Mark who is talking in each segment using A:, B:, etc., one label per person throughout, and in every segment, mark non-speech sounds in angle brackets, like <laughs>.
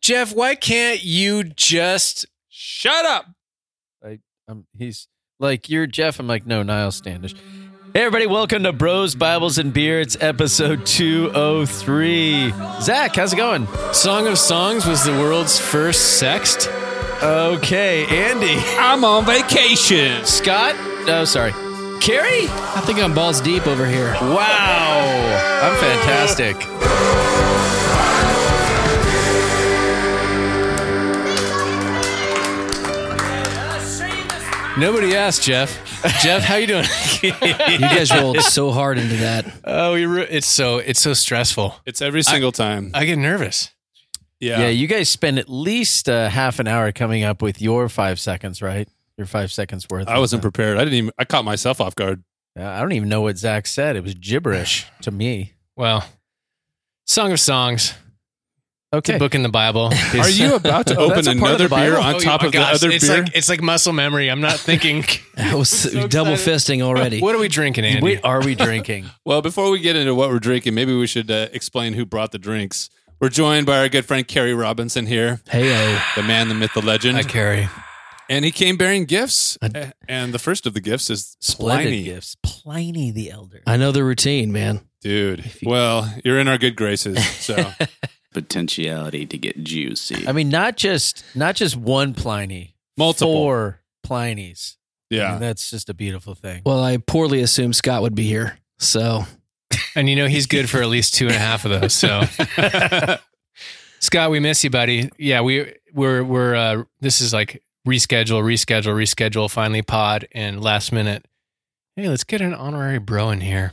A: Jeff, why can't you just
B: Shut up.
C: Um, he's like, you're Jeff. I'm like, no, Niall Standish. Hey, everybody, welcome to Bros, Bibles, and Beards, episode 203. Zach, how's it going?
A: Song of Songs was the world's first sext?
C: Okay, Andy.
B: I'm on vacation.
C: Scott? Oh, sorry. Carrie?
D: I think I'm balls deep over here.
C: Wow. I'm fantastic.
A: Nobody asked Jeff. Jeff, how you
B: <laughs>
A: doing?
D: You guys rolled so hard into that.
A: oh, we ru- it's so it's so stressful.
B: It's every single time.
A: I get nervous.
B: yeah.
C: Yeah, you guys spend at least uh, half an hour coming up with your five seconds, right? Your five seconds worth.
B: I
C: of
B: wasn't
C: them.
B: prepared. I didn't even, I caught myself off guard.
C: Uh, I don't even know what Zach said. It was gibberish to me.
A: Well, Song of Songs, it's
C: Okay.
A: a book in the
C: <laughs>
A: Bible.
B: Are you about to
C: Oh,
B: open
C: that's a part of
B: another
C: the
B: beer
C: Bible.
B: on
A: Oh,
B: top
A: my
B: of the
A: gosh,
B: other
A: it's
B: beer?
A: Like, it's like muscle memory. I'm not
C: <laughs>
A: thinking.
D: I was <laughs> double fisting already.
A: what are we drinking, Andy?
C: What are we <laughs> drinking?
B: well, before we get into what we're drinking, maybe we should uh, explain who brought the drinks. We're joined by our good friend Kerry Robinson here,
D: <laughs>
C: oh,
D: Hey,
B: the man, the myth, the legend.
A: I carry.
B: And he came bearing gifts. Uh, and the first of the gifts is
C: Splendid
B: Pliny.
C: gifts. Pliny the Elder.
D: I know the routine, man.
B: Dude, well, you're in our good graces. So
E: potentiality to get juicy.
C: I mean, not just not just one Pliny,
B: multiple.
C: four Plinies. I mean,
B: Yeah.
C: that's just a beautiful thing.
D: Well, I poorly assumed Scott would be here. So,
A: And you know he's good for at least two and a half of those. So, Scott, we miss you, buddy. Yeah, we we're we're uh, this is like reschedule, reschedule, reschedule. Finally, pod and last minute. Hey, let's get an honorary bro in here.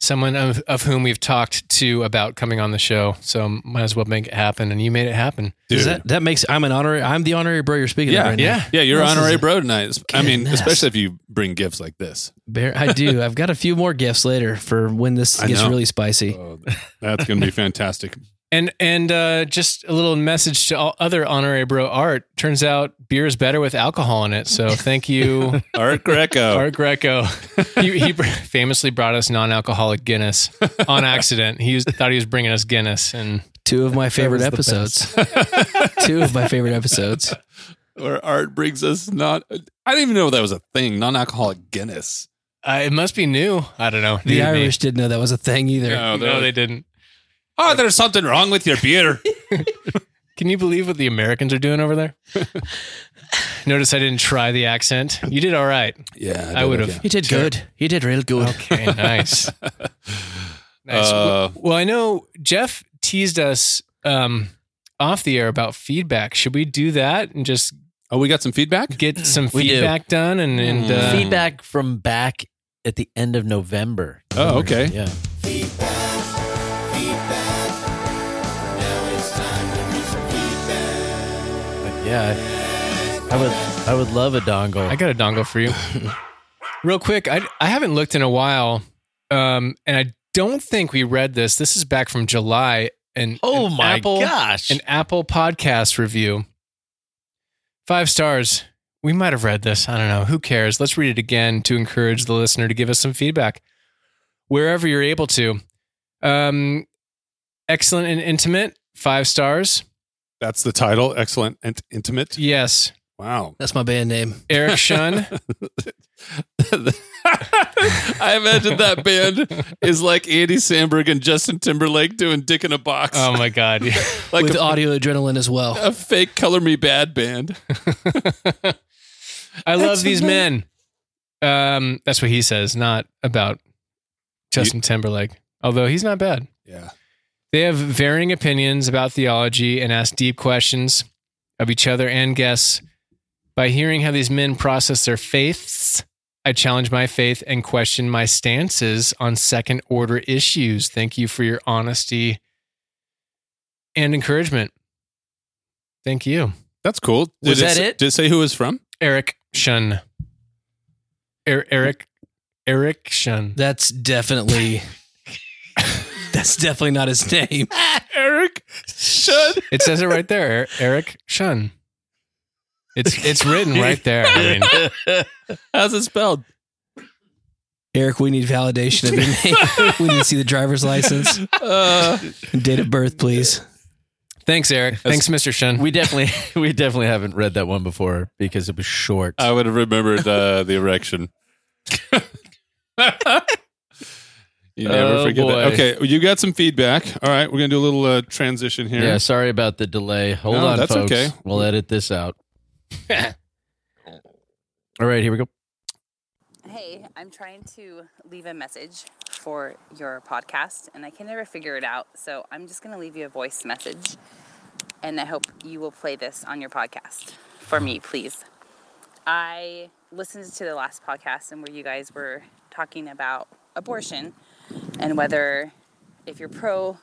A: Someone of, of whom we've talked to about coming on the show. So might as well make it happen. And you made it happen.
B: Dude.
D: does that, that makes I'm an honorary I'm the honorary bro you're speaking of right now.
B: Yeah, you're
D: This is
B: honorary
D: a-
B: bro tonight. I mean,
D: Goodness.
B: especially if you bring gifts like this.
D: Bear,
B: <laughs>
D: I do. I've got a few more gifts later for when this
B: I
D: gets
B: know.
D: really <laughs> spicy.
B: Oh, that's going to be fantastic.
A: And and uh, just a little message to all other honorary bro art. Turns out beer is better with alcohol in it. So thank you,
B: Art Greco.
A: Art Greco. Oh. He, he br- famously brought us non-alcoholic Guinness on accident. He was, thought he was bringing us Guinness, and
D: Two of my favorite
C: was the
D: episodes. <laughs>
B: <laughs>
D: Two of my favorite episodes.
B: Where art brings us not, I didn't even know that was a thing, non alcoholic Guinness.
A: uh, it must be new. I don't know.
D: The
A: New to me.
D: Irish didn't know that was a thing either.
B: No,
A: No, they didn't.
B: Oh, there's something wrong with your beer.
A: Can you believe what the Americans are doing over there? <laughs> Notice I didn't try the accent. You did all right.
B: yeah.
A: I would have.
D: You did good. You did real
A: <laughs>
D: good.
A: Okay, nice. nice.
B: Uh,
A: well, I know Jeff teased us um, off the air about feedback. Should we do that and just
B: Oh, we got some feedback?
A: get some
C: We do.
A: feedback done? And, and uh,
B: Mm.
C: Feedback from back at the end of November.
B: Oh, okay.
C: Yeah. But Yeah, I I would, I would love a dongle.
A: I got a dongle for you. Real quick, I I haven't looked in a while, um, and I don't think we read this. This is back from July, and
C: oh
A: an
C: my
A: Apple,
B: <laughs>
C: gosh!
A: an Apple podcast review, five stars. We might have read this. I don't know. Who cares? Let's read it again to encourage the listener to give us some feedback wherever you're able to. Um, excellent and intimate, five stars.
B: That's the title. Excellent and intimate.
A: Yes,
B: Wow.
D: That's my band name.
A: Eric
C: <laughs>
A: Shun.
B: <laughs> I imagine that band is like Andy Sandberg and Justin Timberlake doing Dick in a Box.
A: oh my God.
B: like
D: with
B: a,
D: audio adrenaline as well.
B: a fake Color Me Bad band.
A: I love these men.
B: Excellent.
A: Um, that's what he says, not about Justin Timberlake. Although he's not bad.
B: Yeah.
A: They have varying opinions about theology and ask deep questions of each other and guests. By hearing how these men process their faiths, I challenge my faith and question my stances on second order issues. Thank you for your honesty and encouragement. Thank you,
B: That's cool.
C: Was that
B: say-
C: it?
B: Did it say who it was from?
A: Eric Shun. Er- Eric, Eric Shun. <laughs>
D: That's definitely that's definitely not his name.
B: Eric Shun.
A: It says it right there, Er- Eric Shun. It's it's written right there. I mean,
B: How's it spelled?
D: Eric, we need validation of your
A: <laughs>
D: name. we need to see the driver's license,
B: Uh,
D: and date of birth, please.
A: Thanks, Eric. Thanks, Mr. Shun.
C: We definitely <laughs> we definitely haven't read that one before because it was short.
B: <laughs> I would have remembered uh, the erection. you never
C: Oh,
B: forget
C: boy.
B: that. Okay, well, you got some feedback. All right, we're gonna do a little uh, transition here.
C: yeah, sorry about the delay. Hold
B: No,
C: on,
B: that's
C: folks.
B: okay.
C: We'll edit this <laughs> out. All right, here we go.
F: Hey, I'm trying to leave a message for your podcast and I can never figure it out. So I'm just going to leave you a voice message and I hope you will play this on your podcast for me, please. I listened to the last podcast and where you guys were talking about abortion and whether if you're pro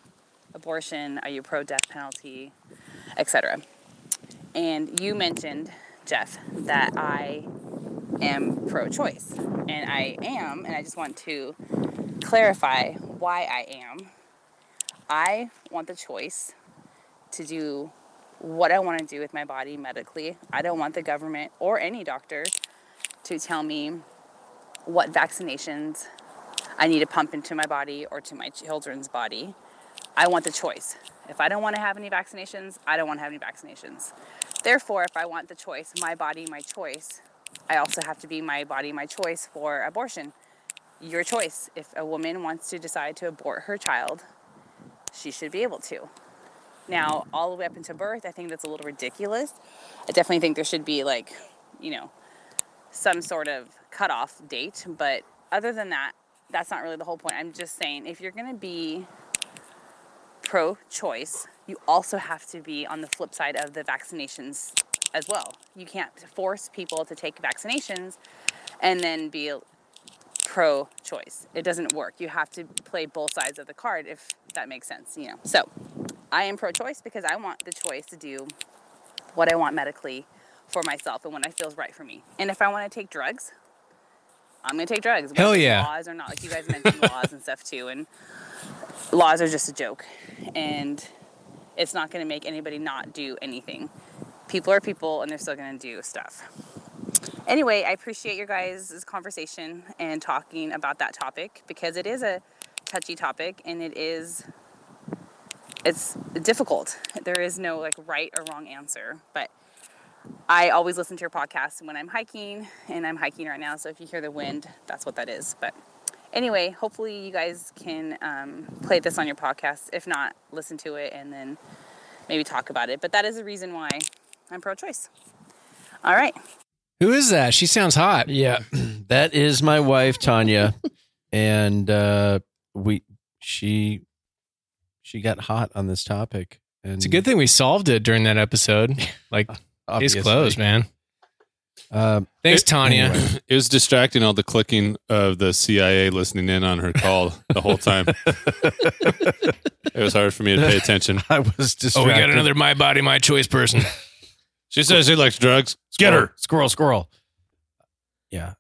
F: abortion, are you pro death penalty, etc. And you mentioned, Jeff, that I am pro choice. And I am, and I just want to clarify why I am. I want the choice to do what I want to do with my body medically. I don't want the government or any doctor to tell me what vaccinations I need to pump into my body or to my children's body. I want the choice. If I don't want to have any vaccinations, I don't want to have any vaccinations. Therefore, if I want the choice, my body, my choice, I also have to be my body, my choice for abortion. Your choice. If a woman wants to decide to abort her child, she should be able to. Now, all the way up into birth, I think that's a little ridiculous. I definitely think there should be, like, you know, some sort of cutoff date. But other than that, that's not really the whole point. I'm just saying if you're going to be pro choice, you also have to be on the flip side of the vaccinations as well. You can't force people to take vaccinations and then be pro choice. It doesn't work. You have to play both sides of the card if that makes sense, you know. So, I am pro choice because I want the choice to do what I want medically for myself and when I feels right for me. And if I want to take drugs, I'm gonna take drugs. whether
A: Hell
F: it's
A: yeah.
F: Laws or not, like you guys mentioned laws and stuff too, and laws are just a joke, and it's not gonna make anybody not do anything. People are people, and they're still gonna do stuff. Anyway, I appreciate your guys' conversation and talking about that topic because it is a touchy topic and it is it's difficult. There is no like right or wrong answer, but I always listen to your podcast when I'm hiking, and I'm hiking right now. So if you hear the wind, that's what that is. But anyway, hopefully you guys can um, play this on your podcast. If not, listen to it and then maybe talk about it. But that is the reason why I'm pro-choice. All right.
A: Who is that? She sounds hot. <clears throat>
C: Yeah, that is my wife
A: <laughs>
C: Tanya, and uh, we she she got hot on this topic. And
A: It's a good thing we solved it during that episode. Like, it's
C: obviously.
A: closed, man.
C: Um,
A: Thanks,
B: It-
A: Tanya.
B: It was distracting all the clicking of the CIA listening in on her call the whole <laughs> time. it was hard for me to pay attention.
C: <laughs> I was distracted.
A: Oh, we got another my body, my choice
C: <laughs>
A: person.
B: She says she likes drugs. Get
C: squirrel,
B: her.
C: oh, squirrel, squirrel. Yeah.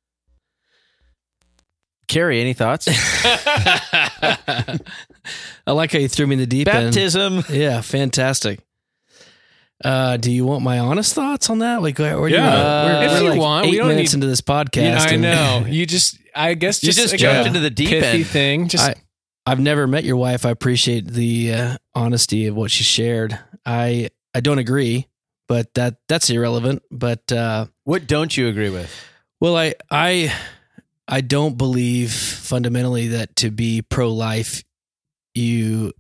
C: Carrie, any thoughts?
D: I like how you threw me in the deep end.
C: Baptism.
D: Yeah, fantastic. Uh, do you want my honest thoughts on that? Like, or do you
B: Yeah.
D: want-
C: Uh,
D: we're
A: if you
D: like
A: want,
D: eight
A: we don't
D: minutes
A: need-
D: into this podcast.
A: Yeah, I
D: and-
A: know. You just, I guess,
C: You
A: just,
C: just
A: like
C: jumped
A: a
C: into the deep
A: pithy
C: end.
A: thing. Just
D: I- <laughs> I've never met your wife. I appreciate the uh, honesty of what she shared. I I don't agree, but that that's irrelevant. But uh,
C: What don't you agree with?
D: well, I I I don't believe fundamentally that to be pro life, you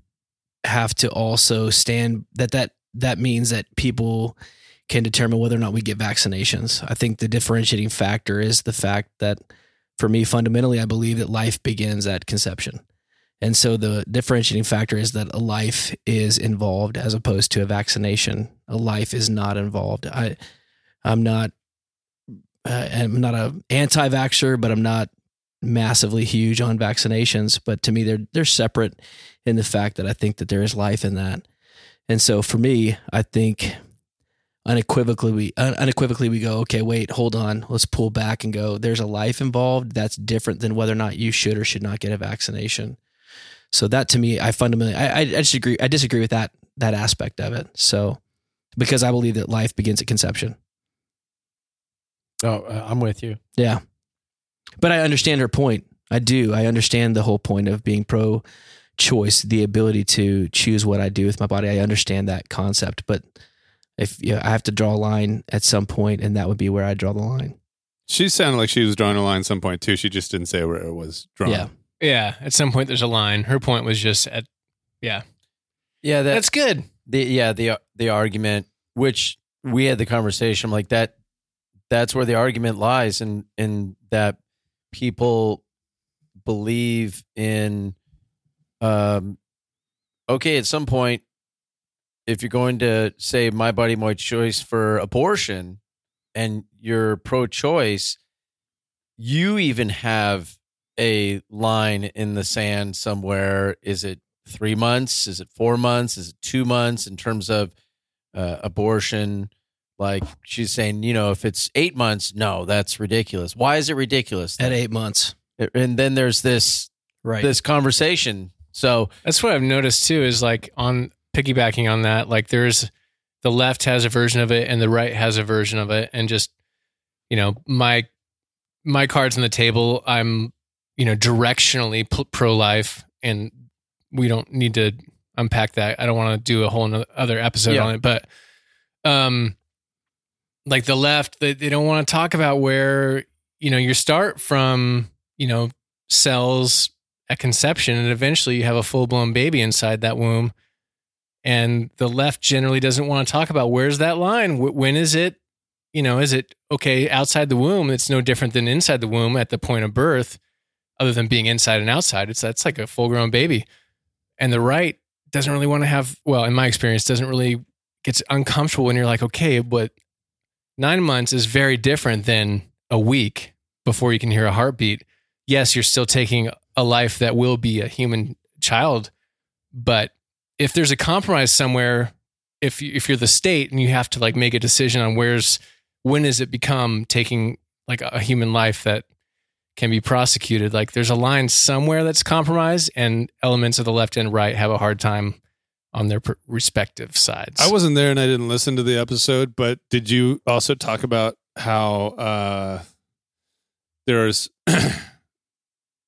D: have to also stand that that that means that people can determine whether or not we get vaccinations. I think the differentiating factor is the fact that for me fundamentally I believe that life begins at conception. And so the differentiating factor is that a life is involved as opposed to a vaccination. A life is not involved. I I'm not uh, I'm not a anti-vaxxer, but I'm not massively huge on vaccinations. But to me, they're they're separate in the fact that I think that there is life in that. And so for me, I think unequivocally we un- unequivocally we go okay wait hold on let's pull back and go there's a life involved that's different than whether or not you should or should not get a vaccination so that to me i fundamentally i i, I disagree i disagree with that that aspect of it so because i believe that life begins at conception
C: Oh, uh, I'm with you.
D: Yeah. But I understand her point. I do. I understand the whole point of being pro choice, the ability to choose what I do with my body. I understand that concept, but if you know, I have to draw a line at some point, and that would be where I draw the line.
B: She sounded like she was drawing a line at some point too. She just didn't say where it was drawn.
D: Yeah.
A: Yeah. At some point, there's a line. Her point was just at. Yeah.
C: Yeah, that,
A: That's good.
C: the yeah the the argument which we had the conversation like that that's where the argument lies and and that people believe in um okay at some point if you're going to say my body my choice for abortion and you're pro choice you even have a line in the sand somewhere is it three months? Is it four months? Is it two months in terms of uh, abortion? Like she's saying, you know, if it's eight months, no, that's ridiculous. Why is it ridiculous?
D: At eight months,
C: and then there's this
D: right?
C: this conversation. So
A: That's what I've noticed too is like on piggybacking on that, like there's the left has a version of it and the right has a version of it. And just, you know, my, my cards on the table, I'm, you know, directionally pro life and we don't need to unpack that. I don't want to do a whole noth- other episode
C: Yeah.
A: on it, but, um, like the left, they, they don't want to talk about where, you know, you start from, you know, cells at conception and eventually you have a full-blown baby inside that womb and the left generally doesn't want to talk about where's that line Wh- when is it you know is it okay outside the womb it's no different than inside the womb at the point of birth other than being inside and outside it's that's like a full-grown baby and the right doesn't really want to have well in my experience doesn't really gets uncomfortable when you're like okay but 9 months is very different than a week before you can hear a heartbeat yes, you're still taking a life that will be a human child, but if there's a compromise somewhere, if you, if you're the state and you have to like make a decision on where's when does it become taking like a human life that can be prosecuted, like there's a line somewhere that's compromised, and elements of the left and right have a hard time on their per- respective sides.
B: I wasn't there and I didn't listen to the episode, but did you also talk about how uh, there's <clears throat>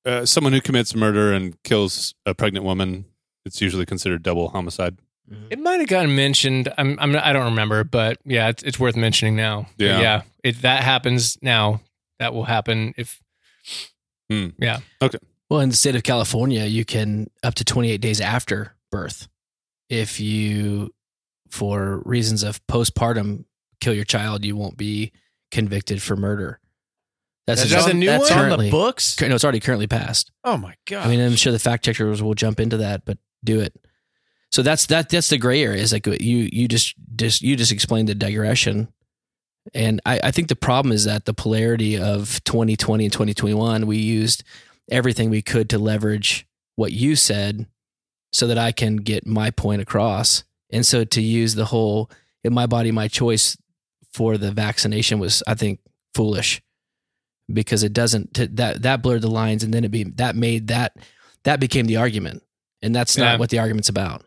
B: uh, someone who commits murder and kills a pregnant woman? It's usually considered double homicide.
D: Mm-hmm.
A: It might have gotten mentioned. I'm, I'm I don't remember, but yeah, it's, it's worth mentioning now. But
B: Yeah.
A: yeah. If that happens now, that will happen if
D: Well, in the state of California, you can up to 28 days after birth, if you, for reasons of postpartum, kill your child, you won't be convicted for murder. That's,
A: Is that
D: just-
A: the new
D: that's
A: one?
C: on
D: Currently,
C: the books.
D: no, it's already currently passed.
C: Oh my god!
D: I mean, I'm sure the fact checkers will jump into that, but do it. So that's that. That's the gray area. Is like you you just just you just explained the digression, and I, I think the problem is that the polarity of 2020 and 2021, we used everything we could to leverage what you said, so that I can get my point across. And so to use the whole "in my body, my choice" for the vaccination was, I think, foolish because it doesn't t- that that blurred the lines, and then it be that made that that became the argument, and that's
A: Yeah.
D: not what the argument's about.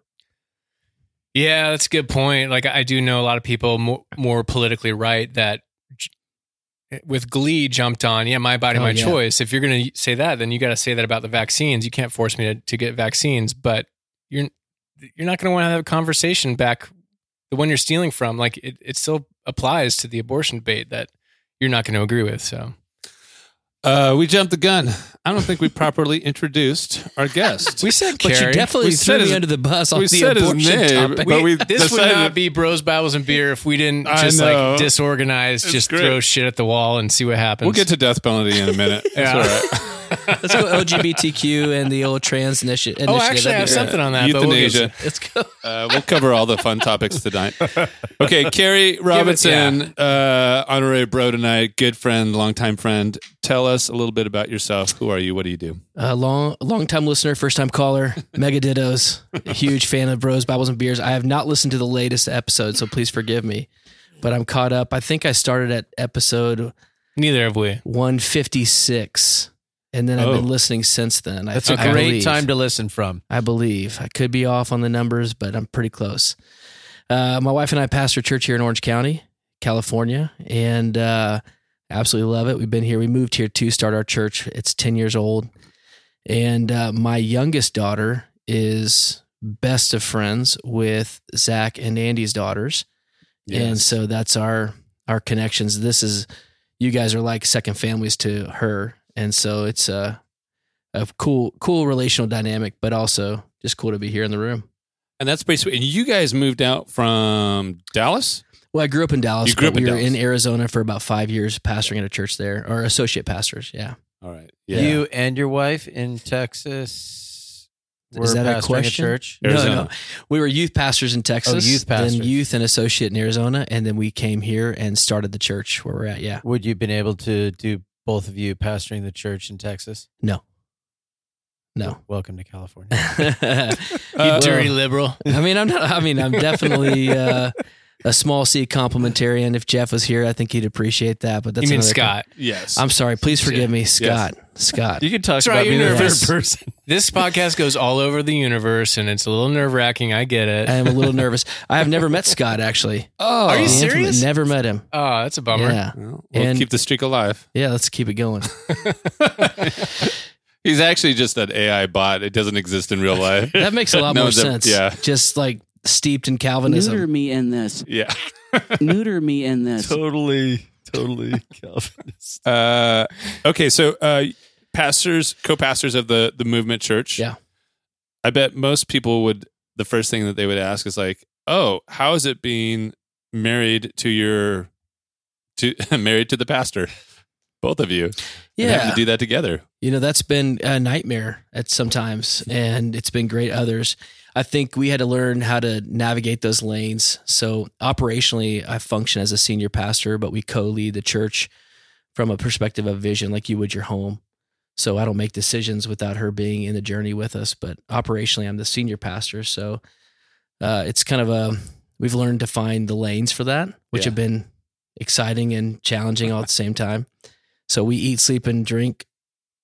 A: Yeah, that's a good point. Like I do know a lot of people more, more politically right that j- with glee jumped on, yeah, my body,
D: Oh,
A: my
D: yeah.
A: choice. If you're going to say that, then you got to say that about the vaccines. You can't force me to, to get vaccines, but you're you're not going to want to have a conversation back the one you're stealing from. Like it, it still applies to the abortion debate that you're not going to agree with. So
B: Uh, we jumped the gun. I don't think we properly introduced our guest. <laughs>
A: we said,
D: But you
A: Carrie,
D: definitely
B: we
D: threw
B: said
D: me
B: his-
D: under the bus on
B: we
D: the
B: said his
D: abortion
B: name,
D: topic.
B: but we
A: <laughs> this would
B: decided-
A: not be bros, Bibles, and beer if we didn't
B: I
A: just
B: know.
A: like disorganized,
B: It's
A: just
B: great.
A: throw shit at the wall and see what happens.
B: We'll get to death penalty in a minute.
A: Yeah.
B: That's all right.
D: Let's go LGBTQ and the old trans initi- initiative.
A: Oh, actually, I have
D: That'd
A: something on that. but we'll get-
B: Euthanasia.
D: be- Let's go.
B: Uh, we'll cover all the fun topics tonight. Okay, Carrie Robinson, uh, honorary bro tonight, good friend, longtime friend. Tell us a little bit about yourself. Who are you? What do you do?
D: A long, long time listener, first time
C: <laughs>
D: caller, mega dittos, huge fan of Bros, Bibles, and Beers. I have not listened to the latest episode, so please forgive me. But I'm caught up. I think I started at episode
A: <laughs> Neither have we.
D: 156, and then I've
B: Oh.
D: been listening since then. I-
C: that's a
D: I
C: great
D: believe.
C: time to listen from.
D: I believe. I could be off on the numbers, but I'm pretty close. Uh, my wife and I pastor a church here in Orange County, California, and uh, absolutely love it. We've been here. We moved here to start our church. It's 10 years old. And uh, my youngest daughter is best of friends with Zach and Andy's daughters, and so that's our our connections. This is you guys are like second families to her, and so it's a a cool cool relational dynamic, but also just cool to be here in the room.
B: and that's basically. And you guys moved out from Dallas.
D: Well, I grew up in Dallas.
B: You grew
D: but
B: up in
D: we were
B: Dallas.
D: in Arizona for about five years, pastoring at a church there, or associate pastors. Yeah.
B: All right.
C: You and your wife in Texas. were
D: Is that
C: pastoring
D: a question?
C: church?
B: Arizona. Oh,
D: No, no. We were youth pastors in Texas.
C: youth
D: Then
C: pastors.
D: youth and associate in Arizona, and then we came here and started the church where we're at. Yeah.
C: Would you have been able to do both of you pastoring the church in Texas?
D: No.
B: <laughs>
D: No.
C: Welcome to California.
D: you
B: Uh,
D: dirty liberal. Uh, I mean, I'm not. I mean, I'm definitely uh, a small C complementarian. If Jeff was here, I think he'd appreciate that. But that's
A: you mean
D: another-
A: Scott?
B: Yes.
D: I'm sorry. Please forgive me, Scott. Scott.
C: <laughs> you can talk
A: Sorry,
C: about
A: you're
C: being the
A: nervous.
C: third person.
A: <laughs> This podcast goes all over the universe, and it's a little nerve wracking. I get it.
D: I am a little nervous. I have never met Scott actually.
A: oh, are you
D: The infamous-
A: serious?
D: Never met him.
A: Oh, that's a bummer.
D: Yeah.
B: Well, we'll
D: And-
B: keep the streak alive.
D: Yeah, let's keep it going.
B: He's actually just an AI bot. It doesn't exist in real life.
D: That makes a lot
B: No,
D: more
B: the-
D: sense.
B: yeah.
D: Just like steeped in
E: Neuter
D: Calvinism.
E: me in this.
B: <laughs> yeah.
E: Neuter me in this.
C: Totally, totally Calvinist.
B: Uh, okay, so uh, pastors, co-pastors of the the movement church.
D: Yeah.
B: I bet most people would. The first thing that they would ask is like, "Oh, how is it being married to your to <laughs> married to the pastor? Both of you, and having
D: Yeah.
B: to do that together.
D: You know, that's been a nightmare at sometimes and it's been great others. I think we had to learn how to navigate those lanes. So operationally, I function as a senior pastor, but we co-lead the church from a perspective of vision like you would your home. So I don't make decisions without her being in the journey with us, but operationally I'm the senior pastor, so uh, it's kind of a we've learned to find the lanes for that, which
B: Yeah.
D: have been exciting and challenging all at the same time. So we eat, sleep, and drink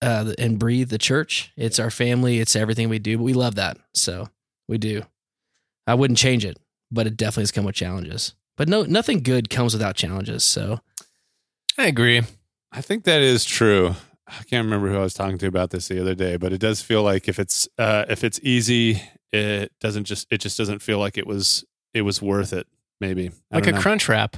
D: uh, and breathe the church. It's our family. It's everything we do. But we love that. So we do. I wouldn't change it, but it definitely has come with challenges. But no, nothing good comes without challenges. So
A: I agree.
B: I think that is true. I can't remember who I was talking to about this the other day, but it does feel like if it's uh, if it's easy, it doesn't just it just doesn't feel like it was it was worth it. Maybe I
A: Like
B: don't
A: a
B: know.
A: crunch wrap.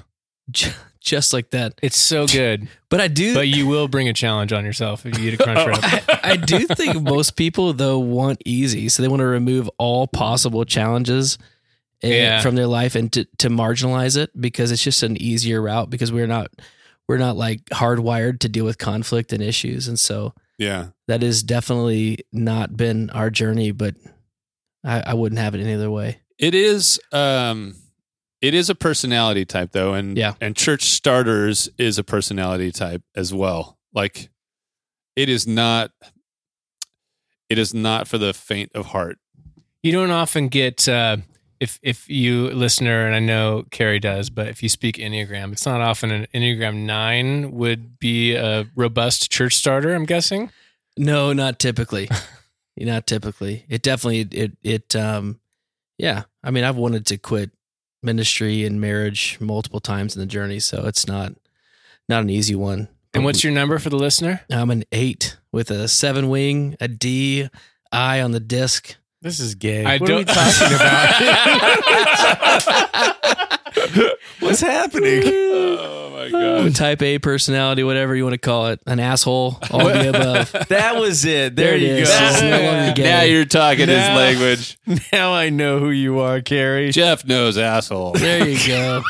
D: j- just like that.
A: It's so good,
D: But I do,
A: but you will bring a challenge on yourself if you eat a crunch wrap.
D: <laughs> I, I do think most people though want easy, so they want to remove all possible challenges. and-
A: Yeah.
D: from their life and to, to marginalize it because it's just an easier route because we're not we're not like hardwired to deal with conflict and issues and so
B: Yeah.
D: that has definitely not been our journey, but I, I wouldn't have it any other way.
B: It is um it is a personality type though and
D: Yeah.
B: and church starters is a personality type as well. Like it is not it is not for the faint of heart. <laughs>
A: you don't often get uh, if if you listener and I know Carrie does, but if you speak Enneagram, it's not often an Enneagram nine would be a robust church starter. I'm guessing.
D: No,
A: <laughs>
D: not typically. not typically. It definitely it it um yeah. I mean, I've wanted to quit ministry and marriage multiple times in the journey, so it's not not an easy one.
A: And what's your number for the listener?
D: I'm an eight with a seven wing, a D, I on the disc.
C: This is gay.
A: I
C: what are we
A: don't-
C: talking <laughs> about? What's happening?
B: oh my god.
D: Type A personality, whatever you want to call it, an asshole, all the
A: <laughs>
D: above.
C: That was it.
D: There
C: There,
D: it
C: you
D: is.
C: <laughs>
D: It's no longer
C: go.
D: gay. Now
B: you're talking
C: Now-
B: <laughs> language.
C: now I know who you are, Carrie.
B: Jeff knows asshole.
D: There you
B: <laughs>
D: go.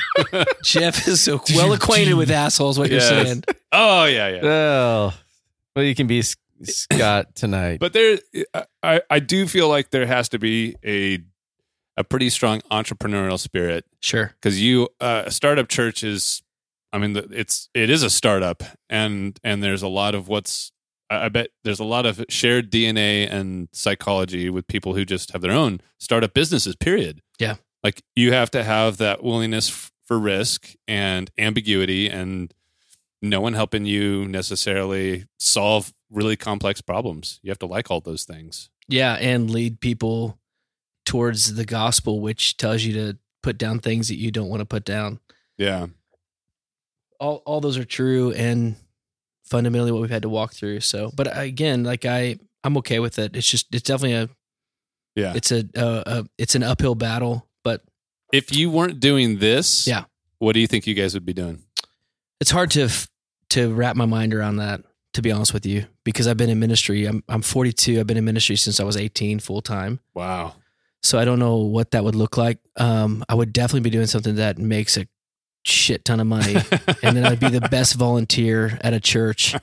D: Jeff is so well acquainted with assholes. What you're
B: Yes.
D: saying?
B: Oh yeah, yeah.
C: Well, Oh. well, you can be S- Scott tonight.
B: But there, I I do feel like there has to be a a pretty strong entrepreneurial spirit
D: Sure.
B: because you uh, a startup church is i mean the- it's it is a startup and and there's a lot of what's i I bet there's a lot of shared dna and psychology with people who just have their own startup businesses period
D: Yeah.
B: like you have to have that willingness f- for risk and ambiguity and no one helping you necessarily solve really complex problems you have to like all those things
D: Yeah, and lead people towards the gospel, which tells you to put down things that you don't want to put down.
B: yeah
D: All all those are true and fundamentally what we've had to walk through. So, but again, like I I'm okay with it. It's just it's definitely a
B: Yeah.
D: It's a, uh, uh it's an uphill battle, but
B: If you weren't doing this,
D: Yeah.
B: what do you think you guys would be doing?
D: it's hard to f- to wrap my mind around that to be honest with you because I've been in ministry. I'm I'm 42. I've been in ministry since I was 18 full time.
B: Wow.
D: So I don't know what that would look like. Um I would definitely be doing something that makes a shit ton
A: <laughs>
D: of money <laughs> and then I'd be the best volunteer at a church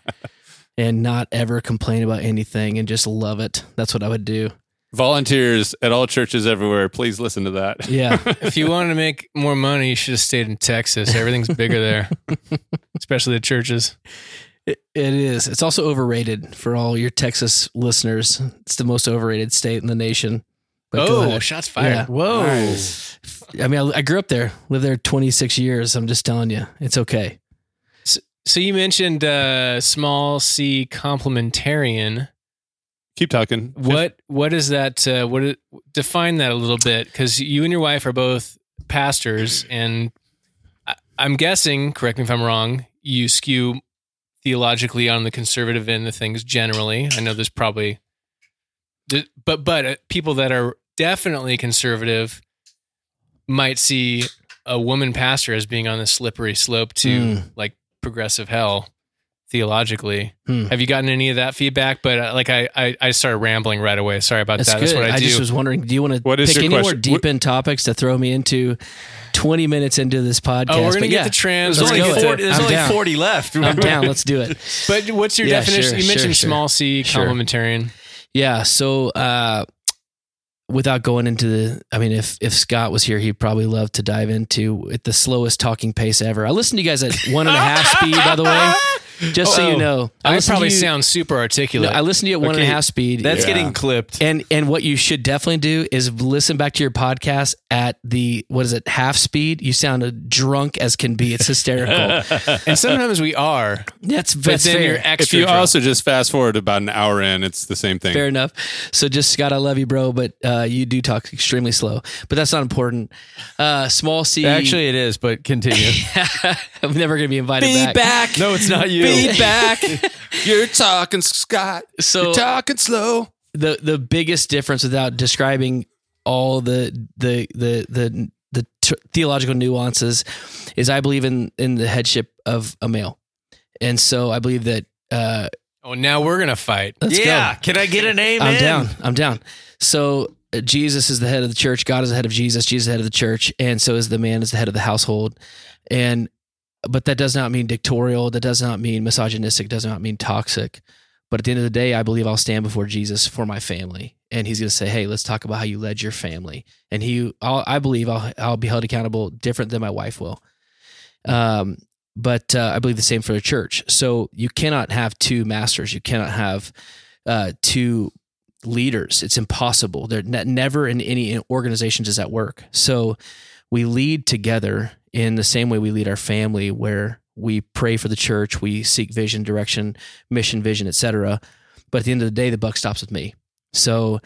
D: and not ever complain about anything and just love it. That's what I would do.
B: Volunteers at all churches everywhere, please listen to that. <laughs>
D: Yeah.
A: If you wanted to make more money, you should have stayed in Texas. Everything's bigger there, especially the churches.
D: <laughs> It, it is. It's also overrated for all your Texas listeners. It's the most overrated state in the nation. But go
A: oh,
D: ahead.
A: shots fired.
D: Yeah.
B: Oh.
C: Whoa.
D: I mean, I, I grew up there, lived there 26 years. I'm just telling you, it's okay.
A: So you mentioned uh, small c complementarian.
B: Keep talking.
A: What what is that? Uh, what it, define that a little bit? Because you and your wife are both pastors, and I, I'm guessing. Correct me if I'm wrong. You skew theologically on the conservative end of things generally. I know there's probably, th- but but uh, people that are definitely conservative might see a woman pastor as being on the slippery slope to
D: Mm.
A: like progressive hell theologically.
D: Hmm.
A: Have you gotten any of that feedback? But uh, like I, I, I started rambling right away. Sorry about
D: That's
A: that.
D: good.
A: That's what I,
D: I,
A: do.
D: just was wondering, do you want to
B: What is
D: pick
B: your
D: any more
B: question?
D: deep in topics to throw me into 20 minutes into this podcast?
A: oh, we're gonna
D: But
A: get
D: yeah,
A: the
D: <laughs>
A: trans.
D: Let's
A: we're gonna
D: go
A: get
D: with
A: to-
D: it. I'm down.
C: left.
B: <laughs>
D: I'm down. Let's do it.
A: <laughs> But what's your
D: Yeah,
A: definition?
D: sure,
A: you
D: sure,
A: mentioned
D: sure.
A: small c
D: Sure.
A: complementarian.
D: Yeah. So, uh, without going into the, I mean, if if Scott was here, he'd probably love to dive into at the slowest talking pace ever. I listened to you
A: <laughs>
D: guys at one and a half speed, by the way, just so you
A: Oh,
D: know.
A: I, would
D: listened to
A: probably
D: you-
A: sound super
D: No,
A: articulate.
D: I listened to you at one and a half
C: Okay,
D: speed.
C: That's
B: Yeah.
C: getting clipped.
D: And and what you should definitely do is listen back to your podcast at the what is it half speed? You sound drunk as can be. It's <laughs> hysterical.
A: <laughs> and sometimes we are.
D: that's
A: But
D: that's
A: then
D: fair.
A: you're
B: If
A: extra.
B: you
A: drunk.
B: also just fast forward about an hour in, it's the same thing.
D: Fair enough. So just Scott, I love you, bro, but uh, you do talk extremely slow. But that's not important. Uh, small C.
C: Actually, it is, but continue.
D: <laughs> I'm never gonna be invited back.
C: no, it's not you.
D: <laughs>
B: back. You're talking, Scott.
D: So
B: talking slow.
D: the the biggest difference, without describing all the the the the the t- theological nuances, is I believe in in the headship of a male, and so I believe that. Uh,
A: oh, now we're gonna fight.
D: let's
C: yeah.
D: go.
C: Can I get an amen?
D: I'm down. I'm down. So uh, Jesus is the head of the church. God is the head of Jesus. Jesus is the head of the church, and so is the man is the head of the household. And but that does not mean dictatorial. That does not mean misogynistic. Does not mean toxic. But at the end of the day, I believe I'll stand before Jesus for my family, and He's going to say, "Hey, let's talk about how you led your family." And He, I'll, I believe, I'll I'll be held accountable different than my wife will. Um, but uh, I believe the same for the church. So you cannot have two masters. You cannot have uh, two leaders. It's impossible. They're ne- never in any organization does that work. So we lead together in the same way we lead our family, where we pray for the church, we seek vision, direction, mission, vision, etc. But at the end of the day, the buck stops with me. So,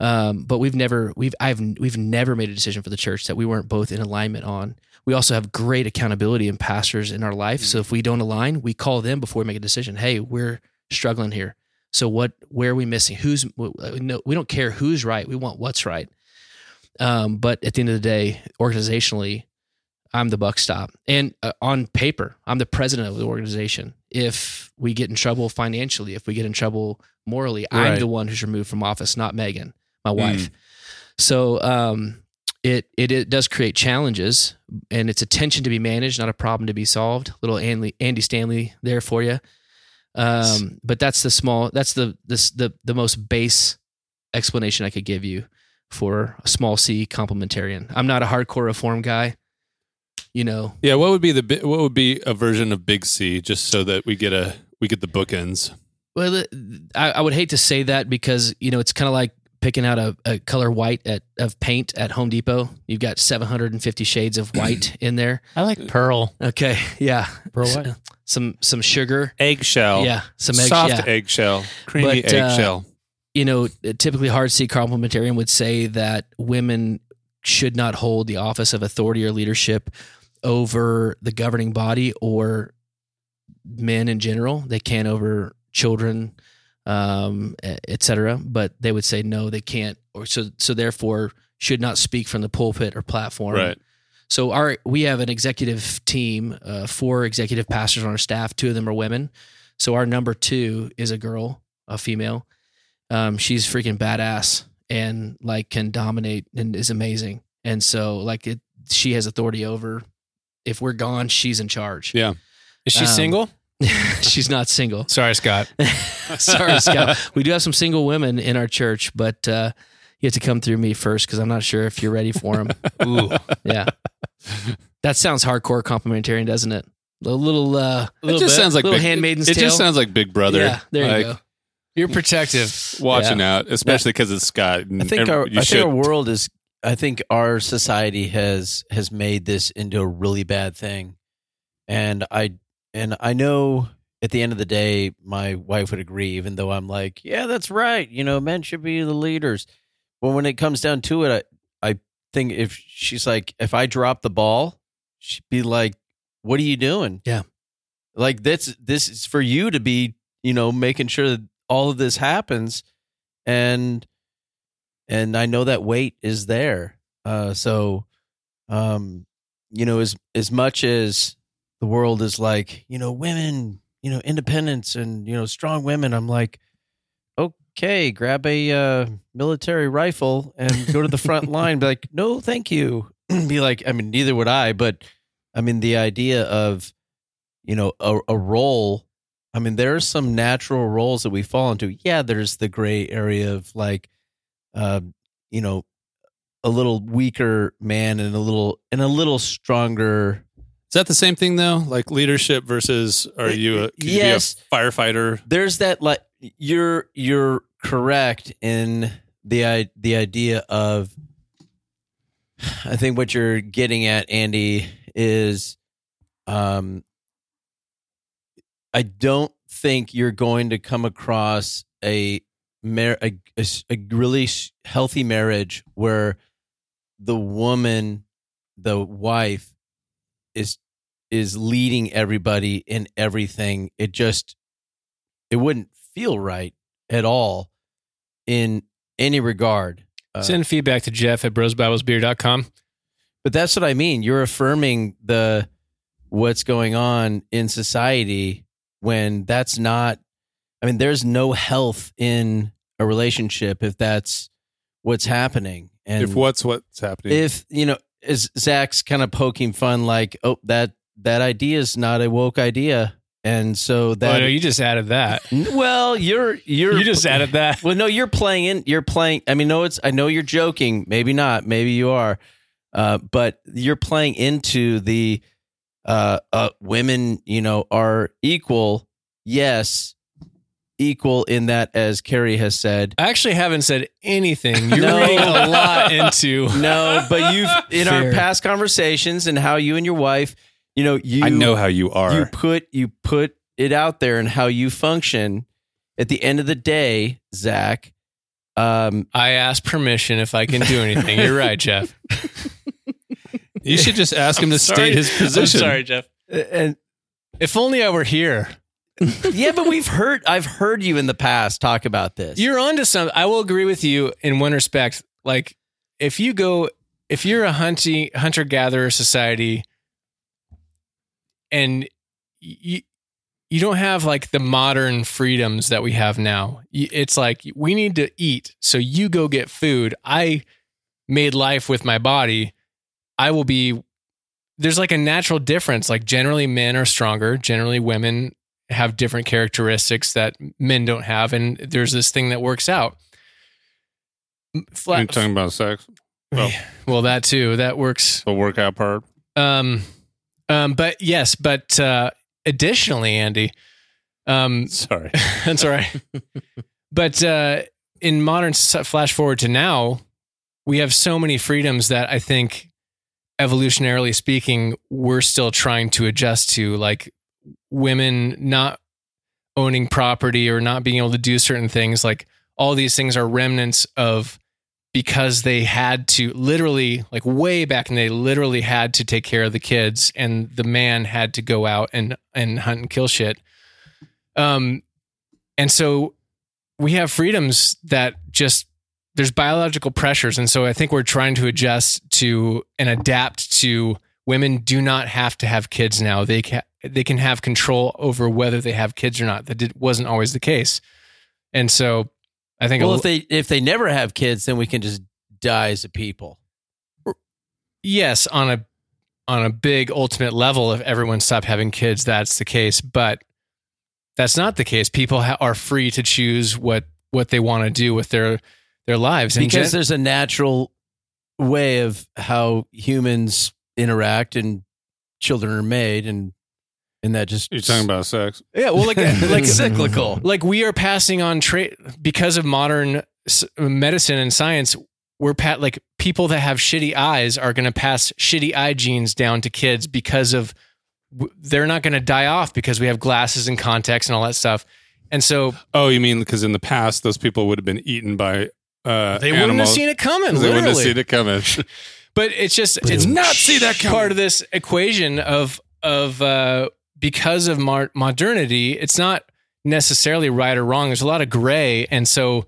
D: um, but we've never we've I've we've never made a decision for the church that we weren't both in alignment on. We also have great accountability in pastors in our life. So if we don't align, we call them before we make a decision. Hey, we're struggling here. So what? Where are we missing? Who's? uh, No, we don't care who's right. We want what's right. Um, but at the end of the day, organizationally, I'm the buck stop, and uh, on paper, I'm the president of the organization. If we get in trouble financially, if we get in trouble morally, I'm
C: Right.
D: the one who's removed from office, not Megan, my wife. So um, it, it it does create challenges, and it's a tension to be managed, not a problem to be solved. Little Andy, Andy Stanley there for you. Um, but that's the small. That's the this the the most base explanation I could give you for a small C complementarian. I'm not a hardcore reform guy. You know,
B: Yeah, what would be the bi- what would be a version of Big C just so that we get a we get the bookends.
D: well, uh, I, I would hate to say that because you know it's kind of like picking out a, a color white at of paint at Home Depot. You've got 750 shades of white in there.
A: I like pearl.
D: Okay, <laughs> yeah,
A: Pearl
D: S- some some sugar,
B: Eggshell.
D: yeah, some eggs,
B: Soft
D: yeah.
B: eggshell. Creamy
D: But, uh,
B: eggshell.
D: you know, typically hard C complementarian would say that women should not hold the office of authority or leadership over the governing body or men in general. They can over children, um, e- et cetera. But they would say no, they can't or so so therefore should not speak from the pulpit or platform.
B: Right.
D: So our we have an executive team, uh, four executive pastors on our staff. Two of them are women. So our number two is a girl, a female. Um, she's freaking badass and like can dominate and is amazing. And so like it, she has authority over. If we're gone, she's in charge.
B: Yeah.
A: Is she
D: Um,
A: single?
D: <laughs> she's not single.
A: Sorry, Scott.
B: <laughs>
D: Sorry, Scott. We do have some single women in our church, but uh, you have to come through me first because I'm not sure if you're ready
B: <laughs>
D: for them.
A: Ooh, a
D: Yeah. That sounds hardcore complimentarian, doesn't it? A little, uh,
B: It
D: little
B: just
D: bit-
B: sounds like
D: little
B: big-
D: handmaiden's
B: It
D: tale.
B: just sounds like Big Brother.
D: Yeah, there
B: like,
D: you go.
A: You're protective.
B: Watching out, especially because it's Scott. And
C: I think
B: every-
C: our
B: you
C: I
B: should.
C: think our world is I think our society has has made this into a really bad thing. And I and I know at the end of the day my wife would agree even though I'm like, yeah, that's right. You know, men should be the leaders. But when it comes down to it, I I think if she's like if I drop the ball, she'd be like, "What are you doing?"
D: Yeah.
C: Like that's this is for you to be, you know, making sure that all of this happens and and I know that weight is there. Uh, so, um, you know, as as much as the world is like, you know, women, you know, independence and you know, strong women, I'm like, okay, grab a uh, military rifle and go to the front line. Be like, no, thank you. <clears throat> Be like, I mean, neither would I, but I mean, the idea of, you know, a, a role. I mean, there are some natural roles that we fall into. Yeah, there's the gray area of like uh, you know, a little weaker man and a little and a little stronger.
B: Is that the same thing though? Like leadership versus are you a, could you be a
C: Yes.
B: firefighter?
C: There's that like you're you're correct in the i- the idea of. I think what you're getting at, Andy, is, um, I don't think you're going to come across a mar- a, a s- a really s- healthy marriage where the woman, the wife, is is leading everybody in everything. It just it wouldn't feel right at all in any regard. Uh,
A: Send feedback to Jeff at brosbiblesbeer.com.
C: but that's what I mean. You're affirming the what's going on in society when that's not. I mean, there's no health in a relationship if that's what's happening. And
B: if what's what's happening?
C: if you know, is Zach's kind of poking fun, like, oh, that that idea is not a woke idea, and so
A: Oh,
C: that.
A: no, you just added that.
C: N- well, you're you're
A: You just added that.
C: well, no, you're playing. in- You're playing. I mean, no, it's. I know you're joking. Maybe not. Maybe you are. Uh, but you're playing into the uh, uh, women. You know, are equal. Yes, equal in that, as Carrie has said.
A: I actually haven't said <laughs> anything. You're
C: No.
A: reading a lot into.
C: No, but you've in our
D: Fair.
C: past conversations and how you and your wife. You know, you
B: I know how you are.
C: you put you put it out there and how you function. At the end of the day, Zach. Um,
A: I asked permission if I can do anything. You're right, Jeff.
B: You should just ask him to state his position.
A: I'm sorry, Jeff.
C: and
A: If only I were here.
C: yeah, but we've heard I've heard you in the past talk about this.
A: You're onto something. I will agree with you in one respect. Like if you go, if you're a hunting hunter gatherer society, and you you don't have like the modern freedoms that we have now. Y- It's like we need to eat, so you go get food. I made life with my body. I will be. There's like a natural difference. Like generally, men are stronger. Generally, women have different characteristics that men don't have, and there's this thing that works out. M-
B: You're
A: Flat, <sighs>
B: talking about sex, well.
A: well, that too that works
B: the workout part.
A: um, um, but yes, but uh, additionally, Andy, um,
B: <laughs> Sorry.
A: <laughs> that's all right. but uh, in modern s- flash forward to now, we have so many freedoms that I think, evolutionarily speaking, we're still trying to adjust to, like women not owning property or not being able to do certain things. Like all these things are remnants of because they had to literally, like way back, and they literally had to take care of the kids, and the man had to go out and and hunt and kill shit. Um, and so we have freedoms that just there's biological pressures, and so I think we're trying to adjust to and adapt to women do not have to have kids now. They can they can have control over whether they have kids or not. That did, wasn't always the case, and so I think a
C: Well,
A: l-
C: if they if they never have kids, then we can just die as a people.
A: yes on a on a big ultimate level if everyone stopped having kids that's the case but that's not the case people ha- are free to choose what what they want to do with their their lives and
C: because
A: gen-
C: there's a natural way of how humans interact and children are made and and that just
B: You're talking about sex.
A: yeah well
B: <laughs>
A: like like
C: like cyclical
A: like we are passing on trait because of modern s- medicine and science we're pat like people that have shitty eyes are going to pass shitty eye genes down to kids because of w- they're not going to die off because we have glasses and contacts and all that stuff and so
B: Oh, you mean because in the past those people would have been eaten by uh,
A: They wouldn't have
B: animals.
A: seen it coming.
B: They wouldn't have
A: literally.
B: seen it coming.
A: But it's just it's
D: Boom.
A: not see that part of this equation of of uh, because of mar- modernity, it's not necessarily right or wrong. There's a lot of gray, and so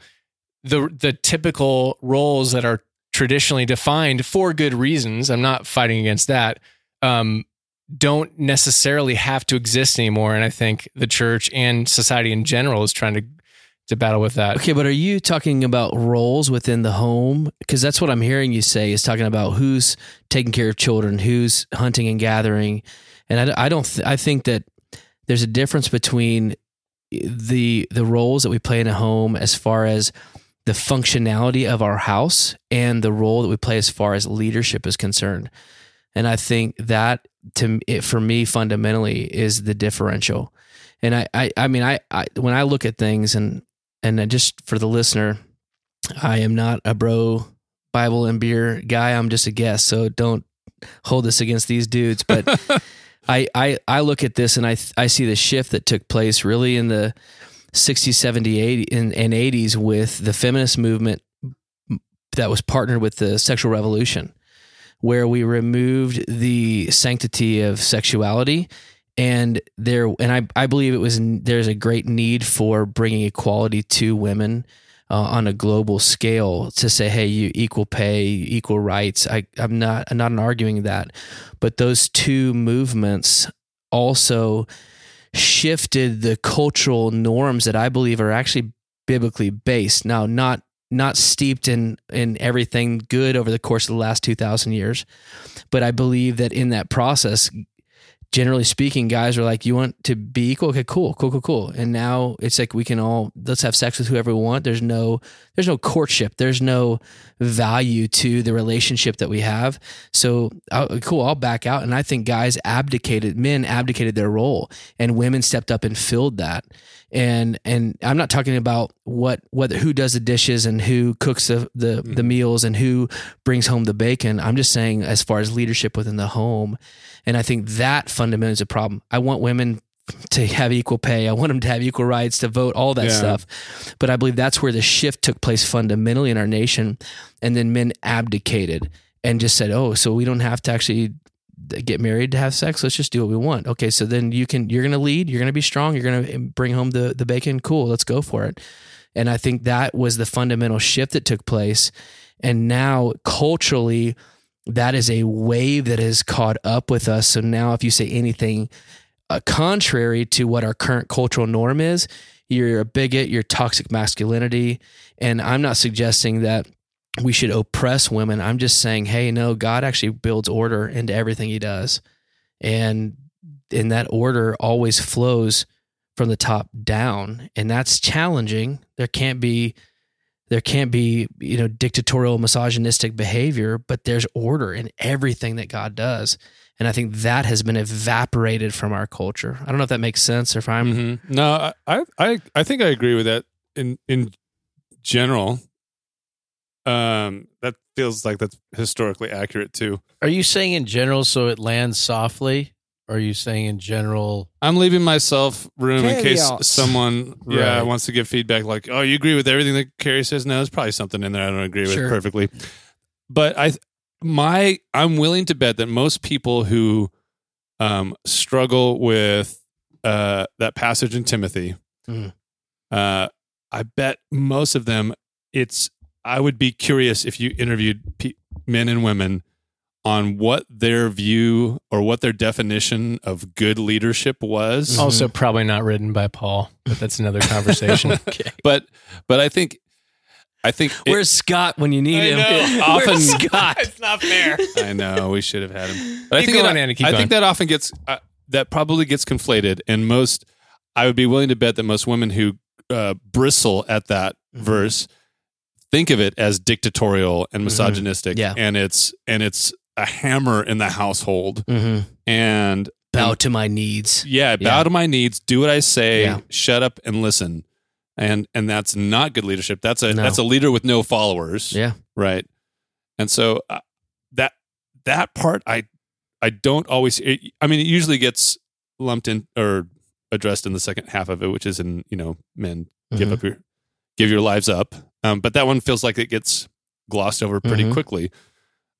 A: the the typical roles that are traditionally defined for good reasons. I'm not fighting against that. Um, don't necessarily have to exist anymore, and I think the church and society in general is trying to to battle with that.
D: Okay, but are you talking about roles within the home? Because that's what I'm hearing you say is talking about who's taking care of children, who's hunting and gathering, and I, I don't. Th- I think that there's a difference between the the roles that we play in a home as far as the functionality of our house and the role that we play as far as leadership is concerned. And I think that to m- it for me fundamentally is the differential. And I, I, I mean, I, I, when I look at things and and I just for the listener, I am not a bro Bible and beer guy. I'm just a guest, so don't hold this against these dudes. But I, I, I look at this and I, th- I see the shift that took place really in the 60s, 70s, 80, and, and 80s with the feminist movement that was partnered with the sexual revolution, where we removed the sanctity of sexuality and there and I, I believe it was there's a great need for bringing equality to women uh, on a global scale to say hey you equal pay equal rights I, i'm not I'm not arguing that but those two movements also shifted the cultural norms that i believe are actually biblically based now not not steeped in in everything good over the course of the last 2000 years but i believe that in that process generally speaking, guys are like, you want to be equal? Okay, cool, cool, cool, cool. And now it's like we can all let's have sex with whoever we want. There's no there's no courtship. There's no value to the relationship that we have. So uh, cool, I'll back out. And I think guys abdicated, men abdicated their role, and women stepped up and filled that. And and I'm not talking about what whether who does the dishes and who cooks the the, the meals and who brings home the bacon. I'm just saying as far as leadership within the home and I think that fundamentally is a problem. I want women to have equal pay. I want them to have equal rights to vote, all that
B: Yeah.
D: stuff. But I believe that's where the shift took place fundamentally in our nation. And then men abdicated and just said, oh, so we don't have to actually get married to have sex. Let's just do what we want. Okay. So then you can, you're going to lead, you're going to be strong, you're going to bring home the, the bacon. Cool. Let's go for it. And I think that was the fundamental shift that took place. And now culturally, that is a wave that has caught up with us. So now, if you say anything uh, contrary to what our current cultural norm is, you're a bigot, you're toxic masculinity. And I'm not suggesting that we should oppress women. I'm just saying, hey, no, God actually builds order into everything he does. And and that order always flows from the top down. And that's challenging. There can't be there can't be you know dictatorial misogynistic behavior but there's order in everything that god does and i think that has been evaporated from our culture i don't know if that makes sense or if i'm
B: Mhm. No, I- I, I, I think I agree with that in in general. Um, that feels like that's historically accurate too.
C: are you saying in general so it lands softly or are you saying in general
B: I'm leaving myself room in case
E: Caveats.
B: someone yeah
C: Right.
B: wants to give feedback like, "Oh, you agree with everything that Carrie says?" No, there's probably something in there I don't agree with
D: Sure.
B: perfectly. But I my I'm willing to bet that most people who um struggle with uh that passage in Timothy
D: Mhm.
B: uh I bet most of them it's I would be curious if you interviewed pe- men and women on what their view or what their definition of good leadership
A: <laughs>
B: was.
A: Also, probably not written by Paul, but that's another conversation.
B: <laughs> But but I think I think it-
D: Where's Scott when you need
A: <laughs>
D: him?
B: know.
D: <laughs> Where's
B: Often- <laughs>
D: Scott?
A: not fair.
B: I know we should have had him. But I
A: Keep
B: think
A: going,
B: that,
A: Andy, keep
B: I
A: going.
B: think that often gets uh, that probably gets conflated, and most I would be willing to bet that most women who uh, bristle at that
A: Mm-hmm.
B: verse think of it as dictatorial and misogynistic,
D: Yeah.
B: and it's and it's a hammer in the household,
D: Mhm.
B: and
D: Bow to my needs.
B: yeah, bow
D: Yeah.
B: to my needs, do what I say,
D: Yeah.
B: shut up and listen, and and that's not good leadership. That's a
D: No.
B: that's a leader with no followers
D: Yeah.
B: right and so uh, that that part i i don't always it, i mean it usually gets lumped in or addressed in the second half of it which is in you know men
D: Mm-hmm.
B: give up your give your lives up um, but that one feels like it gets glossed over pretty
D: Mhm.
B: quickly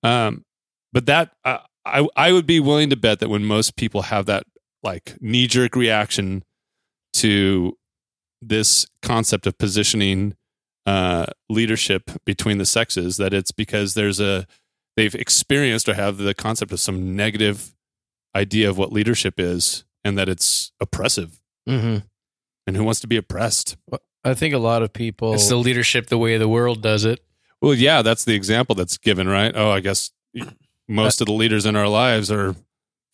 B: um, but that uh, i i would be willing to bet that when most people have that like knee jerk reaction to this concept of positioning uh, leadership between the sexes that it's because there's a they've experienced or have the concept of some negative idea of what leadership is and that it's oppressive
D: Mm-hmm.
B: and who wants to be oppressed
C: I think a lot of people.
A: It's the leadership the way the world does it.
B: well yeah that's the example that's given right oh i guess most of the leaders in our lives are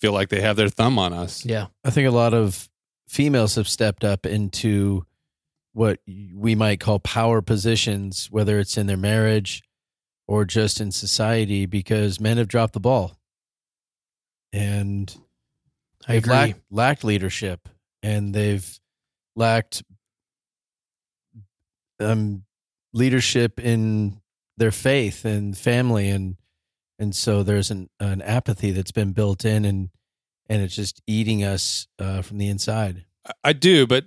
B: feel like they have their thumb on us
D: Yeah.
C: I think a lot of females have stepped up into what we might call power positions, whether it's in their marriage or just in society, because men have dropped the ball and
D: I
C: they've
D: agree.
C: lacked, lacked leadership and they've lacked um, leadership in their faith and family and and so there's an, an apathy that's been built in and and it's just eating us uh, from the inside.
B: I- i do but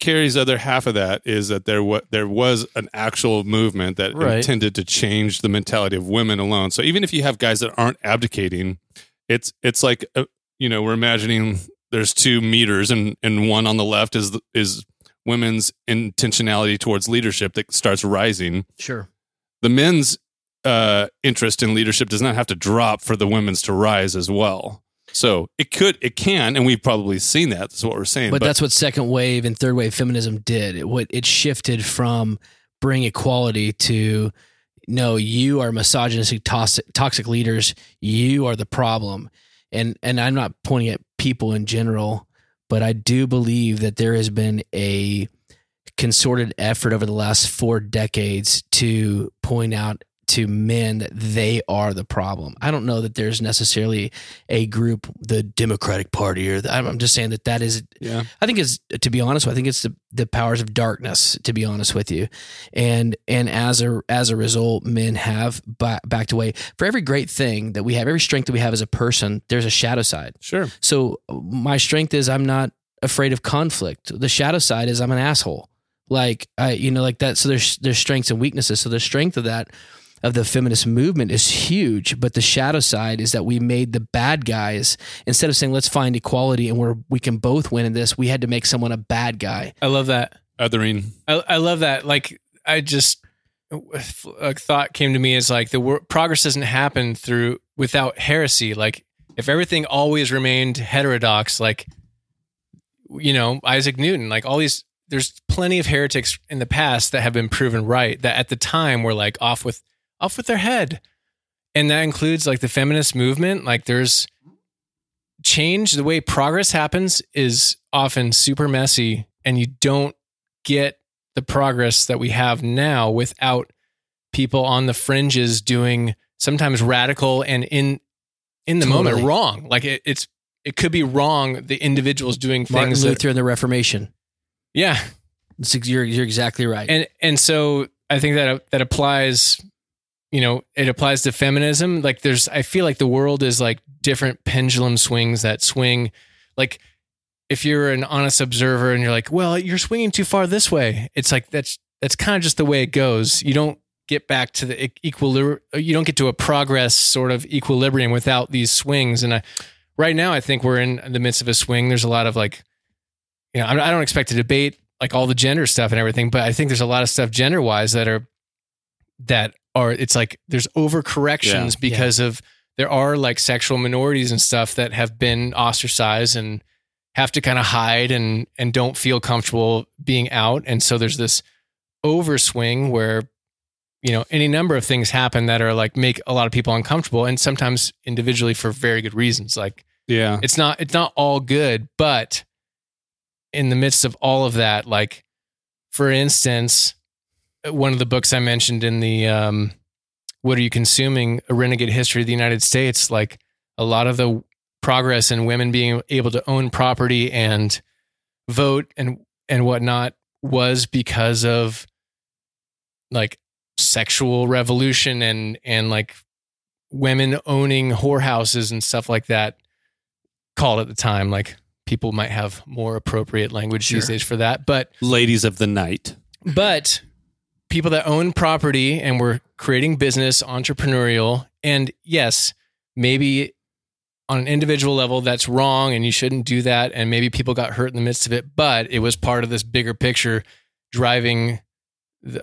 B: carrie's other half of that is that there was there was an actual movement that
C: Right.
B: intended to change the mentality of women alone so even if you have guys that aren't abdicating it's it's like uh, you know we're imagining there's two meters and and one on the left is the- is women's intentionality towards leadership that starts rising
D: Sure.
B: the men's uh, interest in leadership does not have to drop for the women's to rise as well. So it could, it can, and we've probably seen that. That's what we're saying.
D: But, that's what second wave and third wave feminism did. It, what it shifted from bring equality to no, you are misogynistic, toxic, toxic leaders. You are the problem. And and I'm not pointing at people in general, but I do believe that there has been a consorted effort over the last four decades to point out to men that they are the problem. I don't know that there's necessarily a group, the Democratic Party, or the, I'm I'm just saying that that is
B: yeah,
D: I think it's to be honest. I think it's the, the powers of darkness. To be honest with you, and and as a as a result, men have ba- backed away. For every great thing that we have, every strength that we have as a person, there's a shadow side.
B: sure.
D: So my strength is I'm not afraid of conflict. The shadow side is I'm an asshole. Like I, you know, like that. So there's there's strengths and weaknesses. So the strength of that of the feminist movement is huge, but the shadow side is that we made the bad guys instead of saying let's find equality and we're we can both win in this. We had to make someone a bad guy.
A: I love that.
B: Othering.
A: I, I love that. Like, I just a thought came to me is like the wor- progress doesn't happen through without heresy. Like, if everything always remained heterodox, like you know Isaac Newton, like all these. There's plenty of heretics in the past that have been proven right that at the time were like off with off with their head, and that includes like the feminist movement. Like, there's change. The way progress happens is often super messy, and you don't get the progress that we have now without people on the fringes doing sometimes radical and in in the
D: Totally.
A: moment wrong. Like it, it's it could be wrong. The individuals doing
D: Martin
A: things. that-
D: Luther and the Reformation.
A: yeah,
D: It's, you're you're exactly right.
A: and and so I think that that applies. You know, it applies to feminism. Like there's, I feel like the world is like different pendulum swings that swing. Like if you're an honest observer and you're like, well, you're swinging too far this way. It's like that's that's kind of just the way it goes. You don't get back to the equilibrium. You don't get to a progress sort of equilibrium without these swings. And I, right now, I think we're in the midst of a swing. There's a lot of like, you know, I I don't expect to debate like all the gender stuff and everything, but I think there's a lot of stuff gender wise that are that are it's like there's overcorrections because of there are like sexual minorities and stuff that have been ostracized and have to kind of hide and and don't feel comfortable being out and so there's this overswing where you know any number of things happen that are like make a lot of people uncomfortable and sometimes individually for very good reasons like
B: Yeah.
A: it's not it's not all good but in the midst of all of that like for instance one of the books i mentioned in the um what are you consuming a renegade history of the united states like a lot of the progress in women being able to own property and vote and and whatnot was because of like sexual revolution and and like women owning whorehouses and stuff like that called at the time. Like people might have more appropriate language these days for that. But
B: Ladies of the night.
A: but people that own property and were creating business, entrepreneurial, and yes, maybe on an individual level that's wrong and you shouldn't do that. And maybe people got hurt in the midst of it, but it was part of this bigger picture driving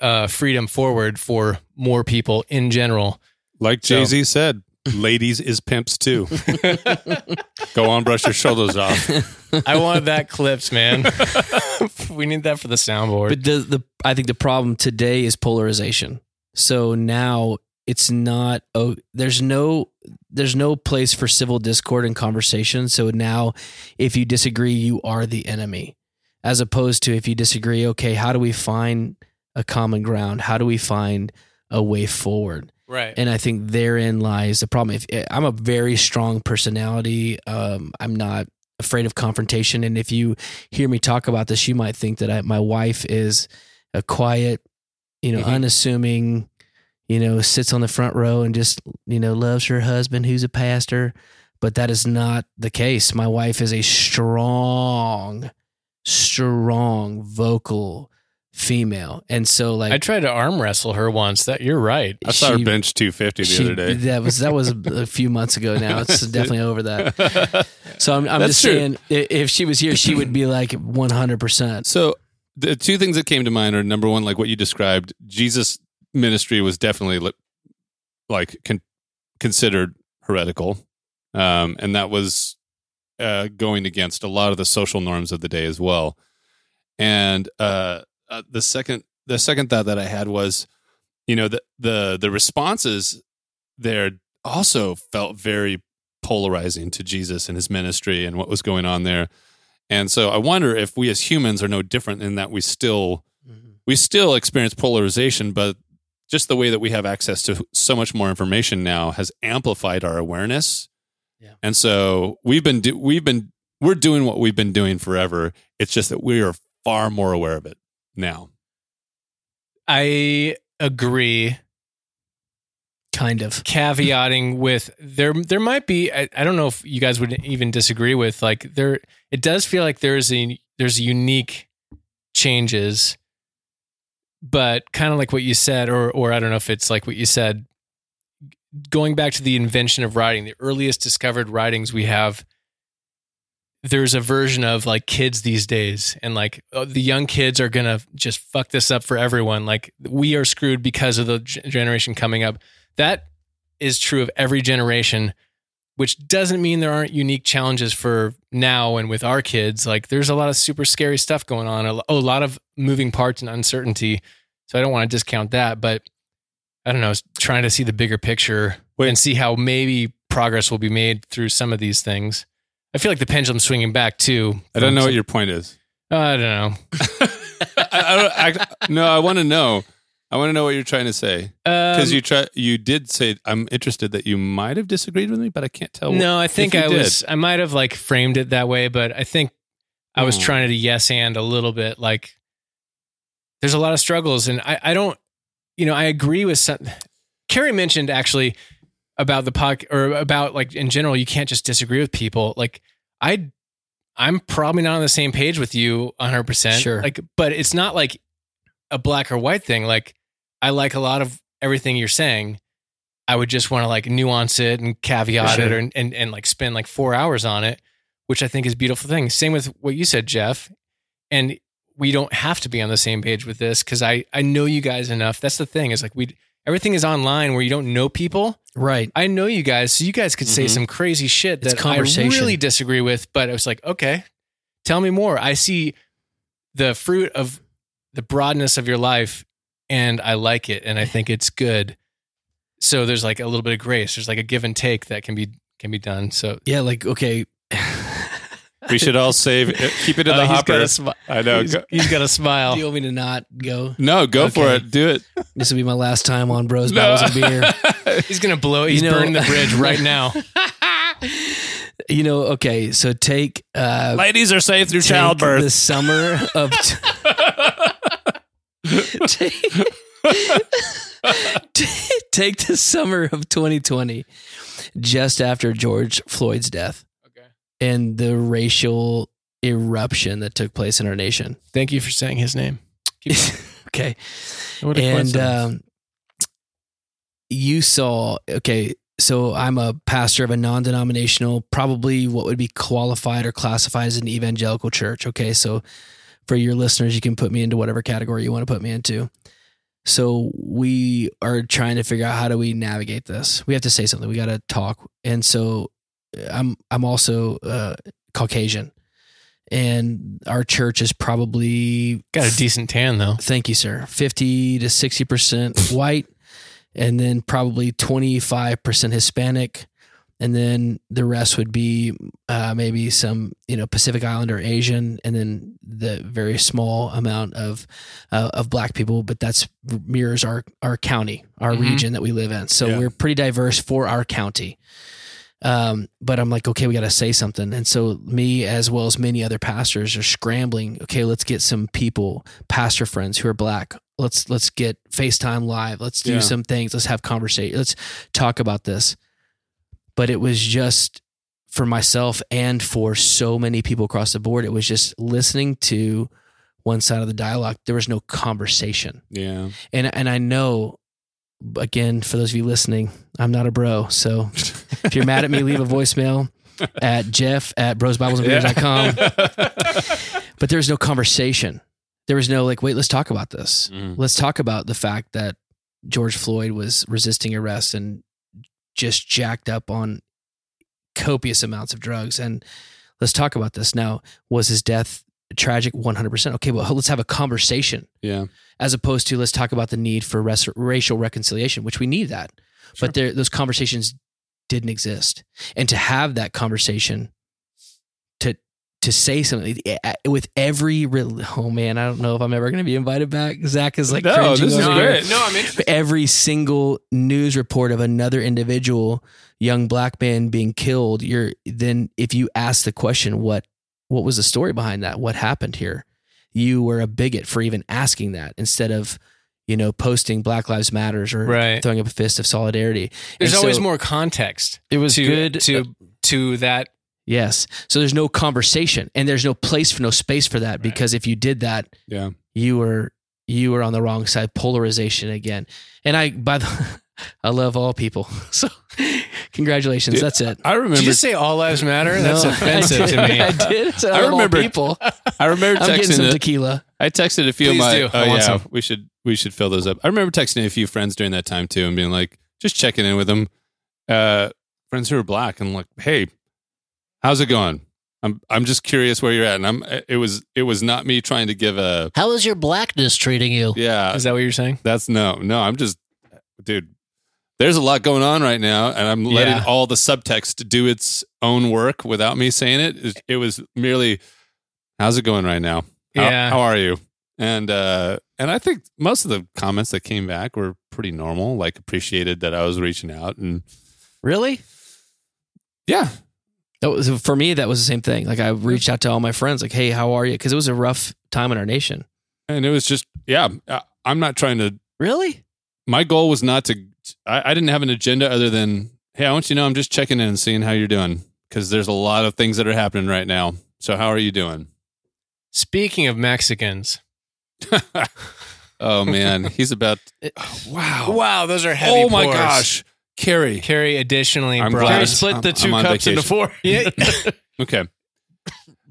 A: uh, freedom forward for more people in general.
B: Like
A: So-
B: Jay Z said, ladies is pimps too. Go on, brush your shoulders
D: <laughs>
B: off.
A: I wanted that clipped, man. <laughs> we need that for the soundboard.
D: But the, the I think the problem today is polarization. So now it's not oh there's no there's no place for civil discord and conversation. So now if you disagree, you are the enemy. As opposed to if you disagree, okay, how do we find a common ground? How do we find a way forward?
A: right.
D: and I think therein lies the problem. If eh, I'm a very strong personality, um, I'm not afraid of confrontation. And if you hear me talk about this, you might think that I, my wife is a quiet, you know,
B: Mm-hmm.
A: Mhm.
D: unassuming, you know, sits on the front row and just you know loves her husband who's a pastor. But that is not the case. My wife is a strong, strong vocal female, and so like
A: I tried to arm wrestle her once. That you're right.
B: I saw her
D: she-
B: bench 250 the
D: She-
B: other day.
D: That was that was a few months ago.
B: <laughs>
D: Now it's <laughs> definitely over that. So I'm, I'm
B: That's
D: just
B: true.
D: saying, i- if she was here, she would be like 100. percent
B: So the two things that came to mind are number one, like what you described, Jesus' ministry was definitely li- like con- considered heretical, um, and that was uh, going against a lot of the social norms of the day as well. And uh, uh, the second, the second thought that I had was, you know, the the the responses there also felt very polarizing to Jesus and his ministry and what was going on there. And so I wonder if we as humans are no different in that we still we still experience polarization, but just the way that we have access to so much more information now has amplified our awareness.
D: Yeah.
B: And so we've been do, we've been we're doing what we've been doing forever. It's just that we are far more aware of it now.
A: I agree.
D: Kind of.
A: Caveating with there, there might be. I, I don't know if you guys would even disagree with like there. It does feel like there's a there's unique changes, but kind of like what you said, or or I don't know if it's like what you said. Going back to the invention of writing, the earliest discovered writings we have. There's a version of like kids these days, and like oh, the young kids are gonna just fuck this up for everyone. Like we are screwed because of the g- generation coming up. That is true of every generation, which doesn't mean there aren't unique challenges for now and with our kids. Like there's a lot of super scary stuff going on, a, lo- a lot of moving parts and uncertainty. So I don't want to discount that, but I don't know, it's trying to see the bigger picture
B: Wait.
A: and see how maybe progress will be made through some of these things. I feel like the pendulum's swinging back too.
B: I don't know what
A: you
B: your point is.
A: I don't know.
B: I, I don't, I, no, I want to know. I want to know what you're trying to say because
A: Um,
B: you try you did say I'm interested that you might have disagreed with me, but I can't tell.
A: No, I think
B: you
A: I
B: did.
A: was. I might have like framed it that way, but I think I was
B: Hmm.
A: trying to yes and a little bit. Like, there's a lot of struggles, and I, I don't, you know, I agree with some. Carrie mentioned actually about the pod or about like in general, you can't just disagree with people. Like, I, I'm probably not on the same page with you 100. percent
D: Sure.
A: Like, but it's not like a black or white thing. Like, I like a lot of everything you're saying. I would just want to like nuance it and caveat
D: For
A: it
D: sure.
A: or, and, and like spend like four hours on it, which I think is a beautiful thing. Same with what you said, Jeff. And we don't have to be on the same page with this because I, I know you guys enough. That's the thing is like we, everything is online where you don't know people.
D: Right.
A: I know you guys, so you guys could say
B: Mhm.
A: some crazy shit
D: It's
A: that I
D: conversation.
A: really disagree with, but I was like, okay, tell me more. I see the fruit of the broadness of your life and I like it and I think it's good. So there's like a little bit of grace. There's like a give and take that can be can be done. So
D: Yeah. Like, okay.
B: We should all save, it, keep
D: Uh,
B: it in the
A: Oh, he's
B: hopper.
A: got
B: I
A: a smi-
B: know.
A: he's-
B: Go,
A: he's got a smile. <laughs>
D: <laughs> Do you want me to not go?
B: no, go for
D: Okay.
B: it. Do it.
D: This will be my last time on Bros,
B: No.
D: Bottles, and Beer.
A: <laughs> He's gonna blow. He's
D: You know-
A: burning the <laughs> bridge right now.
B: <laughs>
D: you know, okay. So take uh,
B: Ladies are safe through
D: take the summer of t- <laughs> take, take the summer of 2020 just after George Floyd's death
A: Okay.
D: and the racial eruption that took place in our nation.
A: Thank you for saying his name. Keep going.
D: <laughs> Okay.
A: What a
D: and
A: coincidence.
D: um, you saw okay so i'm a pastor of a non-denominational probably what would be qualified or classified as an evangelical church okay so for your listeners you can put me into whatever category you want to put me into so we are trying to figure out how do we navigate this we have to say something we got to talk and so uh, i'm i'm also uh, caucasian and our church is probably
A: got a decent tan though.
D: Thank you, sir. 50 to 60% white, and then probably 25% Hispanic. And then the rest would be uh, maybe some, you know, Pacific Islander, Asian, and then the very small amount of uh, of black people. But that's mirrors our our county, our
A: Mhm.
D: region that we live in. So
B: Mm-hmm. Yeah.
D: we're pretty diverse for our county. Um, but I'm like, okay, we got to say something. And so me, as well as many other pastors, are scrambling. Okay, let's get some people, pastor friends who are black. Let's let's get FaceTime live. Let's do
B: Yeah.
D: some things. Let's have conversation. Let's talk about this. But it was just for myself and for so many people across the board. It was just listening to one side of the dialogue. There was no conversation
B: Yeah.
D: and and I know again for those of you listening, I'm not a bro. So <laughs> if you're mad at me, leave a voicemail at Jeff at brosbiblesandbeers.com.
B: <laughs>
D: <laughs> But there's no conversation. There was no like, wait, let's talk about this.
B: Mm.
D: Let's talk about the fact that George Floyd was resisting arrest and just jacked up on copious amounts of drugs. And let's talk about this. Now, was his death tragic? 100%. Okay, well, let's have a conversation
B: Yeah.
D: as opposed to let's talk about the need for res- racial reconciliation, which we need that. But there, those conversations didn't exist, and to have that conversation, to to say something eh, with every re- oh man, I don't know if I'm ever going to be invited back. Zach is like
B: No,
D: cringing
B: this is
D: over
B: great.
D: here.
A: no, I'm interested.
D: Every single news report of another individual, young black man being killed, you're then if you ask the question, what what was the story behind that? What happened here? You were a bigot for even asking that instead of, you know, posting Black Lives Matters or
A: Right.
D: throwing up a fist of solidarity.
A: There's
D: And
A: always
D: so-
A: more context.
D: It was
A: to,
D: good uh,
A: to to that.
D: Yes. So there's no conversation and there's no place for no space for that because if you did that,
B: Yeah.
D: you were you were on the wrong side polarization again. And I by the <laughs> I love all people. <laughs> So congratulations.
B: Dude, <laughs>
D: That's it.
B: I
A: Did you
B: remember.
A: just say all lives matter? That's
D: No, I
A: offensive to
D: did-
A: me.
D: <laughs> I did. So
B: <laughs>
D: I,
B: I
D: love all
B: remember
D: people.
B: I remember
D: I'm getting
B: texting.
D: some
B: the-
D: tequila.
B: I texted a few of
A: Please
B: my.
A: do. I
B: Oh
A: want
B: yeah,
A: some.
B: we should we should fill those up. I remember texting a few friends during that time too, and being like, just checking in with them, uh, friends who are black, and like, hey, how's it going? I'm I'm just curious where you're at, and I'm. It was it was not me trying to give a
G: How is your blackness treating you?
B: yeah.
A: Is that what you're saying?
B: That's no no. I'm just dude. There's a lot going on right now, and I'm letting
A: Yeah.
B: all the subtext do its own work without me saying it. It, it was merely, how's it going right now? How,
A: Yeah.
B: how are you? And uh, and I think most of the comments that came back were pretty normal. Like appreciated that I was reaching out, and
D: Really?
B: yeah,
D: That was, for me, that was the same thing. Like I reached out to all my friends, like, "Hey, how are you?" Because it was a rough time in our nation.
B: and it was just yeah. I, I'm not trying to.
D: Really?
B: My goal was not to. I, I didn't have an agenda other than hey, I want you to know I'm just checking in and seeing how you're doing because there's a lot of things that are happening right now. So how are you doing?
A: Speaking of Mexicans,
B: oh man, he's about. wow!
A: wow, those are heavy.
B: Oh my
A: pours.
B: gosh, Carrie.
A: Carrie additionally
B: I'm
A: brought.
B: glad. I'm- I'm on vacation.
A: four. Yeah,
B: Okay,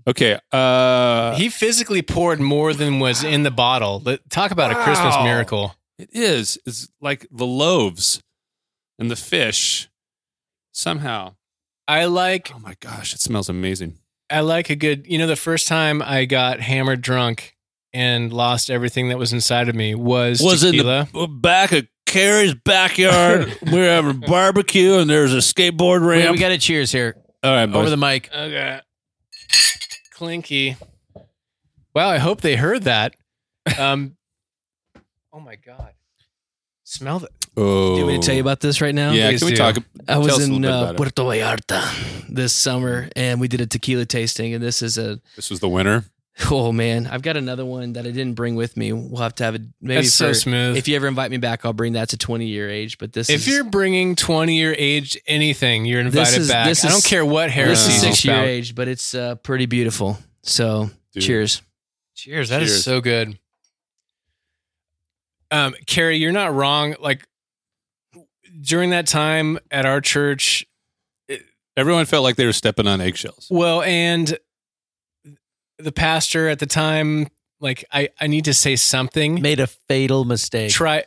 B: okay. <laughs> Uh,
A: he physically poured more than was in the bottle. Let- Talk about a Christmas
B: Wow.
A: miracle.
B: It is. It's like the loaves and the fish. Somehow.
A: I like
B: Oh my gosh, it smells amazing.
A: I like a good, you know, the first time I got hammered drunk and lost everything that was inside of me was,
H: Was in the-
A: tequila.
H: Well, back of Carrie's
B: <laughs>
H: backyard. we were having barbecue, and there's a skateboard
C: Wait,
H: ramp.
C: we got a cheers here
B: All right, boys.
C: over the mic.
A: okay. Clinky. Wow, I hope they heard that. Um, oh my God. Smell that.
B: oh.
D: Do you want me to tell you about this right now?
B: Yeah,
A: Please
B: can we
A: do.
B: talk?
D: I
B: tell us
D: was
B: a little
D: in
B: bit
D: uh,
B: about it.
D: Puerto Vallarta this summer, and we did a tequila tasting. And this is a
B: This was the winner.
D: oh man, I've got another one that I didn't bring with me. We'll have to have it <laughs> maybe
A: That's so
D: for-
A: smooth.
D: if you ever invite me back. I'll bring that to twenty year age. But this
A: If
D: is,
A: you're bringing 20 year age anything, you're invited
D: is-
A: back.
D: this
A: I
D: is-
A: don't care what heresy
D: this is
A: you
D: six year
A: spout.
D: age, but it's uh, pretty beautiful. So
B: Dude.
D: cheers.
A: Cheers. That is
B: Cheers.
A: so good. Um, Carrie, you're not wrong. Like during that time at our church,
B: Everyone felt like they were stepping on eggshells.
A: well, and the pastor at the time, like I, I need to say something.
C: Made a fatal mistake.
A: Try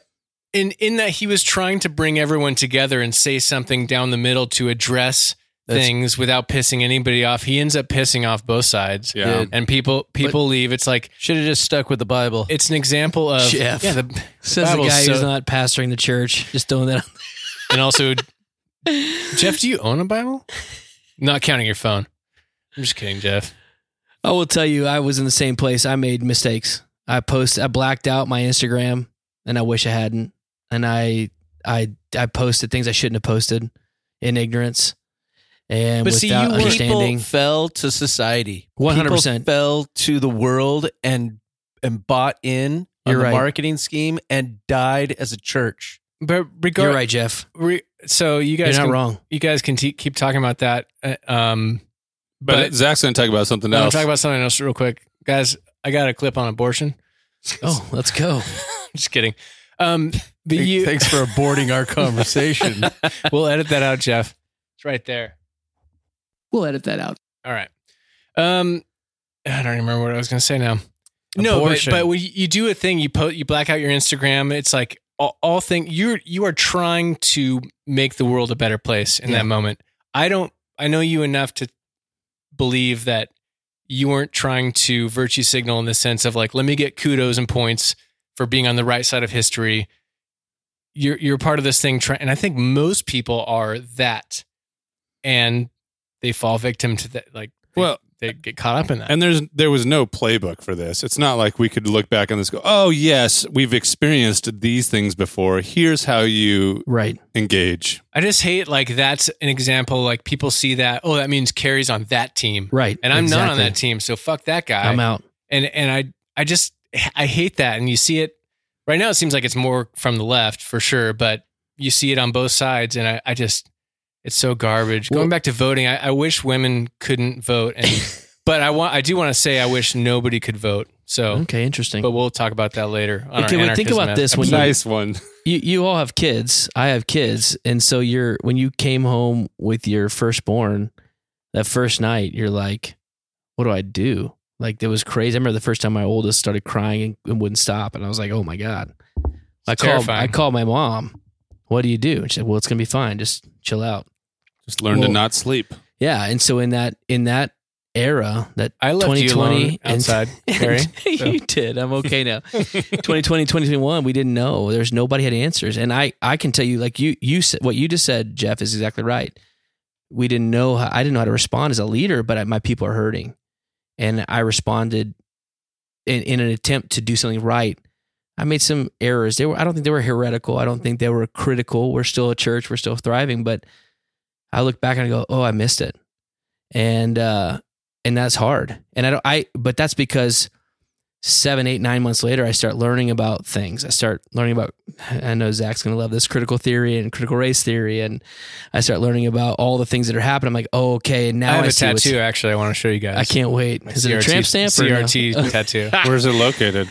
A: in in that he was trying to bring everyone together and say something down the middle to address
C: That's-
A: things without pissing anybody off. He ends up pissing off both sides.
B: Yeah.
C: Dude.
A: And people people leave. It's like
C: Should have just stuck with the Bible.
A: it's an example of
D: Jeff.
A: yeah, the,
D: Says the
A: Bible's
D: guy who's
A: so-
D: not pastoring the church, just doing that.
A: and also Jeff, do you own a Bible? Not counting your phone. I'm just kidding, Jeff.
D: I will tell you, I was in the same place. I made mistakes. I post, I blacked out my Instagram, and I wish I hadn't. And I, I, I posted things I shouldn't have posted in ignorance and
A: But see,
D: without
A: you were-
D: understanding.
C: People fell to society.
D: 100%.
C: People fell to the world and and bought in on
D: You're
C: the
D: right.
C: marketing scheme and died as a church.
A: But regard,
D: You're right, Jeff.
A: Re, so you
D: You're
A: guys,
D: not
A: can,
D: wrong.
A: you guys can te- keep talking about that. Uh, um,
B: But,
A: But-
B: Zach's going to talk about something
A: no. I'm
B: else.
A: talking about something else real quick, guys. I got a clip on abortion.
D: Oh, let's go.
A: <laughs> Just kidding. Um, but you,
C: Thanks for aborting
A: <laughs>
C: our conversation.
A: we'll edit that out, Jeff. It's right there.
E: We'll edit that out.
A: All right. Um, I don't remember what I was going to say now. No, but,
C: Abortion.
A: but when you- you do a thing, you post, you black out your Instagram. It's like all, all thing you're you are trying to make the world a better place in
D: Yeah.
A: that moment. I don't. I know you enough to believe that you weren't trying to virtue signal in the sense of like, let me get kudos and points for being on the right side of history. You're you're part of this thing, try- and I think most people are that, and they fall victim to that. Like, they-
B: Well-
A: they get caught up in that.
B: And there's there was no playbook for this. It's not like we could look back on this and go, "Oh yes, we've experienced these things before. Here's how you
D: Right.
B: engage."
A: I just hate like that's an example. Like people see that, oh, that means Carrie's on that team,
D: Right.
A: and I'm not on
D: Exactly.
A: that team, so fuck that guy.
D: I'm out.
A: And and I I just I hate that. And you see it right now. It seems like it's more from the left for sure, but you see it on both sides, and I, I just it's so garbage.
D: Well-
A: Going back to voting, I, I wish women couldn't vote,
D: <laughs>
A: and but I want I do want to say I wish nobody could vote. So,
D: Okay, interesting.
A: Oh. but we'll talk about that later. on our
D: Hmm. Okay, well, think
A: anarchism
D: about this when
A: episode.
D: you-
B: nice one. <laughs>
D: you you all have kids. I have kids, and so you're when you came home with your firstborn, that first night, you're like, "What do I do?" Like it was crazy. I remember the first time my oldest started crying and, and wouldn't stop, and I was like, "Oh my god!" I called
A: terrifying.
D: I called my mom. What do you do? And she said, "Well, it's gonna be fine. Just chill out."
B: Just learn
D: Well-
B: to not sleep.
D: Yeah, and so in that in that era,
A: <laughs>
D: that
A: I left you
D: 2020
A: alone
D: and- <laughs>
A: outside, Carrie. so.
D: you did. I'm okay now. 2020, 2021, we didn't know. There's nobody had answers. And I, I can tell you, like you, you said, what you just said, Jeff, is exactly right. We didn't know how, I didn't know how to respond as a leader, but I, my people are hurting. And I responded in, in an attempt to do something right. I made some errors. They were, I don't think they were heretical. I don't think they were critical. We're still a church. We're still thriving. But I look back and I go, oh, I missed it. And, uh, and that's hard. And I don't, I, but that's because seven, eight, nine months later, I start learning about things. I start learning about, <sighs> I know Zach's going to love this critical theory and critical race theory. And I start learning about all the things that are happening. I'm like, oh, okay. And now
A: I
D: I,
A: have a
D: see what's-
A: tattoo. Actually, I want to show you guys.
D: I can't wait. Is it a tramp stamp or no? <laughs>
A: CRT <laughs> tattoo?
B: Where's it located?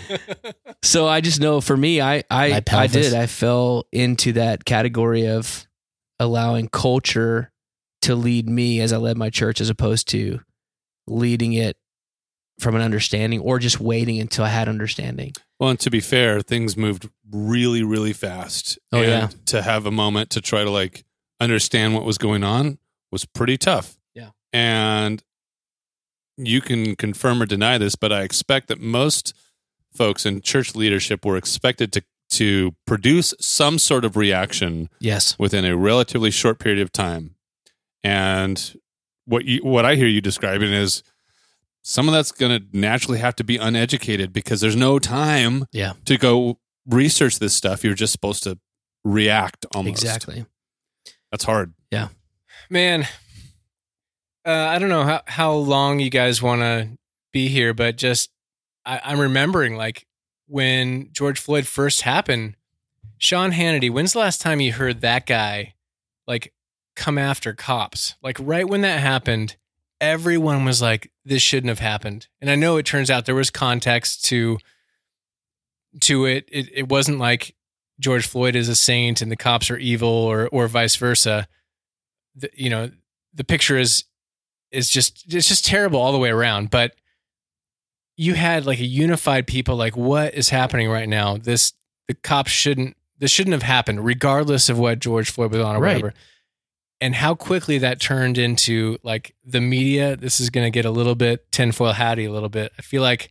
D: So I just know for me, I
C: My
D: I I
C: pelvis.
D: did. I fell into that category of allowing culture to lead me as I led my church, as opposed to leading it
I: from an understanding or just waiting until I had understanding.
B: Well, and to be fair, things moved really, really fast.
I: Oh,
B: and
I: yeah.
B: To have a moment to try to like understand what was going on was pretty tough.
I: Yeah.
B: And you can confirm or deny this, but I expect that most folks in church leadership were expected to to produce some sort of reaction
D: Yes.
B: within a relatively short period of time. And what you what I hear you describing is some of that's going to naturally have to be uneducated because there's no time
D: Yeah.
B: to go research this stuff. You're just supposed to react almost.
D: Exactly.
B: That's hard.
A: man uh, i don't know how, how long you guys want to be here but just I, i'm remembering like when george floyd first happened sean hannity when's the last time you heard that guy like come after cops like right when that happened everyone was like this shouldn't have happened and i know it turns out there was context to to it it, it wasn't like george floyd is a saint and the cops are evil or or vice versa the, you know the picture is is just it's just terrible all the way around but you had like a unified people like what is happening right now this the cops shouldn't this shouldn't have happened regardless of what george floyd was on or
I: Right.
A: whatever and how quickly that turned into like the media this is going to get a little bit tinfoil hatty a little bit i feel like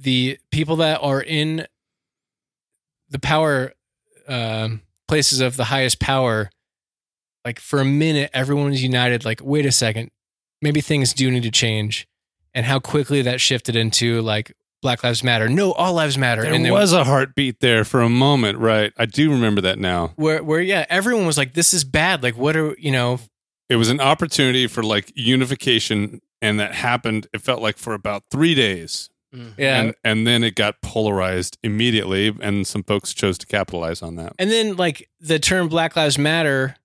A: the people that are in the power um, places of the highest power like for a minute everyone was united like wait a second maybe things do need to change and how quickly that shifted into like black lives matter no all lives matter
B: There
A: and they-
B: was a heartbeat there for a moment, right? I do remember that now.
A: where where yeah everyone was like this is bad like what are you know
B: It was an opportunity for like unification and that happened it felt like for about 3 days.
A: yeah
B: And and then it got polarized immediately and some folks chose to capitalize on that.
A: And then like the term Black Lives Matter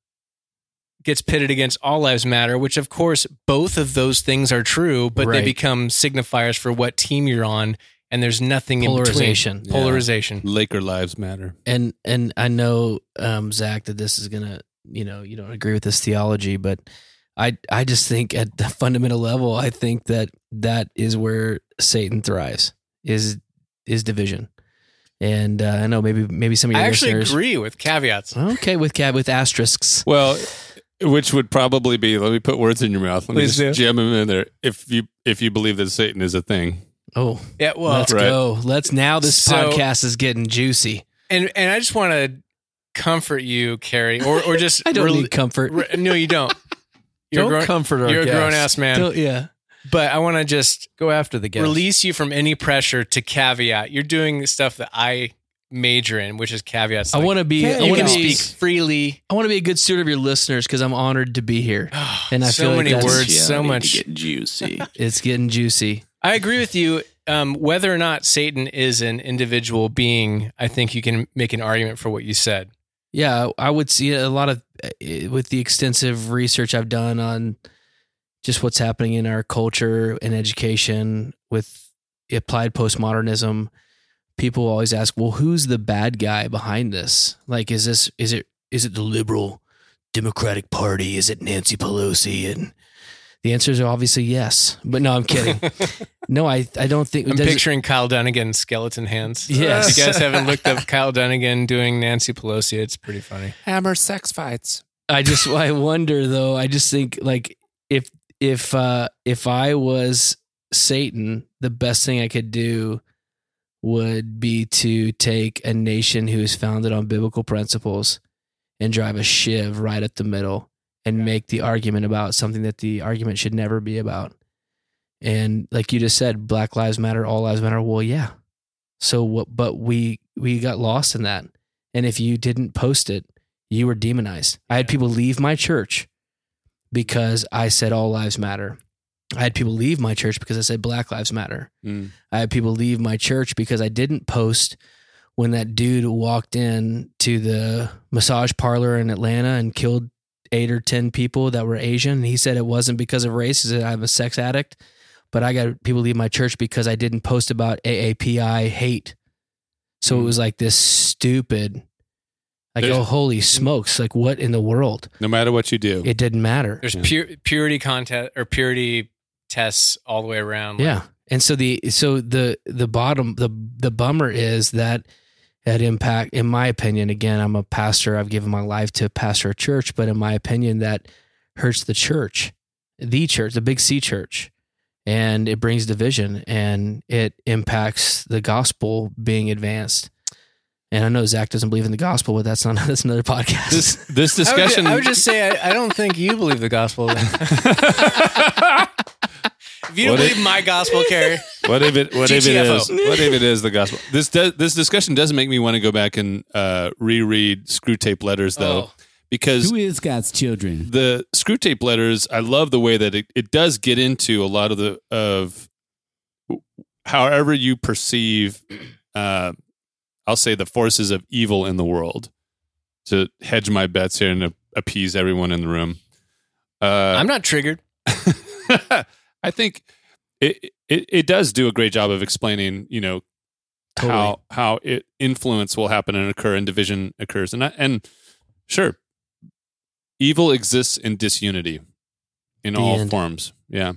A: gets pitted against all lives matter, which of course both of those things are true, but they
I: Right.
A: become signifiers for what team you're on and there's nothing in
D: Polarization.
A: between. Polarization.
B: Laker lives matter.
D: and and I know um, Zach that this is gonna you know you don't agree with this theology, but I I just think at the fundamental level, I think that that is where Satan thrives is is division, and uh, I know maybe maybe some of your
A: I actually
D: listeners
A: agree with caveats.
D: okay with cab with asterisks.
B: Well, which would probably be let me put words in your mouth. Let me
A: Please
B: just
A: do.
B: jam them in there. If you if you believe that Satan is a thing,
D: Oh,
A: Yeah, well,
D: let's
B: right.
D: go. Let's now this
A: So-
D: podcast is getting juicy.
A: and and I just want to comfort you, Carrie, or or just
D: <laughs> I don't
A: rel-
D: need comfort.
A: re- no, you
D: <laughs>
A: don't. You're
C: Don't
A: a grown,
C: comfort our
A: you're a
C: guests.
A: grown ass man,
D: Don't- yeah,
A: but I want to just
C: Go after the guest.
A: release you from any pressure to caveat. You're doing stuff that I major in, which is caveats.
D: I
A: <sighs>
D: want to be. I
A: you
D: want
A: can
D: to
A: speak
D: speak.
A: freely.
D: I want to be a good steward of your listeners because I'm honored to be here. And I
A: so
D: feel like
A: many
D: that's-
A: words, so
J: Christianity
A: much.
J: to get juicy.
D: It's getting juicy.
A: I agree with you. Um, whether or not Satan is an individual being, I think you can make an argument for what you said.
D: Yeah, I would see a lot of eh, with the extensive research I've done on just what's happening in our culture and education with applied postmodernism. People always ask, "Well, who's the bad guy behind this? Like, is this is it is it the liberal Democratic Party? Is it Nancy Pelosi?" And the answers are obviously yes, but no, I'm
A: <laughs>
D: kidding. no, I I don't think.
A: I'm
D: does it-
A: picturing Kyle Dunnigan skeleton hands.
D: Yes.
A: If you guys <laughs> haven't looked up Kyle Dunnigan doing Nancy Pelosi, it's pretty funny.
J: Hammer sex fights.
D: I just <laughs> I wonder though. I just think like if if uh if I was Satan, the best thing I could do would be to take a nation who is founded on biblical principles and drive a shiv right at the middle and make the argument about something that the argument should never be about. And like you just said, Black Lives Matter, all lives matter. Well, yeah. So what but we we got lost in that. And if you didn't post it, you were demonized. I had people leave my church because I said all lives matter. I had people leave my church because I said black lives matter.
B: Mm.
D: I had people leave my church because I didn't post when that dude walked in to the massage parlor in Atlanta and killed eight or 10 people that were Asian. And he said it wasn't because of race, he said I'm a sex addict. But I got people leave my church because I didn't post about AAPI hate. So it was like this stupid, like,
B: There's-
D: oh, holy smokes. Like, what in the world?
B: no matter what you do,
D: It didn't matter.
A: There's
B: Yeah.
A: pu- purity contest or purity tests all the way around. like,
D: Yeah. And so the so the the bottom the the bummer is that at impact in my opinion again I'm a pastor I've given my life to pastor a church but in my opinion that hurts the church the church the big C church and it brings division and it impacts the gospel being advanced and I know Zach doesn't believe in the gospel but that's not <laughs> that's another podcast
B: This this
A: <laughs> I would ju-
B: discussion.
A: I would, just say I, I don't think you believe the gospel. <laughs> then. if you don't
B: What if-
A: believe my gospel, Carrie,
B: what if it? What if it
A: GTFO.
B: is? What if it is the gospel? This does. This discussion does make me want to go back and uh, reread Screw Tape Letters though,
A: Oh.
B: because
K: Who is God's children?
B: the Screw Tape Letters. I love the way that it, it does get into a lot of the of however you perceive. Uh, I'll say the forces of evil in the world. To hedge my bets here and appease everyone in the room. Uh,
A: I'm not triggered.
B: <laughs> I think it, it it does do a great job of explaining, you know, how how it influence will happen and occur and division occurs and I, and sure, evil exists in disunity in
D: The
B: all
D: end.
B: forms. Yeah,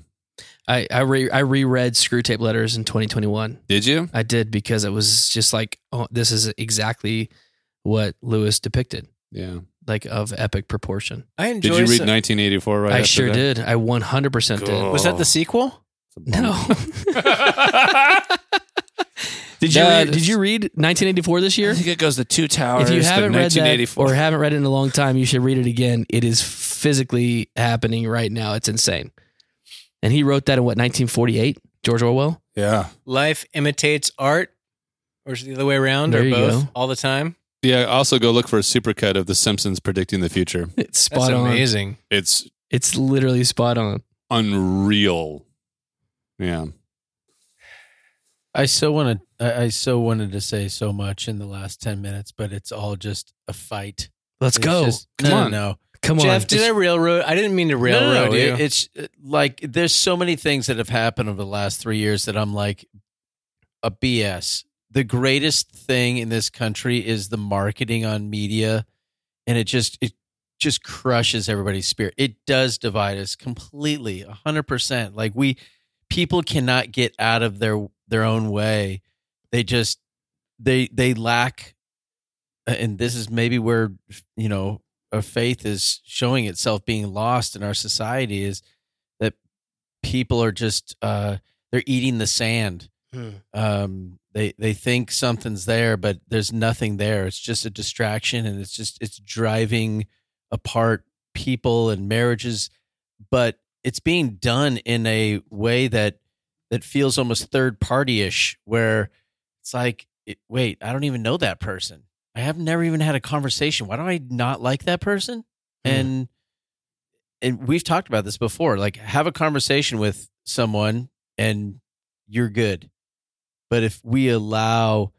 D: I I re I reread Screwtape Letters in 2021
B: did you?
D: I did because it was just like, oh, this is exactly what Lewis depicted,
B: Yeah,
D: like of epic proportion.
A: I
B: did
A: enjoy.
B: you read
A: some-
B: 1984? Right,
D: I
B: after
D: sure
B: that?
D: did. I 100% did.
A: was that the sequel?
D: No. <laughs> did you
J: No,
D: read,
J: it's-
D: did you read 1984 this year?
J: I think it goes the two towers.
D: If you
J: the
D: haven't read that
J: 1984.
D: or haven't read it in a long time, you should read it again. It is physically happening right now. It's insane. And he wrote that in what 1948, George Orwell.
B: Yeah,
A: Life imitates art, or is it the other way around,
D: There
A: or
D: you
A: both,
D: go.
A: all the time?
B: yeah. Also, go look for a supercut of The Simpsons predicting the future.
D: It's spot
A: That's
D: on.
A: amazing.
B: It's
D: It's literally spot on.
B: unreal. Yeah.
C: I so wanted I, I so wanted to say so much in the last ten minutes, but it's all just a fight.
D: Let's
C: It's
D: go.
C: just-
B: Come
C: no,
B: on.
C: no,
D: Come on.
A: Jeff, did I railroad? I didn't mean to
C: no,
A: railroad
C: no, no.
A: you.
C: It- It's uh, like there's so many things that have happened over the last three years that I'm like a BS. The greatest thing in this country is the marketing on media, and it just it just crushes everybody's spirit. It does divide us completely, hundred percent. Like we people cannot get out of their their own way. They just they they lack, and this is maybe where you know of faith is showing itself being lost in our society is that people are just uh they're eating the sand
I: Hmm.
C: um they they think something's there but there's nothing there it's just a distraction and it's just it's driving apart people and marriages but it's being done in a way that that feels almost third party-ish where it's like it, wait i don't even know that person i have never even had a conversation why do i not like that person
A: Hmm.
C: and and we've talked about this before like have a conversation with someone and you're good but if we allow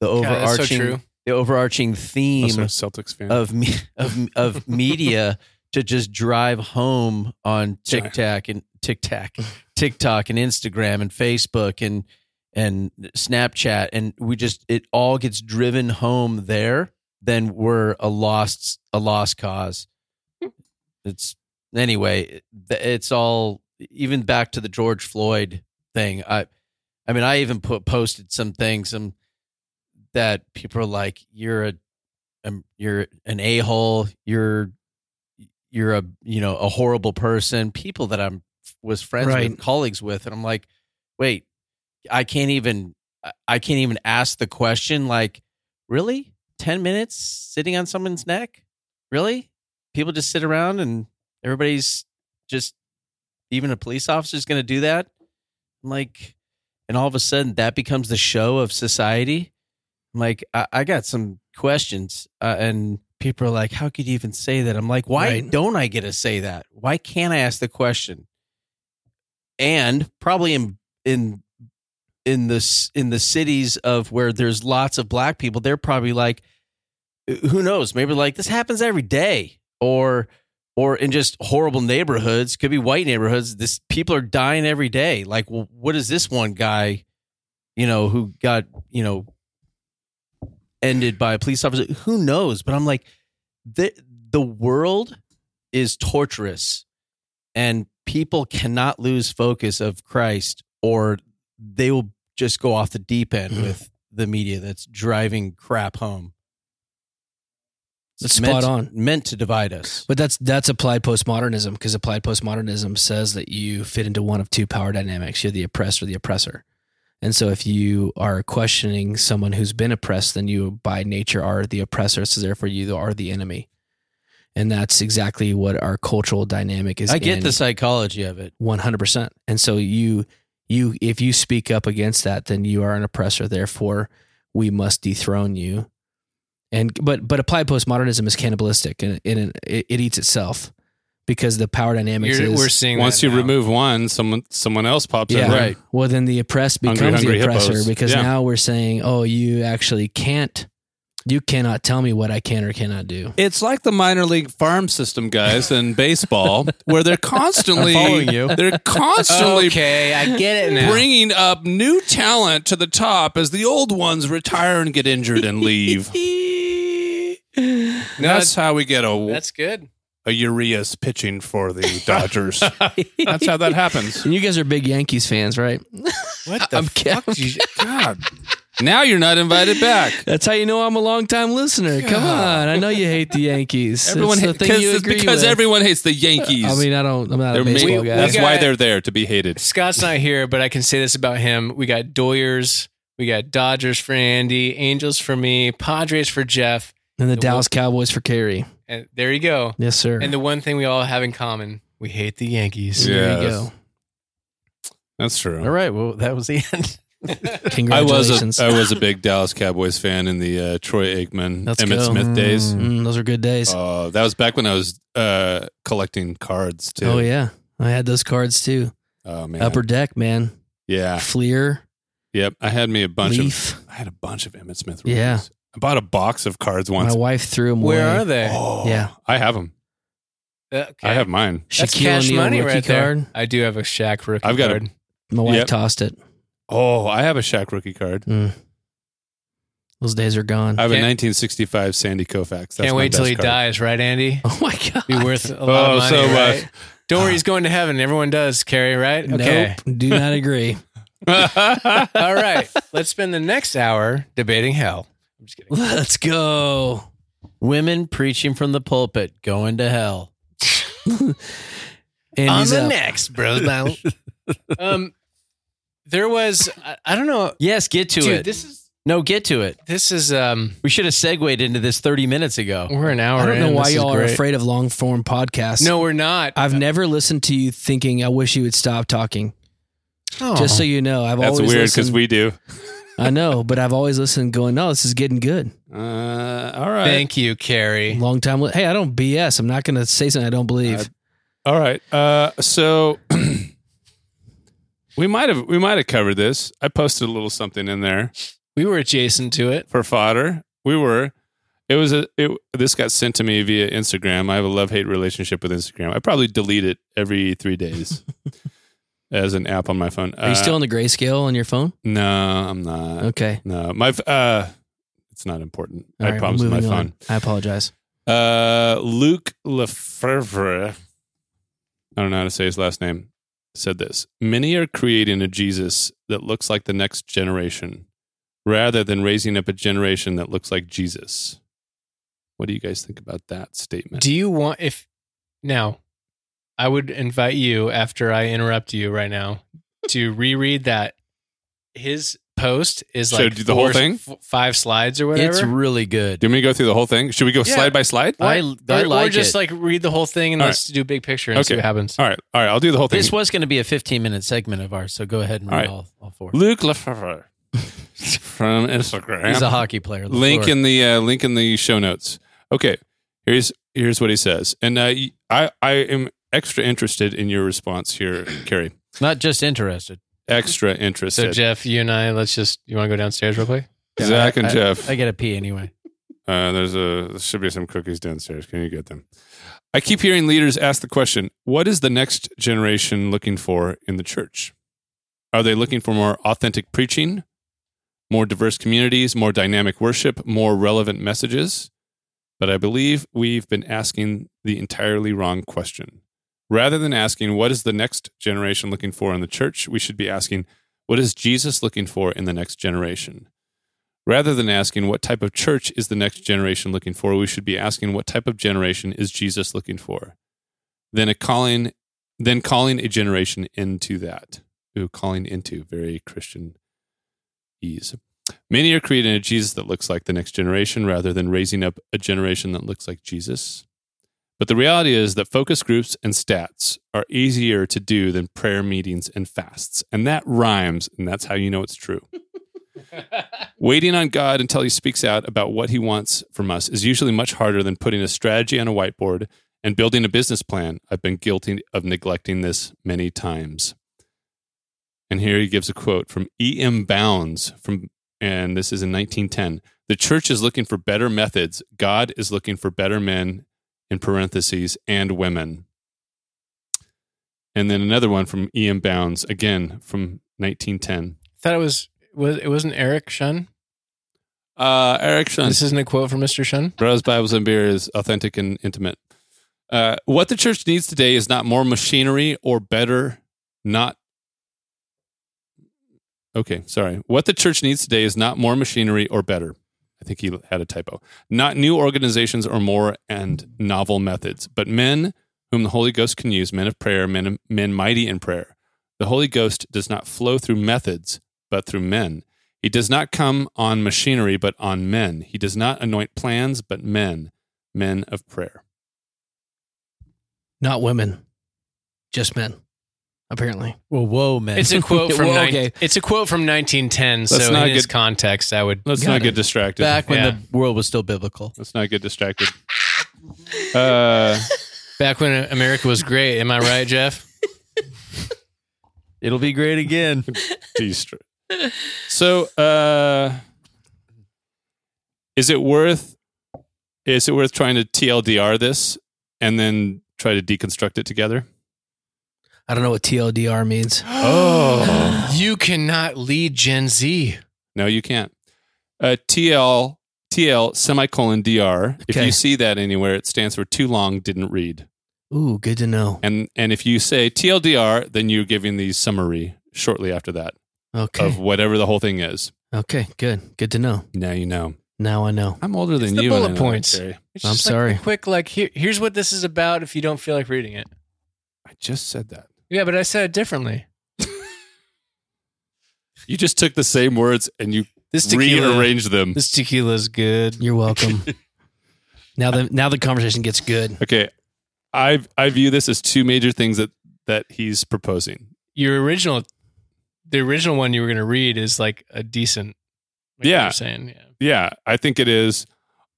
C: the
A: God, that's so
C: overarching
A: true.
C: the overarching theme
B: Also a Celtics fan.
C: of me, <laughs> of of media to just drive home on
B: Sorry.
C: TikTok and TikTok, TikTok and Instagram and Facebook and and Snapchat and we just it all gets driven home there. Then we're a lost a lost cause. It's anyway. th- It's all even back to the George Floyd thing. I, I mean, I even put posted some things some that people are like, you're a um, you're an a hole. You're you're a you know a horrible person. People that I'm was friends
D: Right.
C: with, colleagues with, and I'm like, wait, I can't even I- I can't even ask the question. Like, really, ten minutes sitting on someone's neck? Really? People just sit around and everybody's just even a police officer's going to do that. I'm like, and all of a sudden that becomes the show of society. I'm like, I, I got some questions, uh, and people are like, "How could you even say that?" I'm like, "Why
D: Right.
C: don't I get to say that? Why can't I ask the question?" And probably in in in this in the cities of where there's lots of black people, they're probably like, "Who knows? Maybe like this happens every day," or or in just horrible neighborhoods, could be white neighborhoods. This people are dying every day. Like, well, what is this one guy? You know who got you know ended by a police officer. Who knows? But I'm like, the the world is torturous, and people cannot lose focus of Christ or they will just go off the deep end
D: Mm-hmm.
C: with the media that's driving crap home.
D: That's
C: It's meant-
D: spot on.
C: Meant to divide us.
D: But that's that's applied postmodernism because applied postmodernism says that you fit into one of two power dynamics: you're the oppressed or the oppressor. And so, if you are questioning someone who's been oppressed, then you by nature are the oppressor. So therefore, you are the enemy. And that's exactly what our cultural dynamic is.
C: I get
D: in.
C: the psychology of it.
D: One hundred percent. And so you you if you speak up against that, then you are an oppressor. Therefore, we must dethrone you. And but but applied postmodernism is cannibalistic and, and it, it eats itself because the power dynamics.
A: You're-
D: is,
A: we're seeing
B: Once
A: that
B: you
A: now.
B: remove one, someone someone else pops in.
D: yeah.
B: there.
D: Right. Well, then the oppressed becomes
B: Hungry, hungry
D: the oppressor
B: hippos.
D: because
B: Yeah.
D: now we're saying, oh, you actually can't, you cannot tell me what I can or cannot do.
B: It's like the minor league farm system guys in baseball, where they're constantly
C: I'm following you.
B: they're constantly
A: Okay, I get it now.
B: bringing up new talent to the top as the old ones retire and get injured and leave.
A: No,
B: that's how we get a
A: That's good.
B: a Urias pitching for the Dodgers. that's how that happens.
D: And you guys are big Yankees fans, right?
B: What
D: I'm kidding.
B: God. Now you're not invited back.
D: That's how you know I'm a longtime listener. Come on, I know you hate the Yankees.
B: Everyone
D: it's
B: hates
D: the thing you agree
B: because
D: with.
B: everyone hates the Yankees.
D: I mean, I don't. I'm not
B: They're
D: a baseball
B: made-
D: guy.
B: that's
A: We
B: why
A: got-
B: they're there to be hated.
A: Scott's not here, but I can say this about him. We got Doyers, we got Dodgers for Andy, Angels for me, Padres for Jeff.
D: and the
A: the
D: Dallas Cowboys for Kerry.
A: And there you go.
D: Yes, sir.
A: And the one thing we all have in common, we hate the Yankees.
B: Yeah.
D: there
B: <laughs>
D: you
B: Yes.
D: go.
B: That's true.
C: All right. Well, that was the end.
B: I
D: Congratulations.
B: was a, I was a big Dallas Cowboys fan in the uh, Troy Aikman,
D: Let's
B: Emmett
D: go.
B: Smith days.
D: Mm, those are good days. Oh,
B: Uh, that was back when I was uh, collecting cards too.
D: Oh, yeah, I had those cards too.
B: Oh, man.
D: Upper deck, man.
B: yeah.
D: Fleer,
B: Yep. I had me a bunch
D: Leaf.
B: of. I had a bunch of Emmett Smith. Rulers.
D: Yeah.
B: I bought a box of cards
D: My
B: once.
D: wife threw them
A: Where
D: away.
A: are they? Uh,
B: Oh,
D: Yeah.
B: I have them.
A: Okay.
B: I have mine.
A: That's
D: Shaquille
A: cash
D: O'Neal
A: money
D: rookie
A: right
D: card.
A: there. I do have a Shaq rookie
B: I've got a-
A: card.
D: My wife
B: Yep.
D: tossed it.
B: Oh, I have a Shaq rookie card.
D: Mm. Those days are gone.
B: I have a
A: Can't-
B: 1965 Sandy Koufax. That's
A: Can't
B: my
A: wait till
B: best
A: he
B: card.
A: dies, right, Andy?
D: <laughs> oh my god.
A: Be worth a lot
B: <laughs> Oh,
A: of money,
B: so, uh,
A: right? Don't worry, he's going to heaven. Everyone does, Carrie, right? Okay.
D: Nope. Do
A: <laughs>
D: not agree.
B: <laughs>
D: <laughs>
A: All right. Let's spend the next hour debating hell. I'm just kidding.
D: Let's go.
C: Women preaching from the pulpit, going to hell.
D: And
A: On
D: he's
A: the
D: up.
A: next, bros.
D: <laughs>
A: Now. um, there was I, I don't know.
C: Yes, get to
A: Dude,
C: it.
A: this is
C: no, get to it.
A: this is um.
C: We should have segued into this 30 minutes ago.
A: We're an hour.
D: I don't know
A: in.
D: why
A: This is
D: y'all are
A: great.
D: afraid of long form podcasts.
A: No, we're not.
D: I've never listened to you thinking I wish you would stop talking.
A: Oh.
D: Just so you know, I've
B: That's
D: always
B: weird because
D: listened-
B: we do.
D: <laughs> I know, but I've always listened going, "No, this is getting good."
B: Uh, all right.
A: Thank you, Carrie.
D: Long time. li- Hey, I don't BS. I'm not going to say something I don't believe.
B: Uh, All right. Uh, so <clears throat> we might have we might have covered this. I posted a little something in there
A: We were adjacent to it.
B: for fodder. We were. It was a. It, this got sent to me via Instagram. I have a love hate relationship with Instagram. I probably delete it every three
D: <laughs>
B: days as an app on my phone. Uh,
D: Are you
A: Uh,
D: still on the grayscale on your phone?
B: No, I'm not.
D: Okay.
B: No, my. f- Uh, it's not important.
D: All
B: I
D: right,
B: promise my
D: moving
B: phone.
D: on. I apologize.
B: Uh, Luke Lefevre, I don't know how to say his last name, said this Many are creating a Jesus that looks like the next generation rather than raising up a generation that looks like Jesus. What do you guys think about that statement?
A: Do you want if now? I would invite you after I interrupt you right now to reread that. His post is
B: So,
A: like
B: do the whole
A: four-
B: thing?
A: f- five slides or whatever.
C: It's really good.
B: do you want me to go through the whole thing? Should we go
A: Yeah.
B: slide by slide?
C: I, I
A: or, or
C: like
A: just
C: it.
A: like read the whole thing and
B: All
A: let's do big picture and see
B: Okay.
A: what happens.
B: All right. All right. I'll do the whole thing.
C: this was going to be a 15 minute segment of ours, so go ahead and
B: All
C: read
B: right.
C: all, all four.
B: Luke Lefevre <laughs> from Instagram.
C: He's a hockey player.
B: link
C: LaFleur.
B: in the uh, link in the show notes. Okay, here's here's what he says, and uh, y- I I am extra interested in your response here, Carrie.
C: Not just interested.
B: Extra
A: So
B: interested.
A: Jeff, you and I, let's just you want to go downstairs real quick?
B: Zach and
C: I-
B: Jeff.
C: I got to pee anyway.
B: Uh, there's a there should be some cookies downstairs. Can you get them? I keep hearing leaders ask the question: What is the next generation looking for in the church? Are they looking for more authentic preaching, more diverse communities, more dynamic worship, more relevant messages? But I believe we've been asking the entirely wrong question. Rather than asking, what is the next generation looking for in the church, we should be asking, what is Jesus looking for in the next generation? Rather than asking, what type of church is the next generation looking for, we should be asking, what type of generation is Jesus looking for? Then a calling, then calling a generation into that. Ooh, calling into, very Christian ease. Many are creating a Jesus that looks like the next generation rather than raising up a generation that looks like Jesus. But the reality is that focus groups and stats are easier to do than prayer meetings and fasts. And that rhymes, and that's how you know it's true. Waiting on God until he speaks out about what he wants from us is usually much harder than putting a strategy on a whiteboard and building a business plan. I've been guilty of neglecting this many times. And here he gives a quote from E.M. Bounds from and this is in 1910. The church is looking for better methods. God is looking for better men, in parentheses, and women. And then another one from E.M. Bounds, again from 1910.
A: thought it was, was it wasn't Eric Shun.
B: Uh, Eric Shun.
A: This isn't a quote from Mr. Shun.
B: Bros, Bibles, and Beer is authentic and intimate. Uh, what the church needs today is not more machinery or better, not Okay, sorry. What the church needs today is not more machinery or better. I think he had a typo. Not new organizations or more and novel methods, but men whom the Holy Ghost can use, men of prayer, men, men mighty in prayer. The Holy Ghost does not flow through methods, but through men. He does not come on machinery, but on men. He does not anoint plans, but men, men of prayer.
D: Not women, just men. Apparently,
C: Well, whoa, man. <laughs>
A: It's a <laughs> quote from
C: Whoa,
A: nine,
C: okay.
A: it's a quote from 1910.
B: Let's
A: so
B: not
A: in this
B: get-
A: context, I would
B: Let's
A: Got
B: not
A: it.
B: get distracted.
C: Back when
A: Yeah.
C: the world was still biblical.
B: <laughs> Let's not get distracted. Uh,
A: back when America was great. Am I right, Jeff?
C: It'll be great again.
B: Destra- so uh is it worth is it worth trying to tldr this and then try to deconstruct it together
D: I don't know what
A: <gasps>
D: TLDR means.
B: oh
A: You cannot lead Gen Z.
B: no you can't uh tl tl semicolon dr if
D: Okay.
B: you see that anywhere it stands for too long didn't read
D: Ooh, good to know.
B: and and if you say tldr then you're giving the summary shortly after that
D: Okay,
B: of whatever the whole thing is
D: okay, good, good to know.
B: now you know
D: Now I know.
B: i'm older than
A: the
B: you and I
A: bullet
B: know that,
A: points.
B: Jerry.
A: It's
D: I'm
A: just like
D: sorry.
A: a quick, like here, here's what this is about. If you don't feel like reading it,
B: i just said that
A: yeah, but I said it differently.
B: You just took the same words and you
A: This tequila,
B: rearranged them.
A: this tequila's good.
D: You're welcome. now the now the conversation gets good.
B: Okay. I I view this as two major things that that he's proposing.
A: Your original, the original one you were gonna read is like a decent. Like
B: Yeah.
A: you're saying yeah.
B: Yeah, I think it is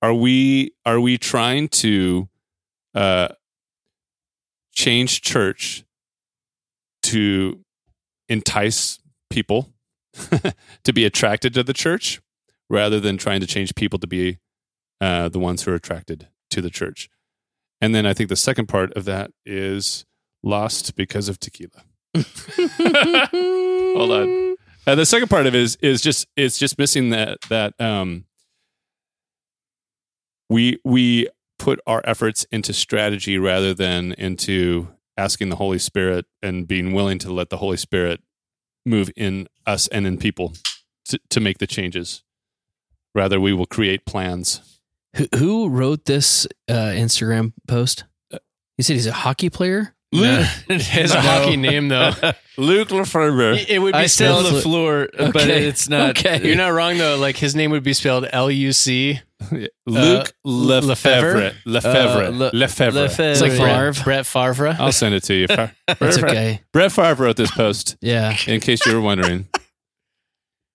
B: are we are we trying to uh change church to entice people <laughs> to be attracted to the church rather than trying to change people to be uh, the ones who are attracted to the church. And then I think the second part of that is lost because of tequila. <laughs> Hold on. Uh, the second part of it is is just it's just missing that that um we we put our efforts into strategy rather than into asking the Holy Spirit and being willing to let the Holy Spirit move in us and in people to, to make the changes. Rather, we will create plans.
D: Who, who wrote this uh, Instagram post? He said he's a hockey player.
A: <laughs> Nah. His hockey name though.
B: Luke
C: <laughs>
B: Lefebvre.
A: It it would be
C: I
A: spelled
C: spelled-
A: floor,
C: but it's not-
A: <laughs> Okay. You're not wrong though. Like his name would be spelled L U C.
B: Luke Lefebvre. Lefebvre.
C: Uh, Le-
B: Lefebvre.
C: Lefebvre.
A: It's like
D: Favre.
A: Brett, <laughs> Brett Favre.
B: I'll send it to
C: <laughs>
B: you. Far-
D: That's okay.
B: Brett Favre wrote this post,
D: Yeah,
B: in case you were wondering.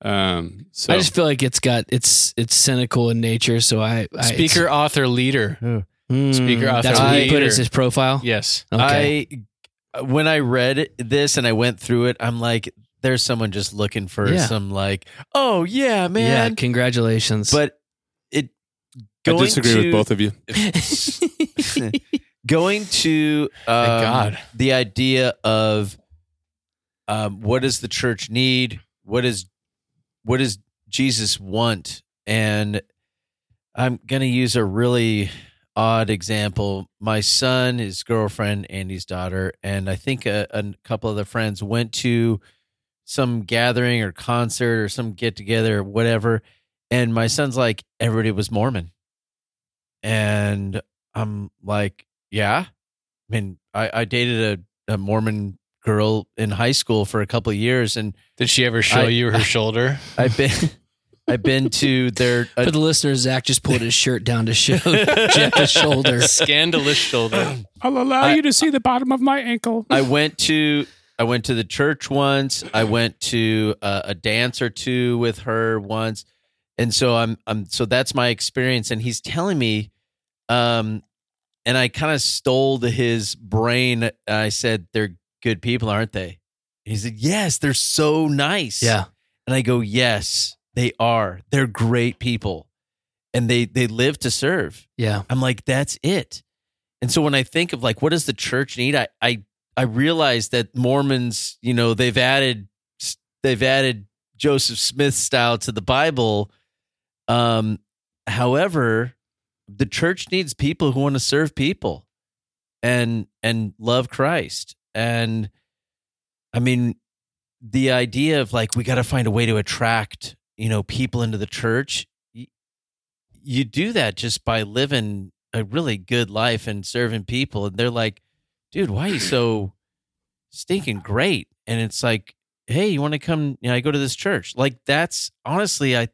B: Um, so
D: I just feel like it's got it's it's cynical in nature. So I, I
A: Speaker, author, leader.
D: it's-
A: speaker, author,
D: That's what he put
A: leader.
D: as his profile.
A: Yes.
D: Okay.
C: I when I read this and I went through it, I'm like, there's someone just looking for
D: Yeah.
C: some like, oh yeah, man.
D: Yeah, congratulations. <laughs>
C: But <laughs> it
B: I
C: going
B: disagree
C: to,
B: with both of you.
C: going to um,
A: God.
C: the idea of um, what does the church need? What is what does Jesus want? And I'm gonna use a really odd example. My son, his girlfriend, Andy's daughter, and I think a, a couple of the friends went to some gathering or concert or some get together or whatever. And my son's like, everybody was Mormon. And I'm like, yeah. I mean, I, I dated a, a Mormon girl in high school for a couple of years. And
A: Did she ever show
C: I-
A: you her shoulder?
C: I've been. <laughs> I've been to their uh,
D: For the listeners, Zach just pulled his shirt down to show Jeff his
A: <laughs>
D: shoulder.
A: Scandalous
C: <clears throat> <laughs>
A: shoulder.
J: I'll allow
C: I-
J: you to see the bottom of my ankle.
C: I went to I went to the church once. I went to uh, a, a dance or two with her once, and so I'm I'm so that's my experience. And he's telling me, um, and I kind of stole to his brain. I said, "They're good people, aren't they?" He said, "Yes, they're so nice."
I: Yeah.
C: and I go, "Yes, they are. They're great people, and they they live to serve."
I: Yeah.
C: I'm like, that's it. And so when I think of like, what does the church need? I, I, I realize that Mormons, you know, they've added, they've added Joseph Smith style to the Bible. Um, however, the church needs people who want to serve people and, and love Christ. And I mean, the idea of like, we got to find a way to attract, you know, people into the church you do that just by living a really good life and serving people and they're like dude why are you so stinking great and it's like hey you want to come you know i go to this church like that's honestly i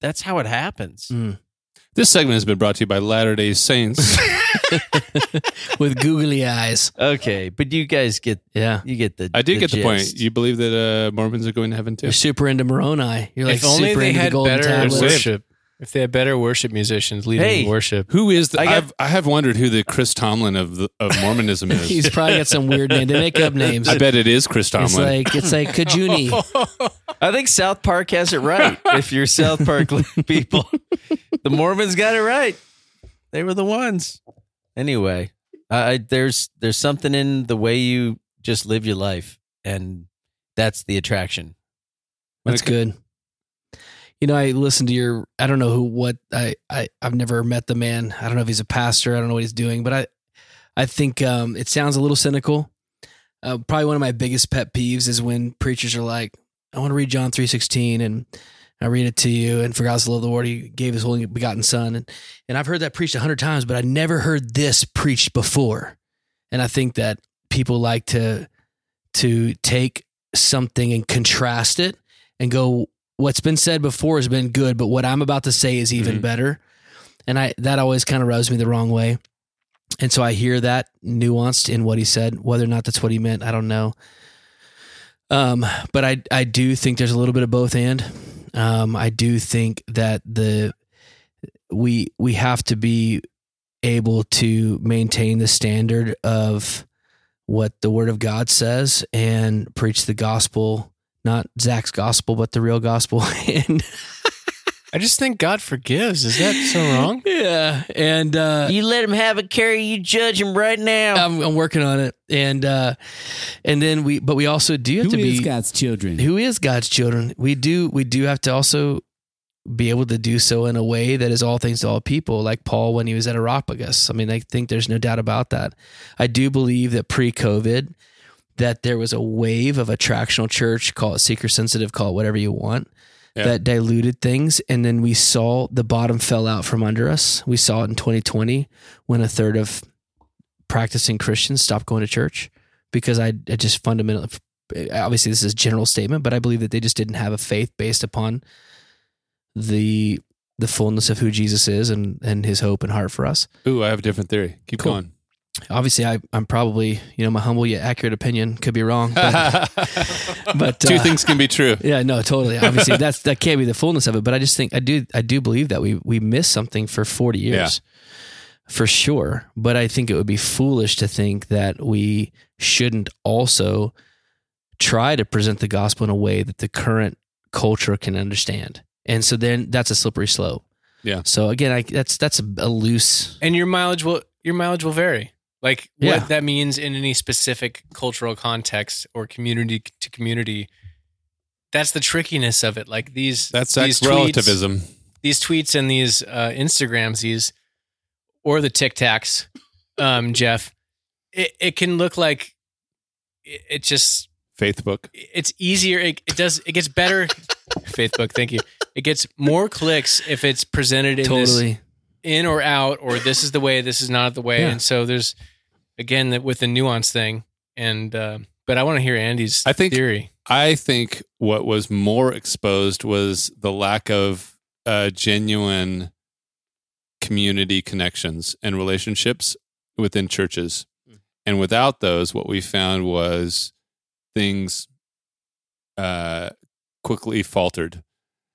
C: that's how it happens
B: Mm. This segment has been brought to you by Latter day Saints.
D: <laughs> with googly eyes.
C: okay but you guys get
I: Yeah.
C: you get the
B: I did get the point.
C: gist.
B: You believe that uh, Mormons are going to heaven too?
D: You're super into Moroni. You're like
A: if only
D: super
A: they
D: into
A: had
D: the golden
A: better
D: tablets.
A: worship. If they had better worship musicians leading
C: Hey.
A: worship.
B: Who is the?
C: I
B: I,
C: got-
B: have I have wondered who the Chris Tomlin of the, of
D: <laughs>
B: Mormonism
D: <laughs> He's
B: is.
D: probably got some weird name. They make up names.
B: <laughs> I bet it is Chris
D: It's
B: Tomlin.
D: like
B: <laughs>
D: it's like
A: Oh,
D: Kajuni.
C: i think south park has
B: <laughs>
C: it right if you're south park <laughs> people the mormons got it right they were the ones anyway I, I there's there's something in the way you just live your life and that's the attraction
B: When
D: That's
B: it-
D: good. You know, I listened to your. I don't know who, what. I, I, I've never met the man. I don't know if he's a pastor. I don't know what he's doing, but I, I think um, it sounds a little cynical. Uh, probably one of my biggest pet peeves is when preachers are like, "I want to read John three sixteen, and I read it to you, and for God so loved the world, He gave His only begotten Son." And and I've heard that preached a hundred times, but I never heard this preached before. And I think that people like to to take something and contrast it and go what's been said before has been good but what i'm about to say is even
B: Mhm.
D: better and i that always kind of rubs me the wrong way and so i hear that nuanced in what he said whether or not that's what he meant i don't know um but i i do think there's a little bit of both and um i do think that the we we have to be able to maintain the standard of what the word of god says and preach the gospel not Zach's gospel, but the real gospel. <laughs> and
A: I just think God forgives. Is that <laughs> so wrong?
D: yeah, and uh,
C: you let him have it carry you judge him right now
D: I'm, I'm working on it. And uh, and then we, but we also do have
K: Who
D: to
K: is
D: be
K: God's children?
D: who is God's children. We do we do have to also be able to do so in a way that is all things to all people, like Paul when he was at Areopagus. I mean, I think there's no doubt about that. I do believe that pre-COVID, that there was a wave of attractional church, call it seeker sensitive, call it whatever you want,
B: Yeah.
D: that diluted things. And then we saw the bottom fell out from under us. We saw it in 2020 when a third of practicing Christians stopped going to church because I, I just fundamentally, obviously, this is a general statement, but I believe that they just didn't have a faith based upon the the fullness of who Jesus is and and his hope and heart for us
B: Ooh, I have a different theory. Keep
D: Cool.
B: going.
D: obviously I, I'm probably, you know, my humble yet accurate opinion could be wrong,
B: <laughs>
D: but, but
B: Two
D: uh,
B: things can be true.
D: yeah,
B: <laughs>
D: no, totally. Obviously that's, that can't be the fullness of it, but I just think I do, I do believe that we, we missed something for 40 years for sure. But I think it would be foolish to think that we shouldn't also try to present the gospel in a way that the current culture can understand. And so then that's a slippery slope.
B: Yeah.
D: So again, I, that's, that's a loose,
A: And your mileage will your mileage will vary. Like what
D: Yeah.
A: that means in any specific cultural context or community to community. That's the trickiness of it. Like these
B: That's
A: these
B: Zach's
A: tweets-
B: relativism.
A: these tweets and these uh, Instagrams, these or the Tic Tacs, um, <laughs> Jeff, it, it can look like it, it just
B: Facebook.
A: it's easier. It, it does. It gets better. Facebook, thank you. It gets more clicks if it's presented in this
I: Totally.
A: in or out, or this is the way, this is not the way.
I: Yeah.
A: And so there's again that with the nuance thing. And uh, but I want to hear Andy's
B: I think-
A: theory.
B: I think what was more exposed was the lack of uh, genuine community connections and relationships within churches. And without those, what we found was things uh, quickly faltered.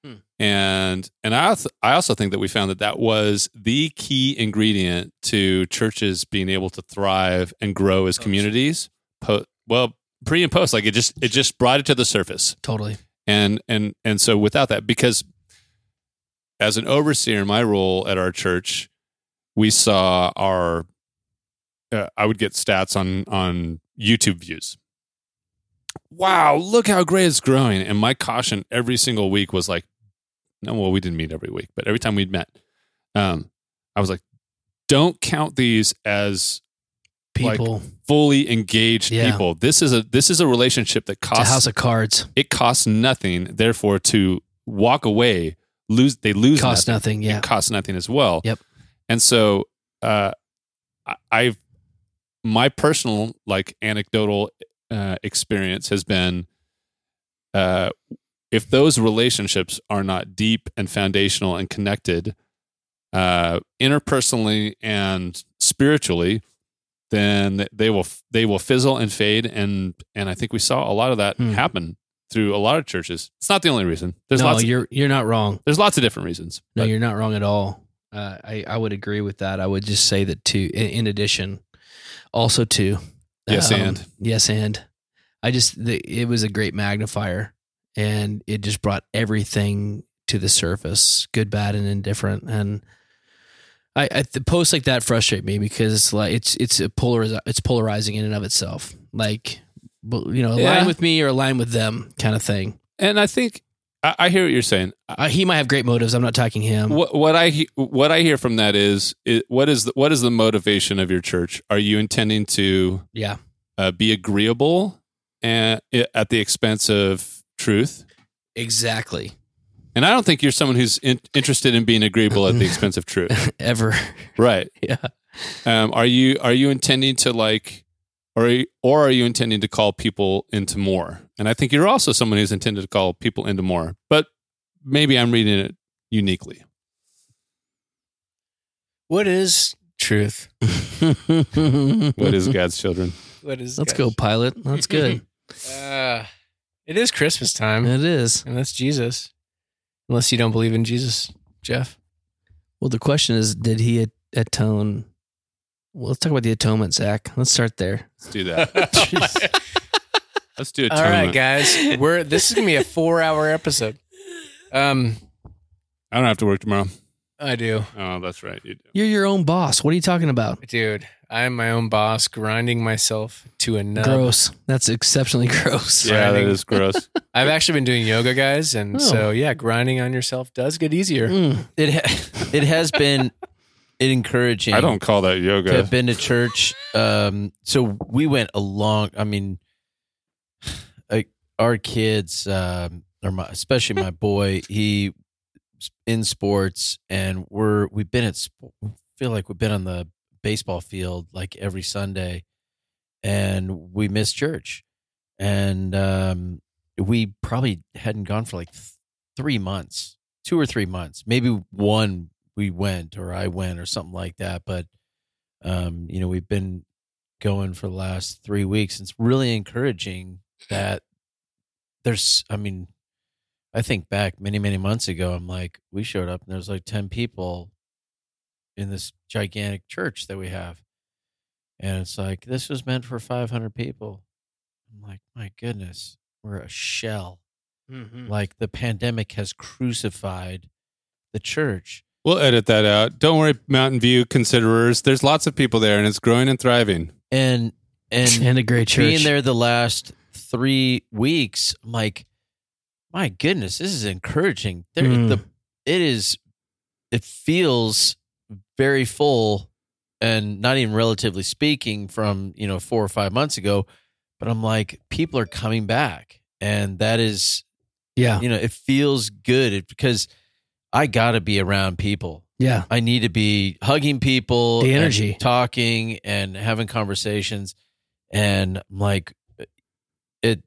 I: Hmm.
B: And and I also, I also think that we found that that was the key ingredient to churches being able to thrive and grow as communities. Po- well, pre and post, like it just it just brought it to the surface
I: Totally.
B: and and and so without that because as an overseer in my role at our church we saw our uh, i would get stats on on youtube views wow look how great it's growing and my caution every single week was like no well we didn't meet every week but every time we'd met um i was like don't count these as like,
D: people.
B: fully engaged
I: Yeah.
B: people this is a this is a relationship that
D: it's a
B: costs
D: house of cards.
B: it costs nothing therefore to walk away lose they lose
D: Cost
B: nothing,
D: nothing. Yeah.
B: it costs nothing as well
I: Yep.
B: and so uh I- i've my personal like anecdotal uh experience has been uh if those relationships are not deep and foundational and connected uh interpersonally and spiritually then they will they will fizzle and fade and and i think we saw a lot of that
I: Hmm.
B: happen through a lot of churches it's not the only reason there's
D: no,
B: lots of,
D: you're you're not wrong.
B: there's lots of different reasons
D: No,
B: but-
D: you're not wrong at all.
I: Uh, I, I would agree with that. I would just say that too. In, in addition, also too. um,
B: Yes, and.
I: yes and. I just the, it was a great magnifier, and it just brought everything to the surface, good, bad, and indifferent. And I, I the posts like that frustrate me because it's like it's it's a polariz- it's polarizing in and of itself. Like bu- you know, align
B: Yeah.
I: with me or align with them, kind of thing.
B: and i think i, I hear what you're saying I,
I: Uh, he might have great motives. I'm not talking him.
B: what, what i he- what i hear from that is, is what is the, what is the motivation of your church are you intending to
I: Yeah.
B: uh, be agreeable and at the expense of truth
I: Exactly.
B: and i don't think you're someone who's in, interested in being agreeable at
I: <laughs>
B: the expense of truth
I: Ever.
B: right
I: <laughs> yeah.
B: um, are you are you intending to like or are you, or are you intending to call people into more and i think you're also someone who's intended to call people into more but maybe i'm reading it uniquely
A: What is truth?
B: <laughs>
I: <laughs>
B: what is god's children
A: What is
I: Let's go, pilot. That's
B: <laughs>
I: good.
A: Uh, it is Christmas time.
I: it is.
A: And that's Jesus. Unless you don't believe in Jesus, <laughs> Jeff.
I: Well, the question is, did he at- atone? Well, let's talk about the atonement, Zach. Let's start there.
B: let's
I: <laughs>
B: do that let's do it
A: All right, guys. We're this is gonna be a four hour episode. Um
B: i don't have to work tomorrow
A: I do.
B: oh that's right you do.
I: You're your own boss. What are you talking about?
A: Dude, I'm my own boss, grinding myself to a nub.
I: Gross. That's exceptionally <laughs> gross.
B: yeah that
A: Grinding.
I: <laughs>
B: is gross
A: I've actually been doing yoga, guys, and
I: Oh.
A: so yeah, grinding on yourself does get easier.
I: Mm.
C: It ha- it
B: <laughs>
C: has been encouraging.
B: i don't call that
C: to have
B: yoga
C: been to church. Um, so we went along. I mean, like our kids, um, or my, especially my boy, he was in sports, and we're we've been at. sp- Feel like we've been on the baseball field like every Sunday, and we missed church, and um, we probably hadn't gone for like th- three months, two or three months, maybe one. We went, or I went, or something like that. But um, you know, we've been going for the last three weeks. It's really encouraging that there's, I mean, I think back many, many months ago, I'm like, we showed up and there's like 10 people in this gigantic church that we have. And it's like, this was meant for 500 people. I'm like, my goodness, we're a shell.
D: Hmm.
C: Like the pandemic has crucified the church.
B: we'll edit that out don't worry mountain view considerers there's lots of people there and it's growing and thriving
C: And,
D: <laughs>
C: and,
I: And a great church.
C: being there the last three weeks, I'm like, my goodness, this is
I: Mm-hmm.
C: encouraging. There,
I: Mm.
C: the, it is, it feels very full and not even relatively speaking from you know four or five months ago but i'm like people are coming back and that is
I: Yeah.
C: you know it feels good it, because i gotta be around people
I: Yeah.
C: i need to be hugging people
I: The
C: and
I: energy.
C: talking and having conversations and I'm like it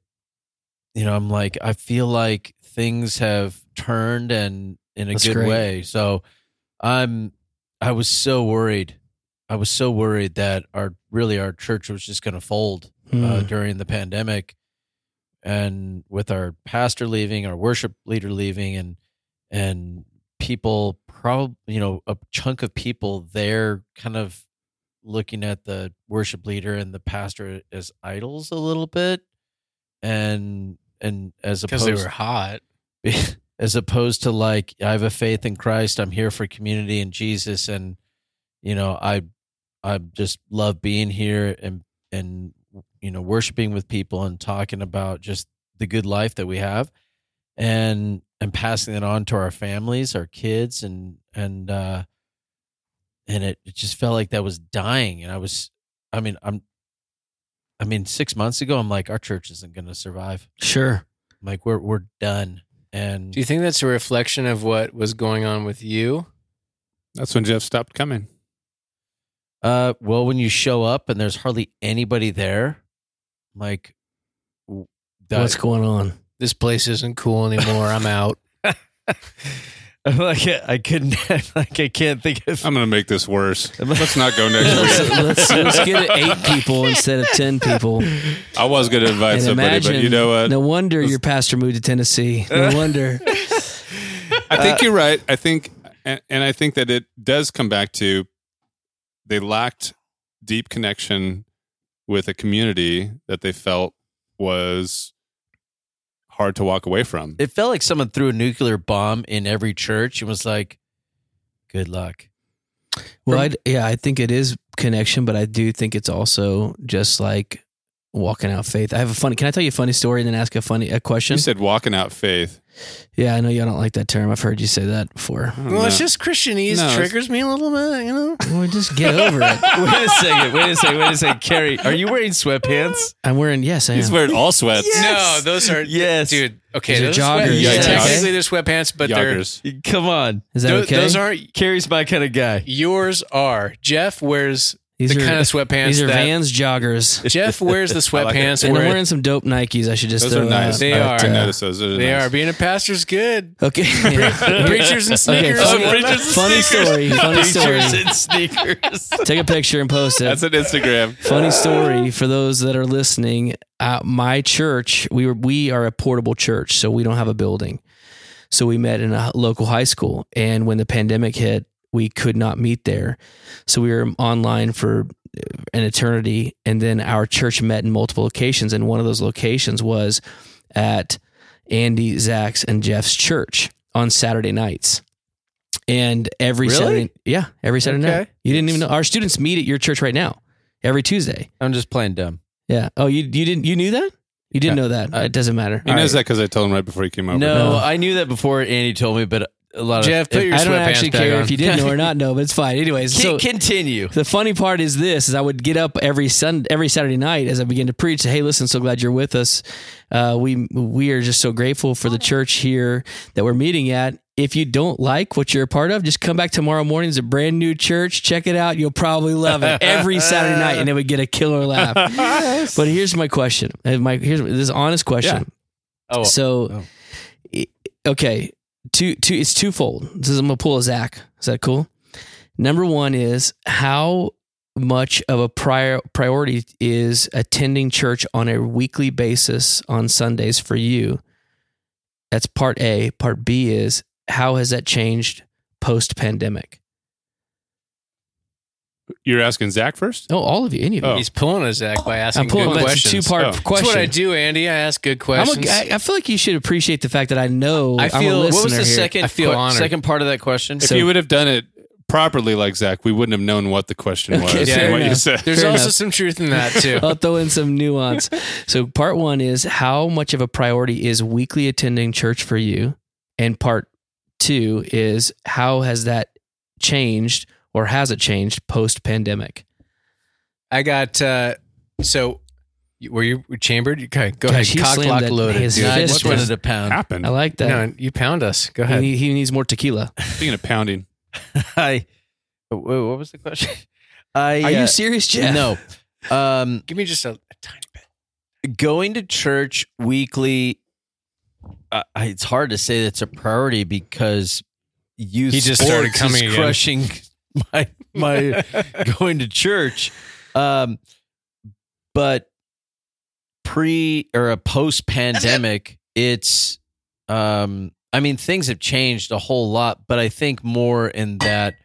C: you know i'm like i feel like things have turned and in a
I: That's
C: good
I: great.
C: way so i'm i was so worried i was so worried that our really our church was just going to fold uh,
I: Hmm.
C: during the pandemic and with our pastor leaving our worship leader leaving and and people probably you know a chunk of people they're kind of looking at the worship leader and the pastor as idols a little bit and and as
A: because they
C: opposed
A: were hot.
C: <laughs> as opposed to like I have a faith in Christ, I'm here for community and Jesus, and you know I I just love being here and and you know worshiping with people and talking about just the good life that we have, and and passing it on to our families, our kids, and and uh, and it, it just felt like that was dying, and I was I mean I'm. I mean, six months ago, I'm like, our church isn't going to survive.
I: Sure.
C: I'm like, we're we're done. And
A: Do you think that's a reflection of what was going on with you?
B: That's when Jeff stopped coming.
C: Uh, well, when you show up and there's hardly anybody there, like w- that,
I: What's going on?
A: This place isn't cool anymore. I'm
D: <laughs>
A: out.
C: I'm <laughs> like I couldn't, <laughs> like I can't think of.
B: I'm going to make
I: <laughs>
B: this worse. Let's not go next
I: let's,
B: week.
I: <laughs> let's, let's get it eight people instead of 10 people.
B: I was going to invite
I: And
B: somebody, but you know what?
I: No wonder your pastor moved to Tennessee. No wonder.
B: I think you're right. I think, and, and I think that it does come back to they lacked deep connection with a community that they felt was hard to walk away from.
C: It felt like someone threw a nuclear bomb in every church and was like, "Good luck."
D: Well, I'd, yeah, I think it is connection, but I do think it's also just like walking out faith. I have a funny. Can I tell you a funny story and then ask a funny a question?
B: You said walking out faith.
D: yeah, I know y'all don't like that term. I've heard you say that before.
B: I don't
A: Well,
B: know.
A: it's just Christianese
B: No, it's-
A: triggers me a little bit, you know?
D: Well, just get over it.
C: <laughs> <laughs> wait a second. Wait a second. Wait a second. Carrie, are you wearing sweatpants?
D: I'm wearing yes, I
B: he's
D: am.
B: wearing all sweats.
A: No, those are,
C: <laughs> Yes,
A: dude, okay.
D: These are
A: Those are sweat-
D: joggers.
A: yeah,
C: Yes.
A: Technically, they're sweatpants, but they're,
B: Joggers.
C: Come on.
D: Is that
A: tho-
D: okay?
A: those aren't
C: Carrie's my kind of guy.
A: Yours are. Jeff wears
D: These
A: the
D: are-
A: kind of sweatpants.
D: These are
A: that-
D: Vans joggers.
A: Jeff
D: <laughs>
A: wears the
B: like it.
A: sweatpants.
D: and I'm
A: where
D: wearing some dope Nikes. I should just
B: Those
D: throw
B: are nice.
D: out,
A: They
D: but,
A: are.
B: I
A: uh,
B: noticed those. Those
A: they
B: nice.
A: are. Being a pastor's
D: <laughs>
A: good.
D: Okay.
A: Preachers and
D: Okay,
A: sneakers. <laughs>
D: funny,
C: preachers and
D: funny story. Funny story.
C: sneakers.
D: Take a picture and post it.
B: That's an Instagram.
D: Funny story for those that are listening. Uh, my church, we were we are a portable church, so we don't have a building. So we met in a local high school, and when the pandemic hit, we could not meet there. So we were online for an eternity, and then our church met in multiple locations, and one of those locations was at Andy, Zach's, and Jeff's church on Saturday nights. And every
C: Really?
D: Saturday, yeah, every Saturday night.
C: Okay.
D: You didn't even know our students meet at your church right now every Tuesday.
C: I'm just playing dumb.
D: Yeah. Oh, you you didn't you knew that? You didn't know
A: Uh,
D: that. it doesn't matter.
B: He knows that because I told him right before he came over.
C: No,
D: No.
C: I knew that before Andy told me, but a lot
A: Jeff,
C: of
A: put your
D: I don't
A: sweatpants
D: actually
A: back
D: care
A: on.
D: if you
C: <laughs>
D: did know or not know, but it's
A: <laughs>
D: fine. Anyways, so
C: Con- continue.
D: the funny part is this: is I would get up every Sun every Saturday night as I began to preach. Hey, listen, so glad you're with us. Uh, we we are just so grateful for the church here that we're meeting at. If you don't like what you're a part of, just come back tomorrow morning. It's a brand new church. Check it out. You'll probably love it
C: <laughs>
D: every Saturday night, and it would get a killer laugh. But here's my question. Uh, My here's this is an honest question.
C: Oh,
D: So,
C: Oh.
D: i- okay, two two. It's twofold. This is I'm gonna pull a Zach. Is that cool? Number one is how much of a prior priority is attending church on a weekly basis on Sundays for you. That's part A. Part B is how has that changed post pandemic?
B: You're asking Zach first?
D: Oh, all of you, any of you.
B: Oh.
A: He's pulling us, Zach, by asking
D: I'm pulling
A: good
D: but it's a
A: questions.
D: two part
B: Oh.
D: question.
A: That's what I do, Andy. I ask good
D: I'm
A: questions.
D: a, I, I feel like you should appreciate the fact that I know
A: I
D: I'm a
A: feel- what was
D: listener
C: what was the
D: here.
C: second?
A: I feel
C: que-
A: honored.
C: Second part of that question.
B: If you would have done it properly like Zach, we wouldn't have known what the question was
D: Okay,
B: and
A: fair
B: what you
D: enough.
B: said.
A: There's
D: Fair
A: also
D: enough.
A: some truth in
I: <laughs>
A: that too.
D: <laughs> I'll throw in some nuance. So, part one is how much of a priority is weekly attending church for you? And part two is how has that changed
I: or has it changed post pandemic?
A: I got uh, so. you- Were you chambered? Okay, go
I: Gosh, he
A: ahead. Cock
I: slammed
A: lock
I: that-
A: loaded.
I: his
A: dude.
I: fist
A: What
I: just
A: was-
C: wanted to pound.
B: happened?
I: I like that.
A: No, you pound us. Go ahead.
I: He, he needs more tequila.
B: Speaking of pounding,
C: I. Wait, what was the question? <laughs> I.
I: Are
C: uh,
I: you serious, Jeff?
C: No. Um,
A: Give me just a, a tiny bit.
C: going to church weekly. Uh, it's hard to say that's a priority because youth
A: He just
C: sports
A: started coming
C: is
A: again.
C: crushing <laughs> my
A: <laughs>
C: my <laughs> going to church. Um, but pre or a post pandemic, it's um, I mean things have changed a whole lot, but I think more in that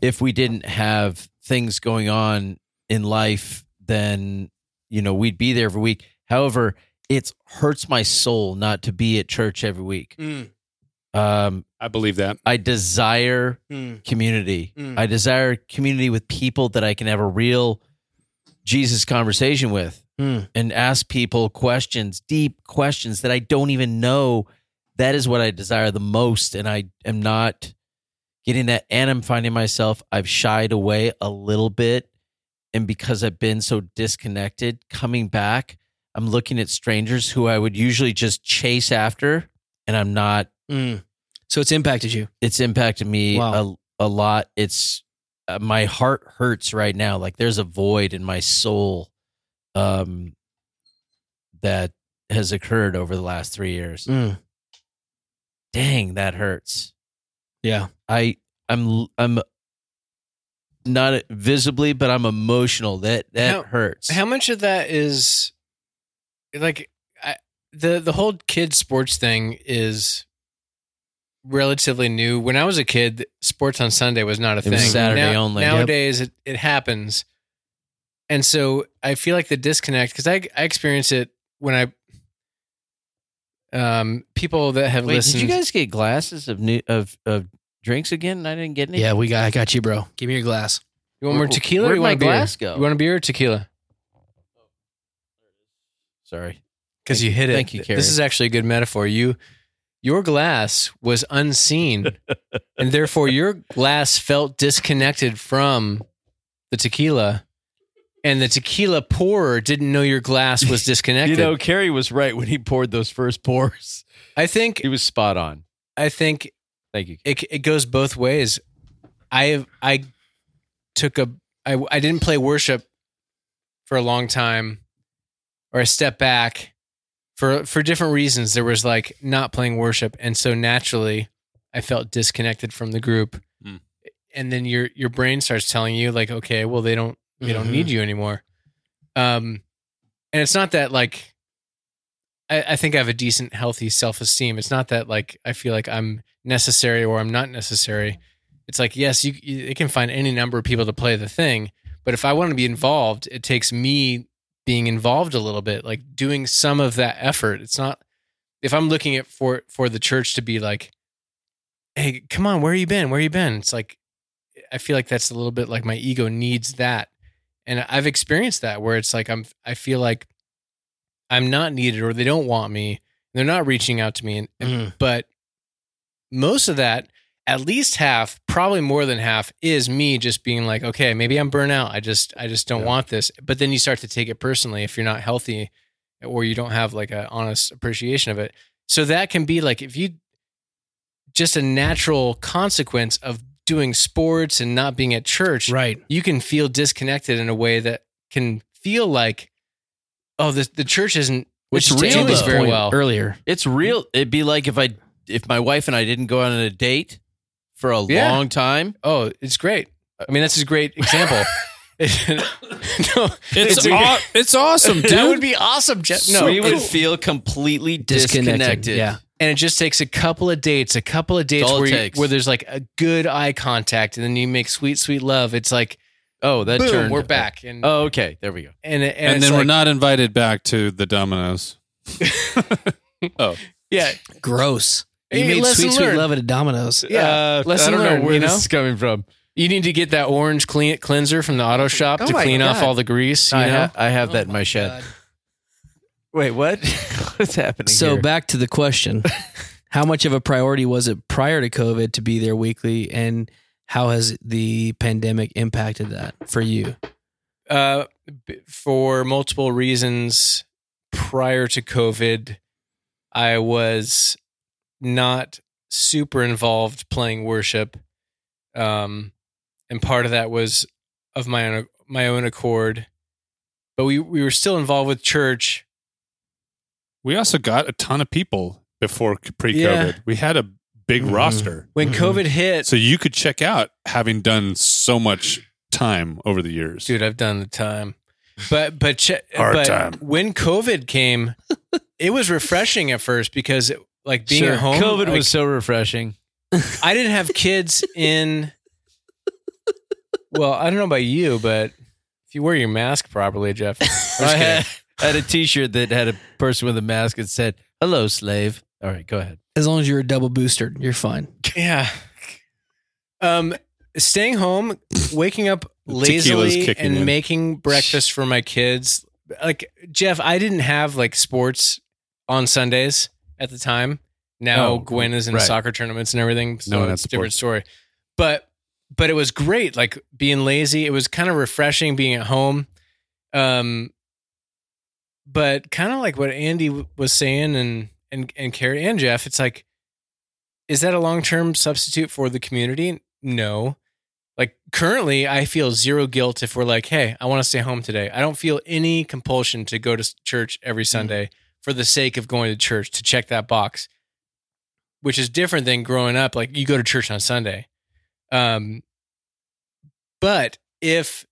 C: if we didn't have things going on in life, then you know we'd be there every week. However, it hurts my soul not to be at church every week.
A: Mm,
C: Um,
B: I believe that.
C: I desire community.
I: Mm.
C: I desire community with people that I can have a real Jesus conversation with
I: Mm.
C: and ask people questions, deep questions that I don't even know. That is what I desire the most. And I am not getting that. And I'm finding myself, I've shied away a little bit. And because I've been so disconnected, coming back, I'm looking at strangers who I would usually just chase after. And I'm not
I: Mm. So it's impacted you.
C: it's impacted me
I: Wow.
C: a, a lot. It's uh, my heart hurts right now. Like there's a void in my soul, um, that has occurred over the last three years.
I: Mm.
C: Dang, that hurts.
I: Yeah.
C: I I'm I'm not visibly, but I'm emotional. That that
A: How-
C: hurts.
A: How much of that is like I, the the whole kid sports thing is relatively new. When I was a kid, sports on Sunday was not a
C: It
A: thing.
C: was Saturday
A: Now-
C: only. Yep.
A: Nowadays, it, it happens, and so I feel like the disconnect because I I experience it when I um people that have
C: Wait,
A: listened.
C: did you guys get glasses of new of of drinks again? I didn't get any.
I: Yeah, we got. I got you, bro. Give me your glass.
A: You want more
C: Where-
A: tequila? or
C: where'd
A: you want
C: my
A: a beer?
C: glass go?
A: You want a beer or tequila?
C: Sorry.
A: because you hit it.
C: Thank you, Carrie.
A: This is actually a good metaphor. You, your glass was
C: <laughs>
A: unseen, and therefore your glass felt disconnected from the tequila, and the tequila pourer didn't know your glass
C: <laughs>
A: was disconnected.
C: Carrie was right when he poured those first <laughs> pours.
A: I think
C: He was spot on.
A: I think
C: Thank you.
A: it it goes both ways. I I took a I I didn't play worship for a long time, or I stepped back for for different reasons. There was like not playing worship, and so naturally, I felt disconnected from the group.
B: Hmm.
A: And then your your brain starts telling you like, okay, well they don't they don't
I: Mhm.
A: need you anymore. Um, and it's not that like. I, I think I have a decent, healthy self esteem. It's not that like I feel like I'm necessary or I'm not necessary. It's like yes, you, you it can find any number of people to play the thing, but if I want to be involved, it takes me being involved a little bit, like doing some of that effort. It's not if I'm looking at for for the church to be like, hey, come on, where you been? Where you been? It's like I feel like that's a little bit like my ego needs that, and I've experienced that where it's like I'm I feel like I'm not needed or they don't want me. They're not reaching out to me, and,
I: Mm.
A: but most of that, at least half, probably more than half, is me just being like, okay, maybe I'm burnt out. I just I just don't want this. But then you start to take it personally if you're not healthy or you don't have like an honest appreciation of it. So that can be like if you just a natural consequence of doing sports and not being at church,
I: Right.
A: you can feel disconnected in a way that can feel like, oh, the the church isn't
C: Which
A: it's
C: real,
A: doing this
C: though.
A: very well.
I: earlier.
C: It's real. It'd be like if I if my wife and I didn't go on a date for a
A: Yeah.
C: long time.
A: Oh, it's great. I mean, that's a great example. <laughs> no,
H: It's
A: a-
H: aw- it's awesome, dude.
A: <laughs> that would be awesome. Jeff. Uh, No,
C: we would feel completely disconnected.
I: Yeah.
A: and it just takes a couple of dates, a couple of dates
C: all it
A: where, you,
C: takes.
A: where there's like a good eye contact, and then you make sweet, sweet love. It's like,
C: Oh, that
A: boom,
C: turned.
A: we're back, and
C: Oh, okay. There we go.
A: and, and,
B: And,
A: it's
B: then we're
A: like-
B: not invited back to the Domino's. oh,
A: yeah.
I: Gross.
A: Hey,
I: You made
A: lesson
I: sweet, sweet
A: learned.
I: love at a Domino's.
A: Yeah,
C: Uh,
A: lesson
C: I don't
A: learned,
C: know where
A: you
C: this
A: know?
C: is coming from.
A: You need to get that orange clean cleanser from the auto shop to clean off all the grease. You
C: I,
A: know,
C: ha- I
I: Oh
C: have that in my shed.
I: <laughs>
C: Wait, what? What's happening?
I: So
C: here?
I: back to the question: How much of a priority was it prior to COVID to be there weekly, and How has the pandemic impacted that for you?
A: Uh, b- for multiple reasons, prior to COVID, I was not super involved playing worship, um, and part of that was of my own my own accord. But we we were still involved with church.
B: We also got a ton of people before pre-COVID.
A: Yeah.
B: We had a big
A: Mhm.
B: roster.
A: When
C: Mm-hmm.
A: COVID hit,
B: So you could check out having done so much time over the years.
A: dude, I've done the time. But but che-
B: <laughs> Hard
A: but
B: time.
A: when COVID came, it was refreshing at first because it, like being
I: Sure.
A: at home,
I: COVID
A: like,
I: was so refreshing.
A: I didn't have kids
I: <laughs>
A: in. Well, I don't know about you, but if you wear your mask properly, Jeff, I'm just
C: I
A: kidding.
C: had, I had a T-shirt that had a person with a mask that said "Hello, slave." All right, go ahead.
D: As long as you're a double booster, you're fine.
A: yeah. Um, staying home, waking up lazily,
B: kicking
A: and
B: in.
A: making breakfast for my kids. Like Jeff, I didn't have like sports on Sundays at the time. Now
C: Oh,
A: Gwen is in
C: right.
A: soccer tournaments and everything. So
B: No one
A: it's
B: has
A: a different story. But but it was great. Like being lazy, it was kind of refreshing being at home. Um, but kind of like what Andy w- was saying, and and and Carrie and Jeff, it's like, is that a long term substitute for the community? No. Like currently, I feel zero guilt if we're like, hey, I want to stay home today. I don't feel any compulsion to go to s- church every
B: Mm-hmm.
A: Sunday for the sake of going to church to check that box, which is different than growing up. Like you go to church on Sunday. Um, but if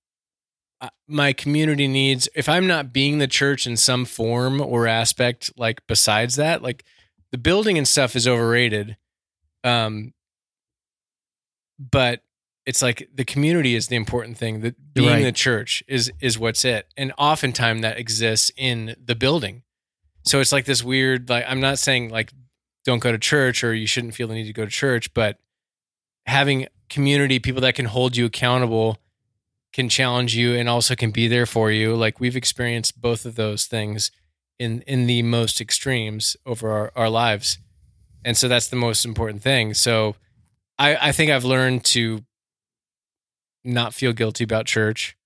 A: uh, my community needs, if I'm not being the church in some form or aspect, like besides that, like the building and stuff is overrated. Um, but it's like the community is the important thing. That being
I: Right.
A: the church is is what's it, and oftentimes that exists in the building. So it's like this weird. Like I'm not saying like don't go to church or you shouldn't feel the need to go to church, but having community people that can hold you accountable can challenge you and also can be there for you. Like we've experienced both of those things in in the most extremes over our, our lives. And so that's the most important thing. So I, I think I've learned to not feel guilty about church,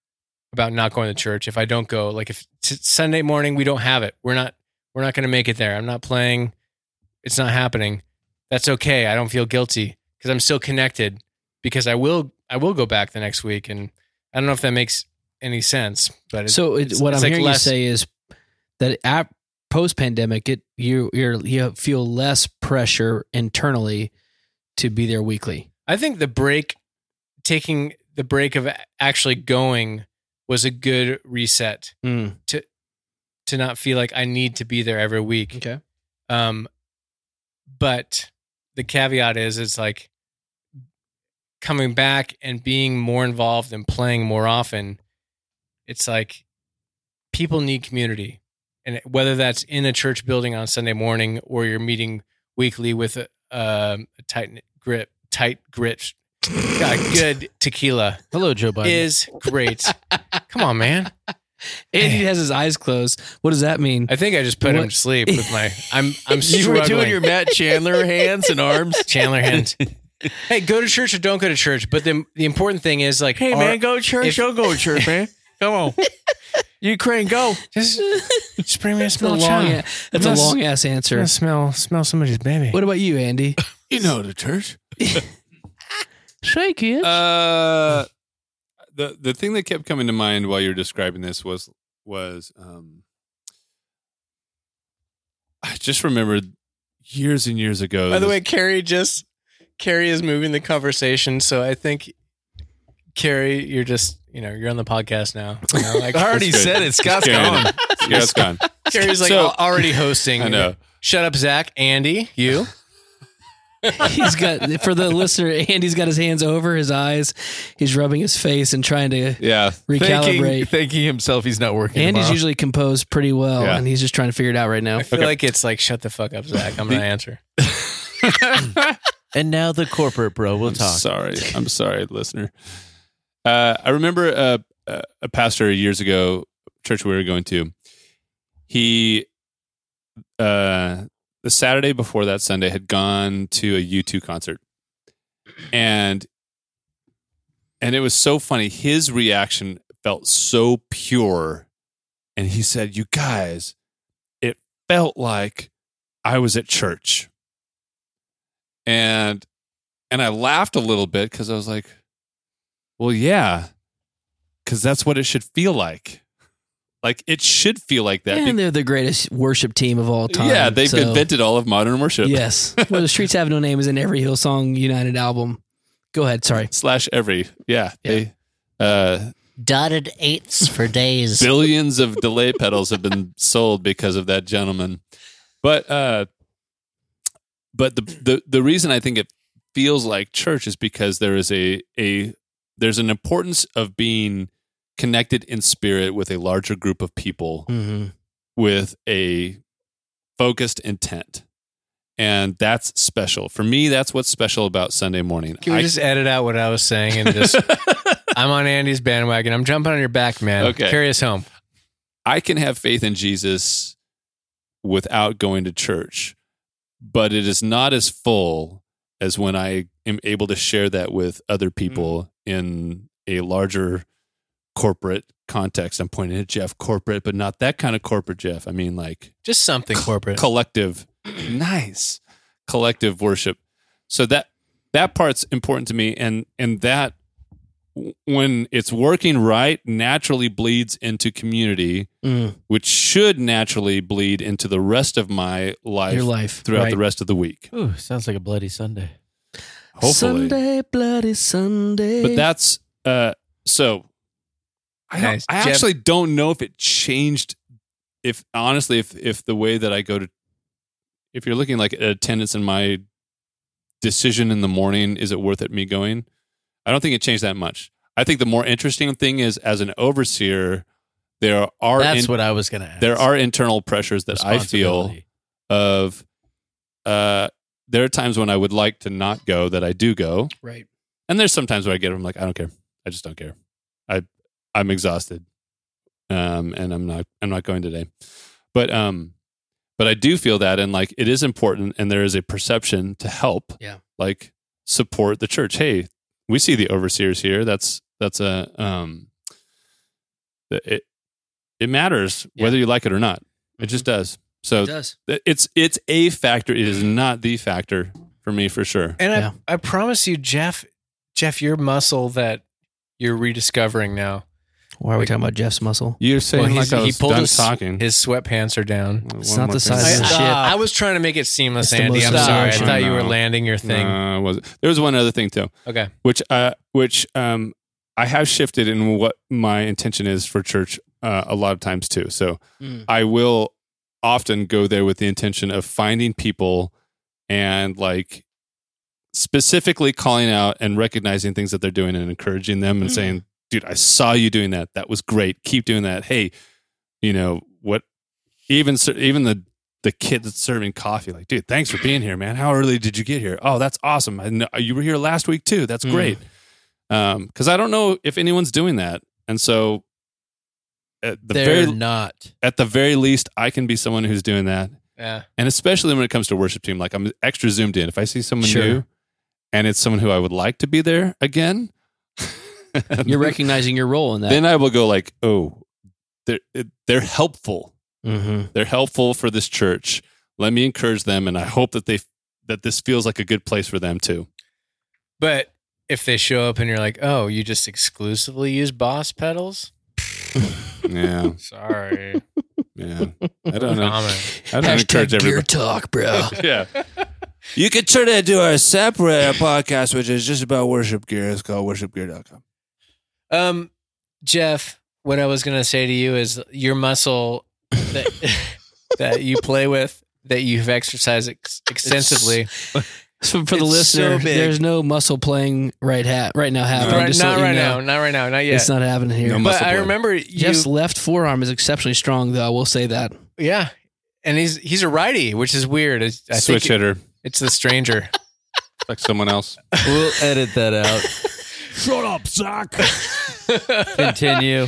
A: about not going to church. If I don't go, like if t- Sunday morning we don't have it, we're not we're not going to make it there. I'm not playing. It's not happening. That's okay. I don't feel guilty because I'm still connected. Because I will I will go back the next week, and I don't know if that makes any sense. But it,
I: so it,
A: it's-
I: what
A: it's
I: I'm
A: like
I: hearing
A: less-
I: you say is that ap- post pandemic, it you you're, you feel less pressure internally to be there weekly.
A: I think the break, taking the break of actually going, was a good reset to not feel like I need to be there every week.
I: Okay.
A: Um, but the caveat is, it's like coming back and being more involved and playing more often. It's like people need community, and whether that's in a church building on Sunday morning or you're meeting weekly with a, um, a tight grip, tight grip.
C: <laughs>
A: God, good tequila
C: Hello, Joe Biden.
A: is
C: <laughs>
A: great. Come on, man.
I: Andy has his eyes closed. What does that mean?
A: I think I just put him
I: What-
A: to sleep with my. I'm I'm
C: <laughs> you were
A: struggling.
C: doing your Matt <laughs> Chandler hands and arms.
A: Chandler hands. hey, go to church or don't go to church. But the the important thing is like, are-
C: go to church.
A: if-
C: don't go to church, man.
A: <laughs>
C: Come on, Ukraine, go.
A: just, just bring me a
I: That's a
A: small
I: long,
A: child.
I: a- that's a
A: Yes.
I: long ass answer.
A: I smell smell somebody's baby.
I: What about you, Andy?
H: You know the
B: <laughs>
H: church.
I: Shake it.
B: Uh, the the thing that kept coming to mind while you were describing this was was um, I just remembered years and years ago.
A: By the
B: this-
A: way, Carrie just Carrie is moving the conversation, so I think Carrie, you're just you know you're on the podcast now. You know, like,
C: I already
B: good.
C: said it. Scott's
B: Carrying
C: gone.
B: it. yeah, it's gone.
A: <laughs> Carrie's like
B: So-
A: al- already hosting.
B: I know.
A: Shut up, Zach. Andy, you.
I: He's got for the listener. Andy's got his hands over his eyes. He's rubbing his face and trying to.
B: Yeah,
C: Thinking,
I: Recalibrate.
C: thinking himself, he's not working.
I: Andy's
C: tomorrow.
I: usually composed pretty well,
B: Yeah.
I: and he's just trying to figure it out right now.
A: I feel
B: Okay.
A: like it's like shut the fuck up, Zach. I'm gonna answer.
C: and now the corporate bro will
B: I'm
C: talk.
B: sorry. I'm sorry, listener. Uh, I remember a, a, a pastor years ago, church we were going to. He, uh, the Saturday before that Sunday, had gone to a U2 concert, and and it was so funny. His reaction felt so pure, and he said, "You guys, it felt like I was at church," and and I laughed a little bit because I was like, "Well, yeah, because that's what it should feel like." Like it should feel like that.
I: And
B: be-
I: they're the greatest worship team of all time.
B: yeah, they've
I: so-
B: invented all of modern worship.
I: Yes. Well, the streets have no name is in every Hillsong United album. Go ahead. Sorry.
B: slash every yeah, they uh
G: Dotted eighths for days.
B: <laughs> billions of delay pedals have been sold because of that gentleman but uh but the the the reason i think it feels like church is because there is a a there's an importance of being connected in spirit with a larger group of people
C: Mm-hmm.
I: Mhm.
B: with a focused intent and that's special for me that's what's special about sunday morning
A: Can we
B: I-
A: just edit out what I was saying and
C: <laughs>
A: just?
B: <laughs>
A: I'm on Andy's bandwagon. I'm jumping on your back, man.
B: Okay.
A: Carry us home.
B: I can have faith in Jesus without going to church, but it is not as full as when I am able to share that with other people in a larger corporate context. I'm pointing at Jeff corporate, but not that kind of corporate Jeff. I mean, like
A: Just something corporate.
B: collective nice collective worship so that that part's important to me and and that w- when it's working right naturally bleeds into community
I: Mm,
B: which should naturally bleed into the rest of my life
I: your life.
B: <laughs> throughout
I: right.
B: the rest of the week
C: Ooh, sounds like a bloody Sunday.
B: hopefully
I: Sunday, bloody Sunday.
C: Eh.
B: but that's uh so I, don't-
A: Nice.
B: I
A: Jeff-
B: actually don't know if it changed if honestly if if the way that I go to if you're looking like at attendance and my decision in the morning is it worth it me going I don't think it changed that much I think the more interesting thing is as an overseer there are
C: That's
B: in-
C: what I was going to ask.
B: there are internal pressures that I feel <laughs>
C: Responsibility.
B: of uh there are times when I would like to not go that I do go
I: right.
B: and there's sometimes where I get them like I don't care. I just don't care. I I'm exhausted. Um and I'm not I'm not going today. But um but I do feel that and like it is important and there is a perception to help.
I: Yeah.
B: Like support the church. Hey, we see the overseers here. That's that's a um it it
I: Yeah.
B: matters
I: Mm-hmm.
B: whether you like it or not. It just does. So
I: It does.
B: th- it's it's a factor. It is not the factor for me for sure.
A: And
I: Yeah.
A: I, I promise you, Jeff, Jeff, your muscle that you're rediscovering now.
I: Why are we talking about Jeff's muscle?
B: You're
A: saying Well, like he's- I he was pulled done his-
B: talking.
A: His sweatpants are down.
I: It's not the size
A: I,
I: of the
A: I-
I: ship.
A: I was trying to make it seamless,
I: It's the
A: Andy.
I: most-
A: I'm sorry. I
I: Stop.
A: thought you were
B: No.
A: landing your thing.
B: No, it wasn't. There uh, was one other thing too,
A: Okay.
B: which uh, which um, I have shifted in what my intention is for church uh, a lot of times too. So
A: Hmm.
I: Mm.
B: I will often go there with the intention of finding people and like specifically calling out and recognizing things that they're doing and encouraging them
A: Hmm.
B: and saying, "Dude, I saw you doing that. That was great. Keep doing that. Hey, you know what? Even ser- even the the kid that's serving coffee, like, dude, thanks for being here, man. How early did you get here? Oh, that's awesome. I know, you were here last week too. That's
A: Mm.
B: great. Um, because I don't know if anyone's doing that, and so at the
C: They're
B: very <laughs>
C: not.
B: at the very least, I can be someone who's doing that.
A: Yeah.
B: And especially when it comes to worship team, like I'm extra zoomed in. If I see someone
I: Sure.
B: new and it's someone who I would like to be there again, <laughs>
I: You're recognizing your role in that.
B: then I will go like, oh, they're it- they're helpful.
I: mm-hmm.
B: They're helpful for this church. Let me encourage them, and I hope that they that this feels like a good place for them too.
A: But if they show up and you're like, oh, you just exclusively use boss pedals?
B: Yeah,
I: <laughs>
A: Sorry.
B: yeah. I don't know.
A: Comment.
B: I don't encourage everybody.
I: talk, bro.
B: <laughs> Yeah,
H: You can turn it into a
B: <laughs>
H: separate podcast, which is just about worship gear. It's called worshipgear.com.
A: Um, Jeff, what I was gonna say to you is your muscle that <laughs> that you play with that you've exercised ex- extensively.
I: So for the
A: It's so
I: listener,
A: big.
I: there's no muscle playing right hat right now happening.
A: Right-
I: just to
A: not
I: let you
A: right
I: know.
A: now, not right now, not yet.
I: It's not happening here.
B: No mu-
A: but
B: muscle
A: I
B: play.
A: remember you.
I: Jeff's left forearm is exceptionally strong, though. I will say that.
A: yeah, and he's he's a righty, which is weird. It's, I
B: switch
A: think it-
B: hitter
A: It's the stranger. <laughs>
B: like someone else.
C: We'll edit that out.
B: <laughs>
H: Shut up, Zach.
C: Continue.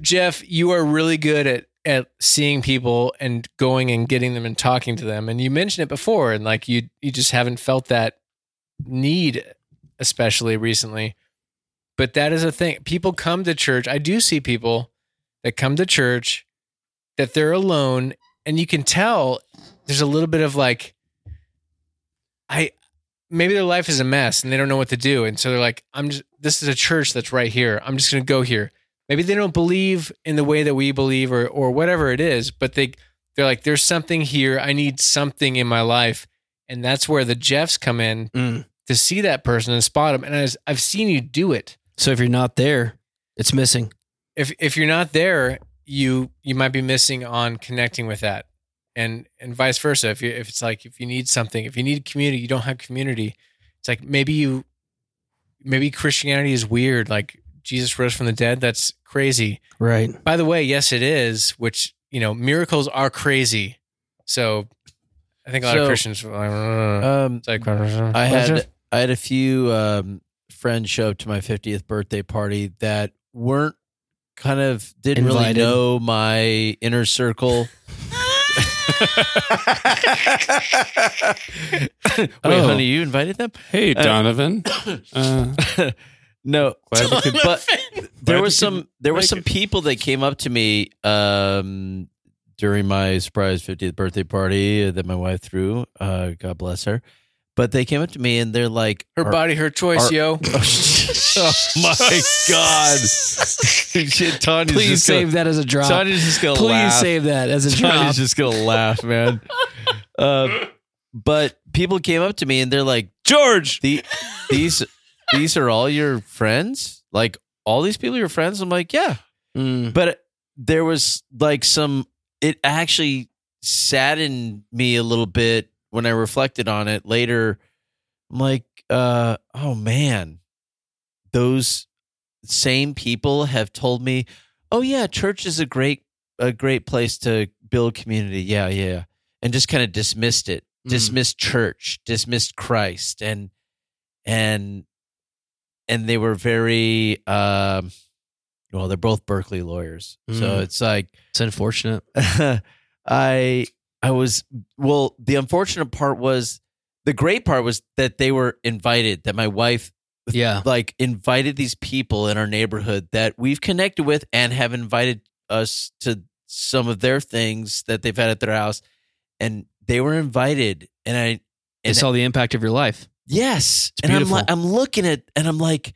A: Jeff, you are really good at at seeing people and going and getting them and talking to them. And you mentioned it before, and like you you just haven't felt that need, especially recently. But that is a thing. People come to church. I do see people that come to church that they're alone, and you can tell there's a little bit of like, I maybe their life is a mess and they don't know what to do, and so they're like, I'm just this is a church that's right here. I'm just gonna go here. Maybe they don't believe in the way that we believe or or whatever it is, but they they're like, there's something here. I need something in my life, and that's where the Jeffs come in
I: Mm.
A: to see that person and spot them. And as I've seen you do it.
I: So if you're not there, it's missing.
A: If if you're not there, you you might be missing on connecting with that, and and vice versa. If you if it's like if you need something, if you need community, you don't have community. It's like maybe you, maybe Christianity is weird. Like Jesus rose from the dead. That's crazy.
I: Right.
A: By the way, yes, it is. Which you know, miracles are crazy. So, I think a lot
C: So,
A: of Christians. Are like,
C: Um,
A: it's like
C: I had I had a few um, friends show up to my 50th birthday party that weren't kind of didn't really
I: Invited.
C: know my inner circle. Wait,
B: Oh.
C: honey, you invited them?
B: <laughs> Hey, <coughs>
C: Uh,
B: Donovan. uh,
C: <laughs> no,
B: glad you could-
C: but <laughs> there
B: Glad
C: was
B: you
C: some there were
B: make
C: some people that came up to me um, during my surprise 50th birthday party that my wife threw. Uh, God bless her. But they came up to me and they're like,
A: her
C: "Are-
A: body, her choice,
C: are-
A: yo.
C: <laughs> oh my god!
A: <laughs>
C: Shit, Tanya's
D: Please
C: just gonna,
D: save that as a drop.
C: Tanya's just gonna
D: Please
C: laugh.
D: save that as a drop.
C: Tanya's just gonna laugh, man. Uh, but people came up to me and they're like,
H: George.
C: the, "These, these are all your friends? Like all these people are your friends?" I'm like, "Yeah."
I: Mm.
C: But there was like some. It actually saddened me a little bit when I reflected on it later. I'm like, uh, "Oh man, those same people have told me, "Oh yeah, church is a great a great place to build community." Yeah, yeah, yeah. and just kind of dismissed it,
I: Mm.
C: dismissed church, dismissed Christ, and and and they were very um, well. They're both Berkeley lawyers, so
I: Mm.
C: it's like
I: It's unfortunate.
C: <laughs> I I was well. The unfortunate part was the great part was that they were invited. That my wife
I: Yeah.
C: like invited these people in our neighborhood that we've connected with and have invited us to some of their things that they've had at their house and they were invited and i
I: They
C: and
I: saw the impact of your life.
C: yes and i'm
I: beautiful.
C: like i'm looking at and i'm like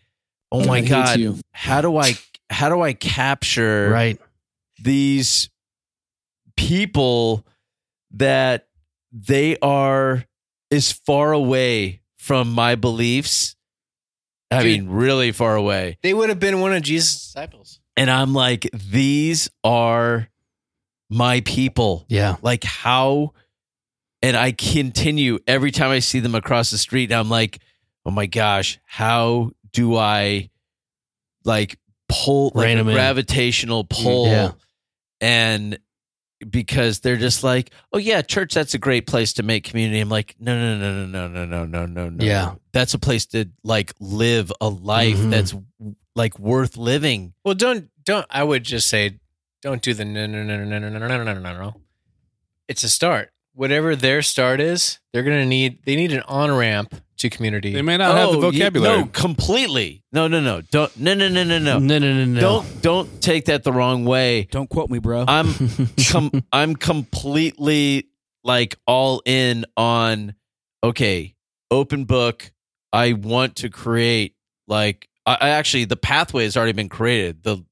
C: oh my
D: I hate
C: god
D: you.
C: how do i how do i capture
I: Right.
C: these people that they are as far away from my beliefs i
A: Dude.
C: mean really far away
A: They would have been one of Jesus' disciples.
C: and I'm like, these are my people.
I: Yeah.
C: Like how, and I continue every time I see them across the street. I'm like, oh my gosh, how do I like pull like
I: Rein
C: a
I: 'em in.
C: gravitational pull?
I: Yeah.
C: And because they're just like, oh yeah, church, that's a great place to make community. I'm like, no, no, no, no, no, no, no, no, no.
I: Yeah.
C: That's a place to like live a life
I: Mhm.
C: that's like worth living.
A: Well, don't don't. I would just say, don't do the no no no no no no no no no no no. no. It's a start. Whatever their start is, they're gonna need. They need an on ramp to community.
B: they may not have the
C: Oh, yeah,
B: vocabulary.
C: no, completely. No, no, no. Don't. No, no, no, no,
I: No,
C: no.
I: no, no, no.
C: Don't don't take that the wrong way.
K: Don't quote me, bro.
C: I'm com- I'm completely like all in on. Okay, open book. I want to create like I, I actually the pathway has already been created. The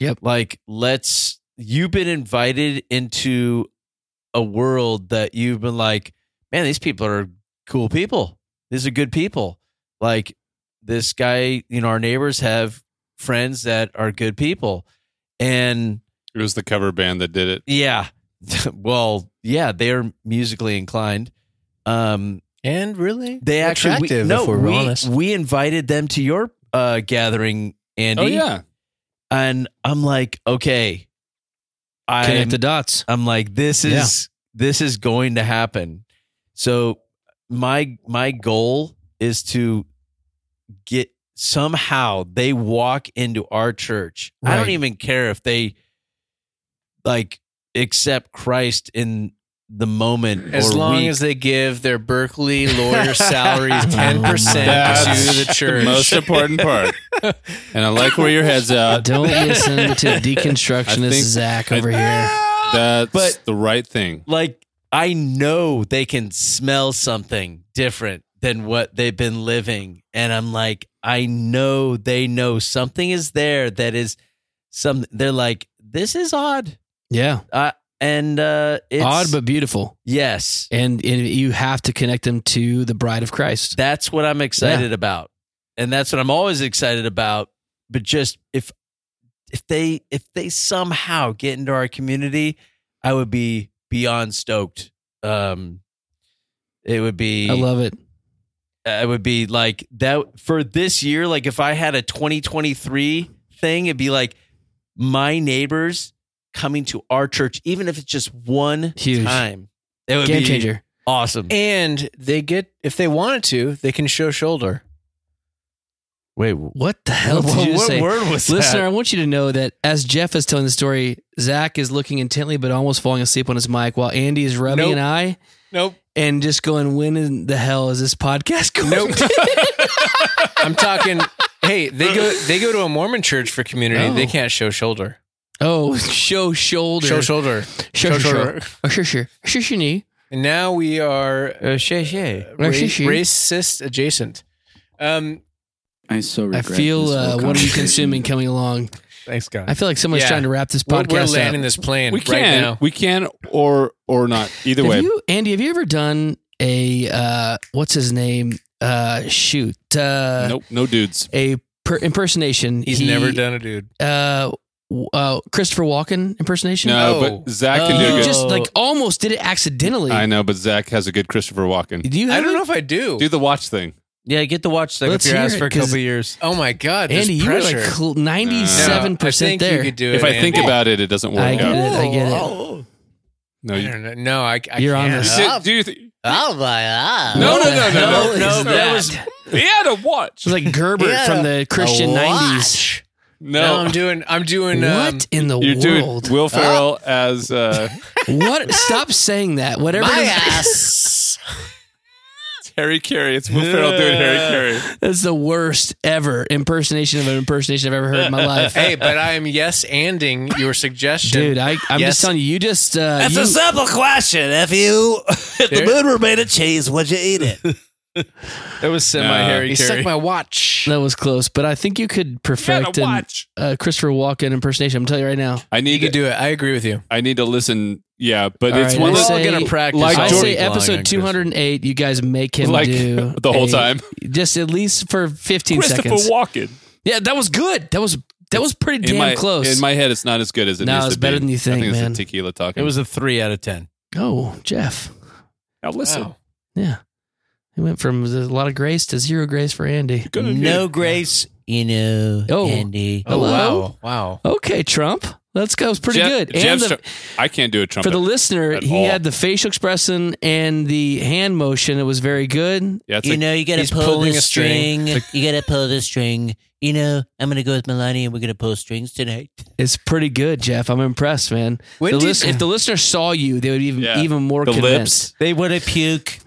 I: Yep.
C: Like let's. You've been invited into a world that you've been like, man, these people are cool people. These are good people. Like this guy, you know, our neighbors have friends that are good people. And
B: It was the cover band that did it.
C: yeah, <laughs> well, yeah, they're musically inclined. Um,
A: and really,
C: they actually,
A: attractive.
C: we, no,
A: if we're
C: we,
A: honest,
C: we invited them to your uh, gathering, Andy.
B: Oh yeah,
C: And I'm like, okay, I
I: connect the dots.
C: I'm like, this
I: Yeah.
C: is this is going to happen. So my my goal is to get somehow they walk into our church. I don't
I: Right.
C: even care if they like accept Christ in the moment
A: as
C: or
A: long
C: week.
A: as they give
I: <laughs>
A: their <laughs> Berkeley lawyer salaries ten percent
B: That's
A: to the church,
B: most important part. <laughs> and I like where your head's at.
C: <laughs>
D: Don't listen to deconstructionist Zach over here.
B: That's
C: But-
B: the right thing.
C: Like I know they can smell something different than what they've been living, and I'm like, I know they know something is there that is some. They're like, this is odd,
D: Yeah,
C: uh, and uh, it's
D: odd but beautiful.
C: yes,
D: And, and you have to connect them to the bride of Christ.
C: that's what I'm excited about, and that's what I'm always excited about. But just if if they if they somehow get into our community, I would be beyond stoked. Um, it would be
D: I love it.
C: it would be like that for this year. Like if I had a 2023 thing, it'd be like my neighbors coming to our church, even if it's just one
D: Huge.
C: time. It would
D: Game
C: be
D: changer.
C: awesome.
A: And they get, if they wanted to, they can show shoulder.
C: <laughs> Wait,
D: What the hell did
C: What-
D: you
C: what
D: say?
C: word was that?
D: Listener, I want you to know that as Jeff is telling the story, Zach is looking intently but almost falling asleep on his mic while Andy is rubbing
A: Nope.
D: an eye
A: Nope.
D: and just going, when in the hell is this podcast going? <laughs> to-"
A: I'm talking. Hey, they go they go to a Mormon church for community.
D: No.
A: They can't show shoulder.
D: oh, show shoulder.
A: Show shoulder.
D: Show
A: Show
D: shoulder.
A: shoulder.
D: Oh, sure, sure. Sure, sure, knee.
A: And now we are
C: Uh, shay shay.
A: ra-
D: Oh, she- she.
A: racist adjacent. Um,
K: I so
D: I
K: regret
D: feel
K: this whole
D: uh, what are you
K: conversation.
D: consuming coming along?
A: thanks God.
D: I feel like someone's
A: Yeah.
D: trying to wrap this
A: We're-
D: podcast
A: we're
D: up.
A: landing this plane
B: We
A: right
B: can,
A: now.
B: we can, or or not. Either
D: Have
B: way,
D: you, Andy, have you ever done a uh, what's his name? Uh, shoot, uh,
B: nope, no dudes.
D: a per- impersonation.
A: He's
D: He-
A: never done a dude.
D: Uh, w- uh, Christopher Walken impersonation.
B: No,
A: Oh.
B: but Zach can do
D: you
B: a good.
D: uh, just like almost did it accidentally.
B: I know, but Zach has a good Christopher Walken.
D: Do you?
A: I
D: Have
A: don't
D: it?
A: know if I do.
B: Do the watch thing.
C: Yeah, get the watch stuck
D: Let's
C: up your
D: hear
C: ass
D: it,
C: for a couple
D: 'cause-
C: years.
A: oh my God,
D: Andy,
A: Andy,
D: you were
A: pressure.
D: like cl- ninety-seven
A: No, I
D: percent
A: think
D: there.
A: You could do it,
B: If I think
A: Andy.
B: about it, it doesn't work
D: I get
B: out.
D: it. I get it.
B: No,
A: I
B: you,
A: don't know. No, I, I
D: You're on
A: can't.
D: this.
B: you said- do you th-
L: Oh my god.
B: no, no,
D: What the
B: no,
D: hell
B: no, no,
D: is
B: no.
D: that?
B: That was he had a watch.
D: It was like Gerber
L: Yeah,
D: from the Christian
L: a
D: nineties.
A: No,
B: No,
A: I'm doing. I'm doing. Um,
D: What in the
B: you're
D: world? Ah.
B: doing Will Ferrell as uh, <laughs>
D: what? Stop saying that. Whatever.
L: My
D: it is-
L: ass.
B: Harry Carey. It's Will Ferrell doing
D: <laughs>
B: Harry Carey.
D: <laughs> That's the worst ever impersonation of an impersonation I've ever heard in my life.
A: hey, but I am yes anding your suggestion,
D: Dude, I, I'm
A: Yes.
D: just telling you, you just uh,
M: That's
D: you-
M: a simple question. If you, if the
A: There-
M: moon were made of cheese, would you eat it?
A: That was semi
B: No.
A: Harry
B: He
A: Carey.
B: sucked
A: my watch.
D: that was close, but I think you could perfect
B: a
D: an, uh, Christopher Walken impersonation. I'm telling you right now.
B: I
A: You
B: need
A: could
B: to,
A: do it. I agree with you.
B: I need to listen. Yeah, but
D: All
B: it's
D: right,
B: one
D: I
B: of
D: say-
C: practice.
B: Like
D: I
B: Jordan-
D: say episode 208, you guys make him
B: like
D: do
B: <laughs> the whole
D: a-
B: time.
D: just at least for 15
B: Christopher
D: seconds.
B: Walken.
D: yeah, that was good. That was that was pretty damn
B: in my,
D: close.
B: In my head, it's not as good as it
D: No,
B: needs
D: it's
B: to
D: better
B: be.
D: than you
B: I
D: think,
B: think
D: man.
B: It's the tequila talking.
C: It was a three out of ten.
D: oh, Jeff.
B: now listen.
A: Wow.
D: Yeah. He went from a lot of grace to zero grace for Andy.
B: Good idea.
C: No grace, you know,
D: Oh.
C: Andy.
D: Oh, Hello?
C: wow, wow.
D: Okay, Trump. That's that was pretty
B: Jeff-
D: good.
B: Jeff's
D: and the,
B: tr- I can't do a trumpet.
D: for the listener,
B: at
D: he
B: all.
D: had the facial expression and the hand motion. It was very good.
B: yeah, it's
L: you
B: like,
L: know, you gotta
A: he's
L: pull
A: pulling
L: the
A: a string.
L: string. You gotta pull the string. You know, I'm gonna go with Melania and we're gonna pull strings tonight.
D: It's pretty good, Jeff. I'm impressed, man.
A: When
D: The
A: did-
D: lis- if the listener saw you, they would even
B: Yeah.
D: even more
B: The
D: convinced.
C: They would have puke.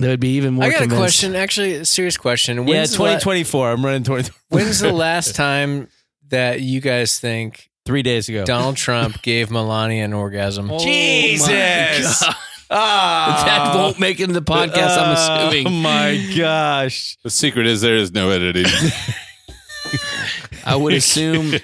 D: They would be even more.
A: I got
D: convinced.
A: a question. Actually, a serious question.
C: yeah,
A: When's the la-
C: twenty twenty four. I'm running twenty
A: when's the last time that you guys think
C: three days ago.
A: Donald Trump gave Melania an orgasm?
D: Oh.
C: Jesus.
D: that won't make it in the podcast. I'm
C: Oh <laughs>
D: assuming.
C: my gosh.
B: the secret is there is no editing.
D: <laughs> I
B: <laughs>
D: would assume,
B: Uh,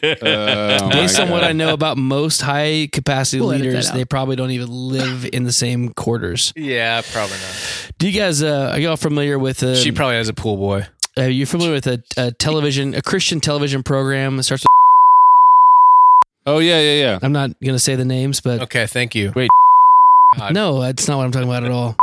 D: based
B: oh my
D: on what
B: God.
D: I know about most high capacity
N: We'll edit that
D: leaders,
N: out.
D: they probably don't even live in the same quarters.
A: Yeah, probably not.
D: Do you guys uh, are y'all familiar with? Uh,
A: she probably has a pool boy.
D: are you familiar with a, a television, a Christian television program? It starts. With,
B: Oh yeah, yeah, yeah.
D: I'm not going to say the names, but
A: Okay, thank you.
C: Wait.
A: God.
D: No, that's not what I'm talking about at all.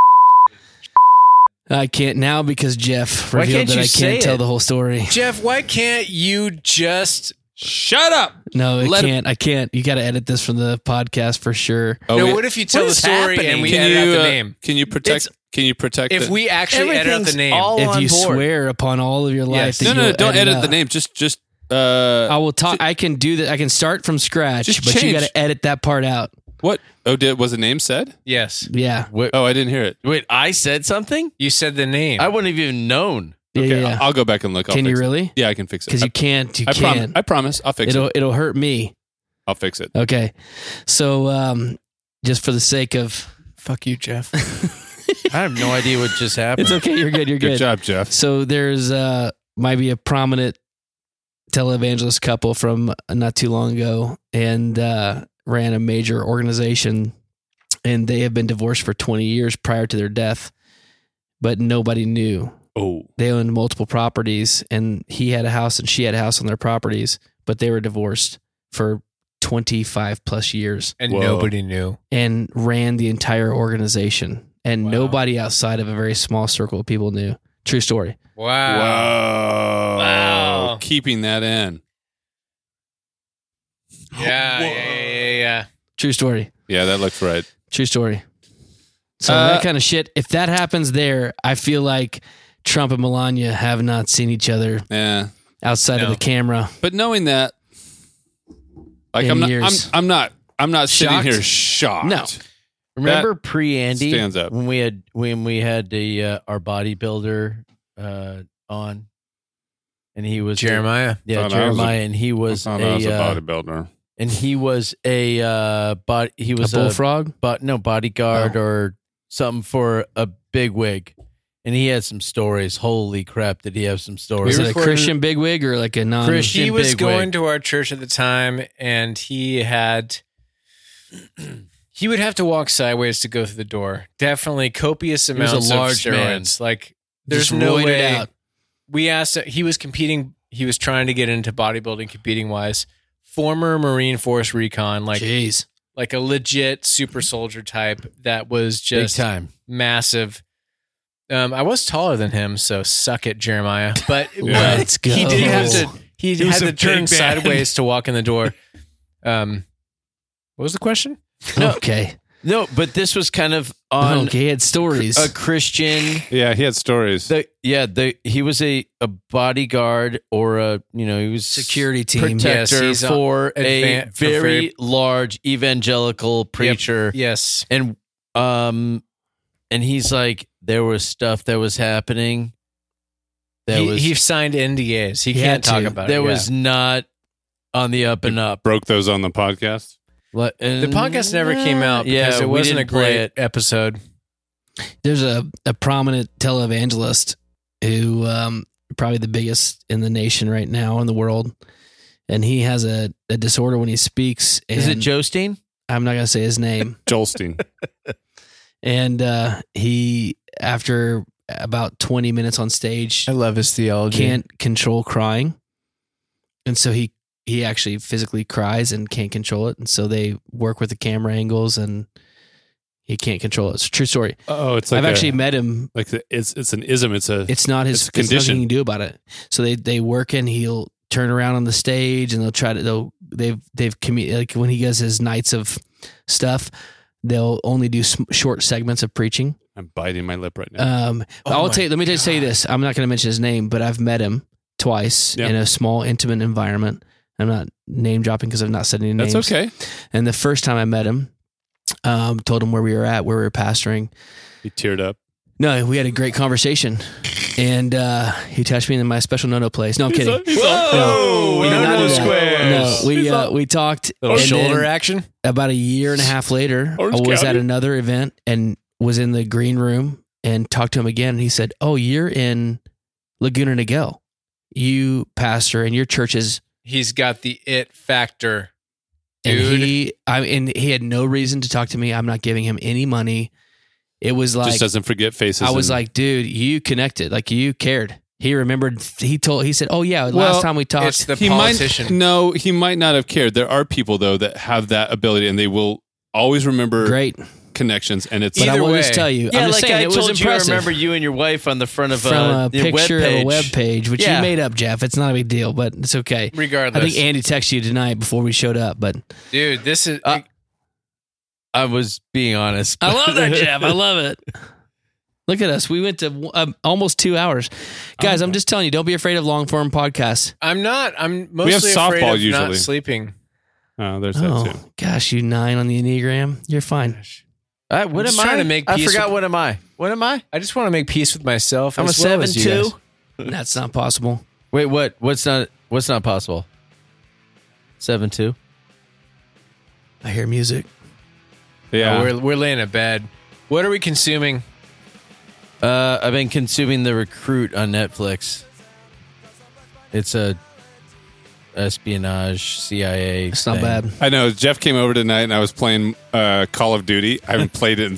D: I can't now because Jeff
C: Why
D: revealed
C: can't
D: that
C: you
D: I
C: say
D: can't tell
C: it?
D: the whole story.
A: Jeff, why can't you just?
B: Shut up.
D: No, I
A: Let him-
D: can't. I can't. You got to edit this from the podcast for sure.
B: Oh,
A: no,
B: wait.
A: what if you tell the
C: is
A: story
C: happening?
A: and we
B: can
A: edit
B: you
A: out the
B: uh,
A: name?
B: can you protect? Can you protect?
A: If
B: the-
A: we actually edit out the
C: Everything's
A: name,
C: all-
D: if
C: on
D: you
C: board.
D: swear upon all of your life,
A: Yes.
D: that
B: no, no,
D: you'll
B: don't edit,
D: out-
B: the name. Just, just. Uh,
A: Oh.
D: I will talk. I can do that. I can start from scratch,
B: Just
D: but you
B: change.
D: got to edit that part out.
B: what? Oh, did was the name said?
A: yes,
D: Yeah.
B: Oh, I didn't hear it.
C: Wait, I said something?
A: you said the name.
C: I wouldn't have even known.
D: Yeah,
B: okay,
D: yeah, yeah.
B: I'll go back and look. I'll
D: Can you
B: fix it.
D: really?
B: Yeah, I can fix it.
D: Because
B: I-
D: you can't. You
B: I prom-
D: can't.
B: I promise. I'll fix
D: it'll,
B: it.
D: It'll hurt me.
B: I'll fix it.
D: Okay. So, um, just for the sake of fuck you, Jeff.
C: I have no idea what just happened.
D: <laughs> It's okay. You're good. You're good.
B: Good job, Jeff.
D: So there's uh might be a prominent televangelist couple from not too long ago and uh ran a major organization and they have been divorced for 20 years prior to their death but nobody knew.
B: Oh.
D: They owned multiple properties and he had a house and she had a house on their properties, but they were divorced for 25 plus years
A: And
B: Whoa.
A: nobody knew.
D: and ran the entire organization and
A: Wow.
D: nobody outside of a very small circle of people knew. True story.
A: Wow.
B: Wow.
A: Wow.
B: Keeping that in.
A: Yeah, yeah, yeah, yeah, yeah.
D: True story.
B: Yeah, that looks right.
D: True story. So
A: Uh,
D: that kind of shit. If that happens there, I feel like Trump and Melania have not seen each other
B: Yeah.
D: outside
A: No.
D: of the camera.
B: But knowing that, like
D: In
B: I'm not,
D: years.
B: I'm, I'm not, I'm not sitting
D: Shocked?
B: here shocked.
D: No.
C: Remember pre Andy
B: stands up.
C: when we had when we had the uh, our bodybuilder uh, on, and he was
O: Jeremiah.
B: Thought
C: yeah
B: I was a-
C: Jeremiah, and he was
B: I
C: a,
B: thought Oh, I was a
C: uh,
B: bodybuilder.
C: and he was a uh, body he
D: A
C: was a,
D: bullfrog?
C: but no bodyguard or something for a big wig, and he had some stories. Holy crap, did he have some
D: was
C: stories?
A: We
D: it a
A: recorded-
D: Christian bigwig or like a non
C: Christian-
A: He was
C: big
A: going
C: wig.
A: to our church at the time, and he had <clears throat> he would have to walk sideways to go through the door. Definitely copious
C: was a
A: amounts
C: large
A: of steroids.
C: man.
A: Like there's
D: Just
A: no
D: roided
A: way.
D: out.
A: We asked. He was competing. He was trying to get into bodybuilding, competing wise. Former Marine Force recon, like
D: Jeez.
A: like a legit super soldier type that was
C: Big
A: just
C: time.
A: massive. Um, I was taller than him, so suck it, Jeremiah. But uh,
B: Yeah.
D: Let's go.
A: he did have to. He,
O: He was
A: had
O: a
A: to turn
O: big man.
A: sideways to walk in the door. Um, what was the question?
D: <laughs> okay.
C: No, but this was kind of on
D: okay, he had stories.
C: a Christian.
B: Yeah, he had stories.
C: The, yeah, the he was a, a bodyguard or a you know he was
D: Security team.
A: Yes,
C: protector
A: he's a
C: for a
A: advan- for
C: very
A: very-
C: large evangelical preacher,
A: Yes.
C: and um, and he's like there was stuff that was happening. That
A: he,
C: was
A: he signed NDAs. He, can't
D: had
A: talk
D: to.
A: about
C: that
A: it. yeah.
C: was not on the up and up.
B: Broke those on the podcast.
C: The
A: the podcast never came out because it wasn't a great episode.
D: There's a, a prominent televangelist who um, probably the biggest in the nation right now in the world. And he has a, a disorder when he speaks. And
C: Is it Jostein?
D: I'm not gonna say his name. <laughs>
B: Jolstein.
D: and uh, he after about 20 minutes on stage
O: I love his theology.
D: can't control crying and so he he actually physically cries and can't control it and so they work with the camera angles and he can't control it it's a true story
B: oh, it's like
D: i've
B: a-
D: actually met him
B: like the, it's it's an ism. It's a
D: it's not his
B: It's a
D: there's
B: condition.
D: nothing you can do about it so they they work and he'll turn around on the stage and they'll try to they'll they've they've commu- like when he does his nights of stuff they'll only do sm- short segments of preaching
B: I'm biting my lip right now.
D: Um,
O: Oh
D: I'll
O: my
D: tell you, let me just tell you this. I'm not going to mention his name, but I've met him twice
B: Yeah.
D: in a small, intimate environment. I'm not name dropping because I've not said any names.
B: That's okay.
D: And the first time I met him, um, told him where we were at, where we were pastoring.
B: He teared up.
D: No, we had a great conversation, and uh, he touched me in my special no no place. No, I'm kidding.
B: Whoa!
D: we did not do that. No, we
B: He's
D: uh,
B: all-
D: we talked
A: Little
D: and
A: shoulder
D: then-
A: action.
D: about a year and a half later,
B: Orange
D: I was
B: County.
D: at another event and was in the green room and talked to him again. And he said, Oh, you're in Laguna Niguel. You pastor and your church is.
A: He's got the it factor,
D: And
A: dude.
D: he, I, and he had no reason to talk to me. I'm not giving him any money. It was like,
B: just doesn't forget faces.
D: I was
B: and-
D: like, dude, you connected. Like you cared. He remembered, he told, he said, Oh, yeah, last
B: Well,
D: time we
A: it's
D: talked.
A: the
B: he might
A: politician.
B: no, he might not have cared. There are people though that have that ability, and they will always remember
D: Great.
B: connections. And it's
D: But I
A: Either
D: will
A: way.
D: just tell you,
C: Yeah,
D: I'm just
C: like
D: saying,
C: I
D: it was
C: told you, I
D: impressive.
C: remember you and your wife on the front of
D: from
C: uh,
D: a
C: the
D: picture
C: webpage.
D: of a web page, which
C: Yeah.
D: you made up, Jeff. It's not a big deal, but it's okay. I
A: Regardless,
D: think Andy texted you tonight before we showed up, but
A: dude, this is
C: Uh, I was being honest.
D: I love that, Jeff. I love it. <laughs> Look at us. We went to um, almost two hours. Guys, I'm just telling you, don't be afraid of long form podcasts.
A: I'm not. I'm mostly
B: We have
A: afraid
B: softball
A: of not
B: usually.
A: sleeping.
B: oh, there's that too.
D: Oh, gosh, you nine on the Enneagram. You're fine.
C: All right, what
A: I'm
C: am
A: just trying to
C: I?
A: make
C: I
A: peace
C: forgot.
A: with-
C: What am I? What am I?
A: I just want to make peace with myself.
C: I'm a
A: as well
C: seven
A: as you
C: two.
A: guys.
D: That's not possible.
C: Wait, what? What's not? What's not possible? Seven two.
D: I hear music.
A: Yeah, Oh, we're we're laying in bed. What are we consuming?
C: Uh, I've been consuming the recruit on Netflix. It's a espionage CIA.
D: It's not
C: thing.
D: bad.
B: I know Jeff came over tonight and I was playing uh, Call of Duty. I haven't played it in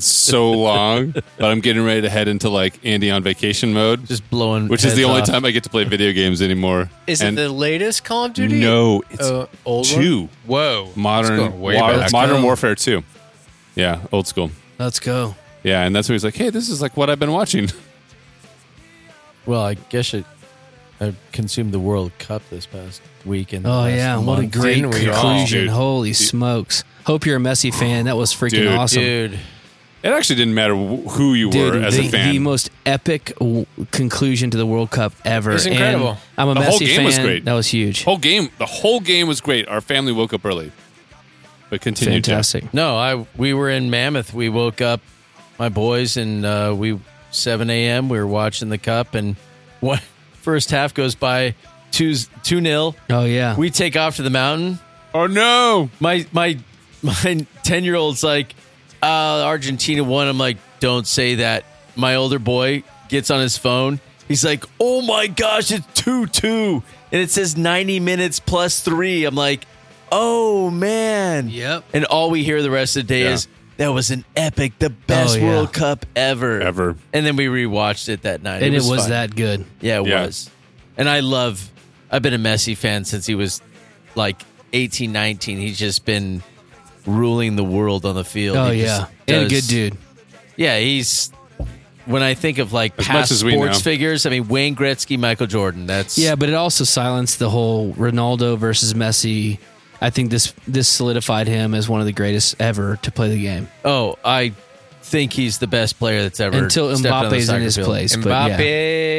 A: <laughs>
B: so long, but I'm getting ready to head into like Andy on vacation mode,
C: Just blowing.
B: which is the
C: heads
B: only
C: off.
B: time I get to play video games anymore.
A: Is
B: And
A: it the latest Call of Duty? Uh,
B: No, it's
A: old
B: two
A: One? Whoa, It's
B: modern
A: going way
B: War-
A: back.
B: modern warfare two. Yeah, old school.
D: Let's go.
B: Yeah, and that's when he's like, "Hey, this is like what I've been watching." <laughs>
C: Well, I guess it. I consumed the World Cup this past week and the
D: Oh
C: last
D: yeah, what a
C: month.
D: great
A: Didn't we all?
D: conclusion!
B: Dude.
D: Holy smokes! Hope you're a Messi fan. That was freaking
B: Dude.
D: awesome,
C: dude!
B: It actually didn't matter wh- who you
D: Dude,
B: were as
D: the,
B: a fan.
D: the most epic w- conclusion to the World Cup ever.
A: It's incredible.
D: And I'm a
B: The
D: Messi
B: whole game
D: fan.
B: was great.
D: That was huge.
B: whole game, the whole game was great. Our family woke up early, but continued. to-
D: Fantastic.
C: No, I we were in Mammoth. We woke up, my boys, and uh, we seven a.m. We were watching the cup, and <laughs> one first half goes by two two nil.
D: Oh yeah.
C: We take off to the mountain.
B: Oh no!
C: My my <laughs> my ten year old's like, uh, Argentina won. I'm like, don't say that. My older boy gets on his phone. He's like, oh my gosh, it's two two, and it says ninety minutes plus three. I'm like, oh man.
D: Yep.
C: And all we hear the rest of the day
B: Yeah.
C: is that was an epic, the best
D: Oh, yeah.
C: World Cup ever.
B: Ever.
C: And then we rewatched it that night.
D: and it was,
C: fun.
D: that good.
C: Yeah, it
B: Yeah.
C: was. And I love I've been a Messi fan since he was like 18, 19. He's just been ruling the world on the field.
D: Oh
C: He just
D: yeah, and a
C: does-
D: good dude.
C: Yeah, he's when I think of like
B: As much
C: past
B: as we
C: sports
B: know.
C: figures, I mean Wayne Gretzky, Michael Jordan. That's
D: Yeah, but it also silenced the whole Ronaldo versus Messi. I think this this solidified him as one of the greatest ever to play the game
C: oh, I think he's the best player that's ever
D: until
C: stepped on the
D: Mbappe's in
C: soccer
D: his
C: field.
D: place. But yeah.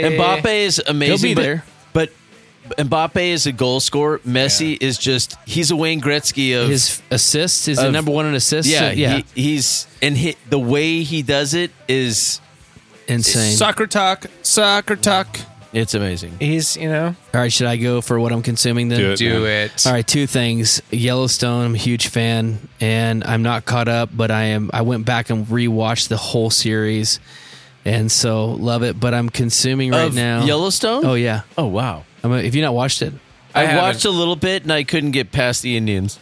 A: Mbappe.
C: Mbappe is amazing.
D: He'll be
C: but-
D: there.
C: But, Mbappe is a goal scorer. Messi is just, he's a Wayne Gretzky of.
D: his assists is the
C: of-
D: number one in assists.
C: yeah,
D: yeah,
C: He, he's, and he, the way he does it is,
D: insane.
B: Soccer talk, soccer talk.
C: it's amazing.
A: He's you know
D: All right, should I go for what I'm consuming then?
B: Do it.
A: do
B: Yeah.
A: it.
D: All right, two things. Yellowstone, I'm a huge fan, and I'm not caught up, but I am. I went back and rewatched the whole series, and so love it. But I'm consuming right
C: of
D: now.
C: Yellowstone?
D: Oh yeah.
C: Oh, wow.
D: I'm a, have you not watched it?
C: I,
A: haven't.
C: watched a little bit and I couldn't get past the <laughs> Indians.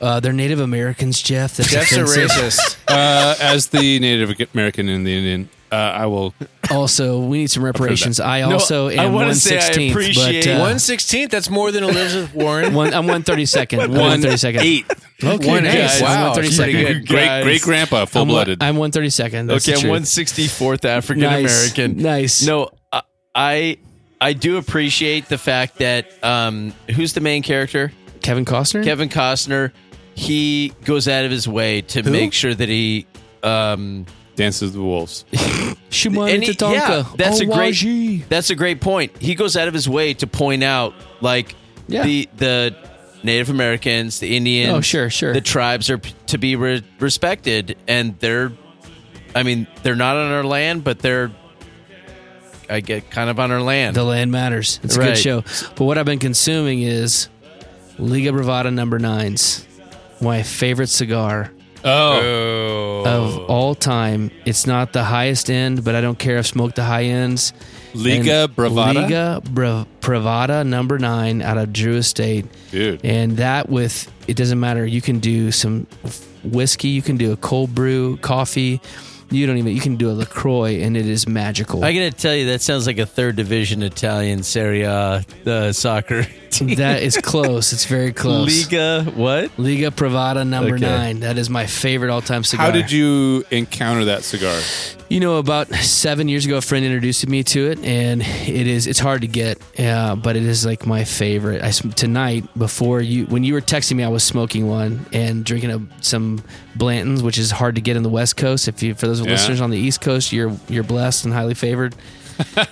D: Uh, they're Native Americans, Jeff. That's
A: Jeff's a
D: offensive.
A: racist.
C: <laughs>
B: Uh, as the Native American and the Indian, uh, I
D: <laughs>
B: will.
D: Also, we need some reparations. I
C: No,
D: also
C: I
D: am
C: wanna
D: one
C: say I
D: sixteenth.
C: appreciate
D: but, uh,
A: One sixteenth. That's more than Elizabeth Warren.
D: one, I'm one thirty second.
B: One
D: One thirty second.
B: eight.
D: Okay,
A: One
D: nice.
A: eighth.
D: I'm
A: Wow,
D: one thirty second.
B: Great,
C: guys.
B: great grandpa, full
D: I'm one-
B: blooded.
D: I'm one thirty second. That's the
C: okay, I'm
D: truth.
C: one sixty fourth African American.
D: Nice. No.
C: No, I- I I do appreciate the fact that um, who's the main character?
D: Kevin Costner.
C: Kevin Costner. He goes out of his way to make sure that he. Um,
B: Dances with the
D: <laughs>
B: Wolves.
D: Shuman
C: and he-
D: Tatanka.
C: yeah, that's a great.
D: Owaji.
C: That's a great point. He goes out of his way to point out like
D: Yeah.
C: the the Native Americans, the Indians.
D: Oh, sure, sure.
C: The tribes are p- to be re- respected, and they're. I mean, they're not on our land, but they're. I get kind of on our land.
D: The Land Matters. It's a
C: Right.
D: good show. But what I've been consuming is Liga Bravada number nines, my favorite cigar
A: Oh,
D: of all time. It's not the highest end, but I don't care. I've smoked the high ends.
B: Liga
D: And
B: Bravada?
D: Liga Bra- Bravada number nine out of Drew Estate.
B: Dude.
D: And that with, it doesn't matter. You can do some whiskey, you can do a cold brew, coffee. You don't even, you can do a LaCroix and it
B: <laughs>
D: is magical.
C: I gotta tell you, that sounds like a third division Italian Serie A uh, soccer team.
D: that is close. It's very close.
C: Liga, what?
D: Liga Privada number
C: Okay.
D: nine. That is my favorite all time cigar.
B: How did you encounter that cigar?
D: You know, about seven years ago, a friend introduced me to it, and it is it's hard to get, uh, but it is like my favorite. I sm- tonight before you when you were texting me, I was smoking one and drinking a, some Blantons, which is hard to get in the West Coast. If you for those
B: Yeah.
D: listeners on the East Coast, you're you're blessed and highly favored.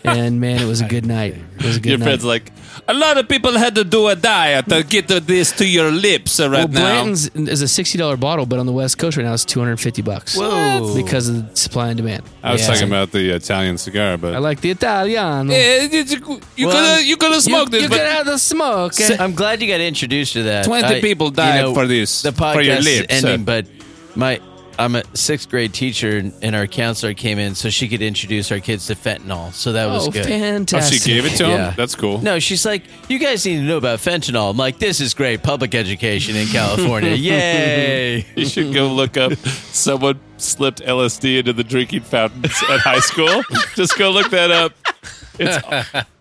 I: and man, it was a good night. It was a good
H: Your
I: night.
H: friend's like, a lot of people had to do a diet to get this to your lips uh, right
I: well,
H: now.
I: Blanton's is a sixty dollar bottle, but on the West Coast right now it's two hundred and fifty bucks.
H: Whoa.
I: Because of the supply and demand.
B: I was
I: Yeah.
B: talking about the Italian cigar, but
I: I like the Italian.
H: Yeah, Eh, you, you
C: Well,
H: could you could have smoked
I: you,
H: this,
I: You
H: but
I: could have the smoke.
C: So I'm glad you got introduced to that.
H: 20 people died for this,
C: The podcast
H: for your
C: is
H: lips,
C: ending,
H: uh.
C: but my I'm a sixth grade teacher, and- and our counselor came in so she could introduce our kids to fentanyl. So that was
I: oh,
C: good.
B: oh,
I: fantastic.
B: she gave it to him.
C: Yeah.
B: That's cool.
C: No, she's like, you guys need to know about fentanyl. I'm like, this is great public education in California. Yay!
B: You should go look up someone slipped LSD into the drinking fountains at high school. Just go look that up. It's,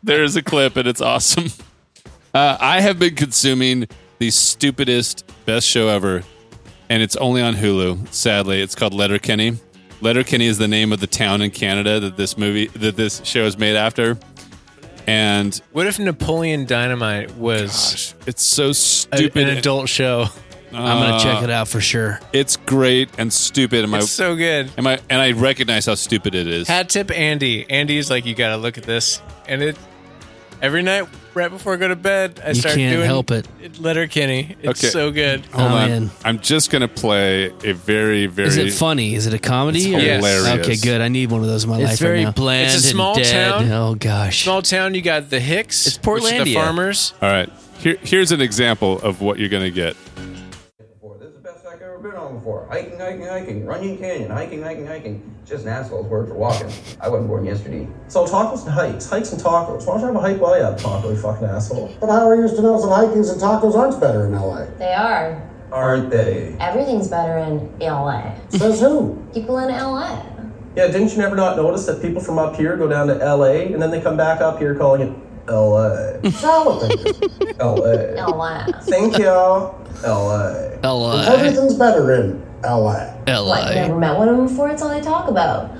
B: there is a clip and it's awesome. Uh, I have been consuming the stupidest, best show ever, and it's only on Hulu. Sadly, it's called Letterkenny. Letterkenny is the name of the town in Canada that this movie, that this show is made after, and
A: What if Napoleon Dynamite was
B: it's so
A: a-
B: stupid.
A: an adult show?
I: I'm
B: Uh,
I: gonna check it out for sure.
B: It's great and stupid. And my
A: It's <laughs> so good.
B: and my and I recognize how stupid it is.
A: Hat tip Andy. Andy's like, you got to look at this. And it every night right before I go to bed, I
I: You
A: start
I: can't
A: doing
I: help it.
A: Letter Kenny. It's
B: Okay.
A: so good.
B: Hold
I: Oh,
B: on.
I: man.
B: I'm just gonna play a very, very
I: Is it funny? Is it a comedy?
B: It's
I: or-
B: hilarious.
I: Okay, good. I need one of those in my
C: It's
I: life
C: very
I: right now.
C: bland.
A: It's a
C: and
A: small
C: dead.
A: town.
I: Oh gosh. <laughs>
A: Small town, you got the Hicks.
C: It's
A: which are The
C: Portlandia.
A: farmers.
B: All right. Here, here's an example of what you're gonna get.
P: before. This is the best I've ever been on before. Hiking, hiking, hiking. Runyon Canyon, hiking, hiking, hiking. Just an asshole's word for walking. I wasn't born yesterday.
Q: So tacos and hikes, hikes and tacos. Why don't you have a hike while you have a taco, you fucking asshole?
R: But how are you to know that hikings and tacos aren't better in LA?
S: They are.
Q: Aren't they?
S: Everything's better in LA.
R: Says who?
S: People in LA.
Q: Yeah, didn't you never not notice that people from up here go down to LA and then they come back up here calling it LA?
R: Salivating.
Q: LA.
S: LA.
Q: Thank you. LA.
I: LA.
R: Everything's better in LA.
S: What, you never
I: LA.
S: met one of them before? It's all they talk about.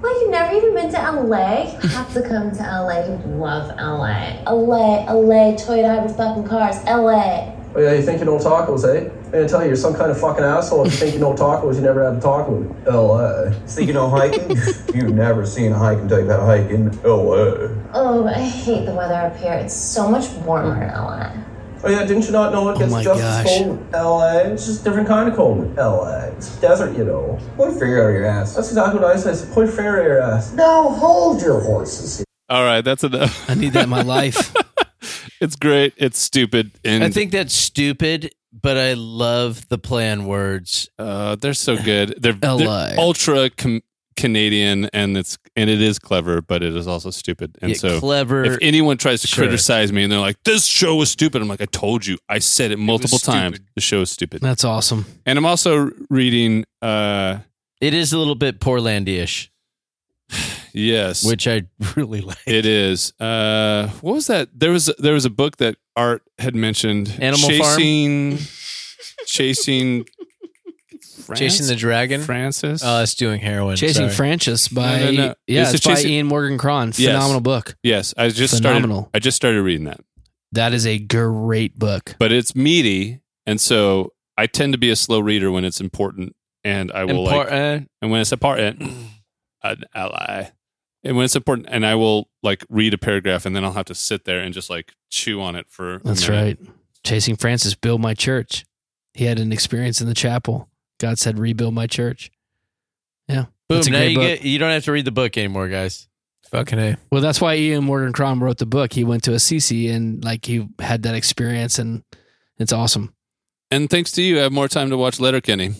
S: Well, you've never even been to LA? You have to come to LA. You love LA. LA, LA, Toyota hybrid fucking cars, LA.
Q: Oh, yeah, you think you know tacos, eh? I'm gonna tell you, you're some kind of fucking asshole if you think you know tacos, you never had a taco. L.A. Think you know <laughs> hiking? You've never seen a hike until you've had a hike in L.A.
S: Oh, I hate the weather up here. It's so much warmer in LA.
Q: Oh yeah, didn't you not know it gets
I: Oh my
Q: just
I: gosh.
Q: as cold in L.A.? It's just a different kind of cold in L.A. It's desert, you know. Point finger out of your ass. That's exactly what I said. I said, Point finger out of your ass.
R: Now hold your horses here.
B: All right, that's enough.
I: I need that in my life.
B: <laughs> It's great. It's stupid, and
C: I think that's stupid, but I love the play on words.
B: uh, they're so good. They're,
I: LA.
B: they're ultra com- Canadian, and it's and it is clever, but it is also stupid. And
C: Yeah,
B: so,
C: clever.
B: if anyone tries to
C: Sure.
B: criticize me and they're like, "This show is stupid," I'm like, "I told you. I said it multiple times.
A: stupid.
B: The show is stupid."
I: That's awesome.
B: And I'm also reading. uh
C: it is a little bit Portlandish,
B: Yes,
C: which I really like.
B: It is. Uh, what was that? There was there was a book that Art had mentioned.
C: Animal Farm?
B: chasing, chasing, France?
A: Chasing the Dragon.
B: Francis.
A: Oh, it's doing heroin.
I: Chasing
A: sorry.
I: Francis by
B: No, no, no.
I: yeah,
B: Is it
I: it's by
B: Chasing-
I: Ian Morgan Cron. Phenomenal book.
B: yes, I just started.
I: Phenomenal.
B: I just started reading that,
I: That is a great book.
B: but it's meaty, and so I tend to be a slow reader when it's important, and I will like,
C: Important.
B: and when it's important, an ally. And when it's important, and I will like read a paragraph, and then I'll have to sit there and just like chew on it for. a
I: That's
B: minute.
I: right. Chasing Francis, build my church. He had an experience in the chapel. God said, rebuild my church. Yeah.
C: Boom!
I: That's a
C: Now
I: great
C: you
I: book.
C: get you don't have to read the book anymore, guys.
A: Fucking A.
I: Well, that's why Ian Morgan Crom wrote the book. He went to Assisi and like he had that experience, and it's awesome.
B: And thanks to you, I have more time to watch Letterkenny.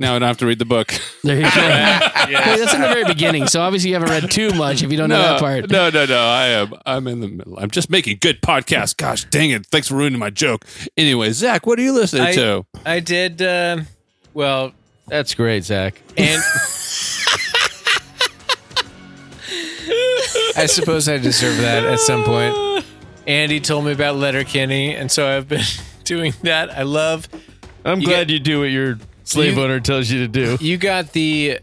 B: Now I don't have to read the book.
I: There you go. Hey, that's in the very beginning, so obviously you haven't read too much if you don't know that part.
B: <laughs> No, no, no. I am. I'm in the middle. I'm just making good podcasts. Gosh dang it. Thanks for ruining my joke. Anyway, Zach, what are you listening
A: I-
B: to?
A: I did. Uh, well,
C: That's great, Zach. <laughs>
A: and I suppose I deserve that at some point. Andy told me about Letterkenny, and so I've been <laughs> doing that. I love
C: I'm
A: You glad
C: you do what your
A: slave You-
C: owner tells you to do.
A: you got the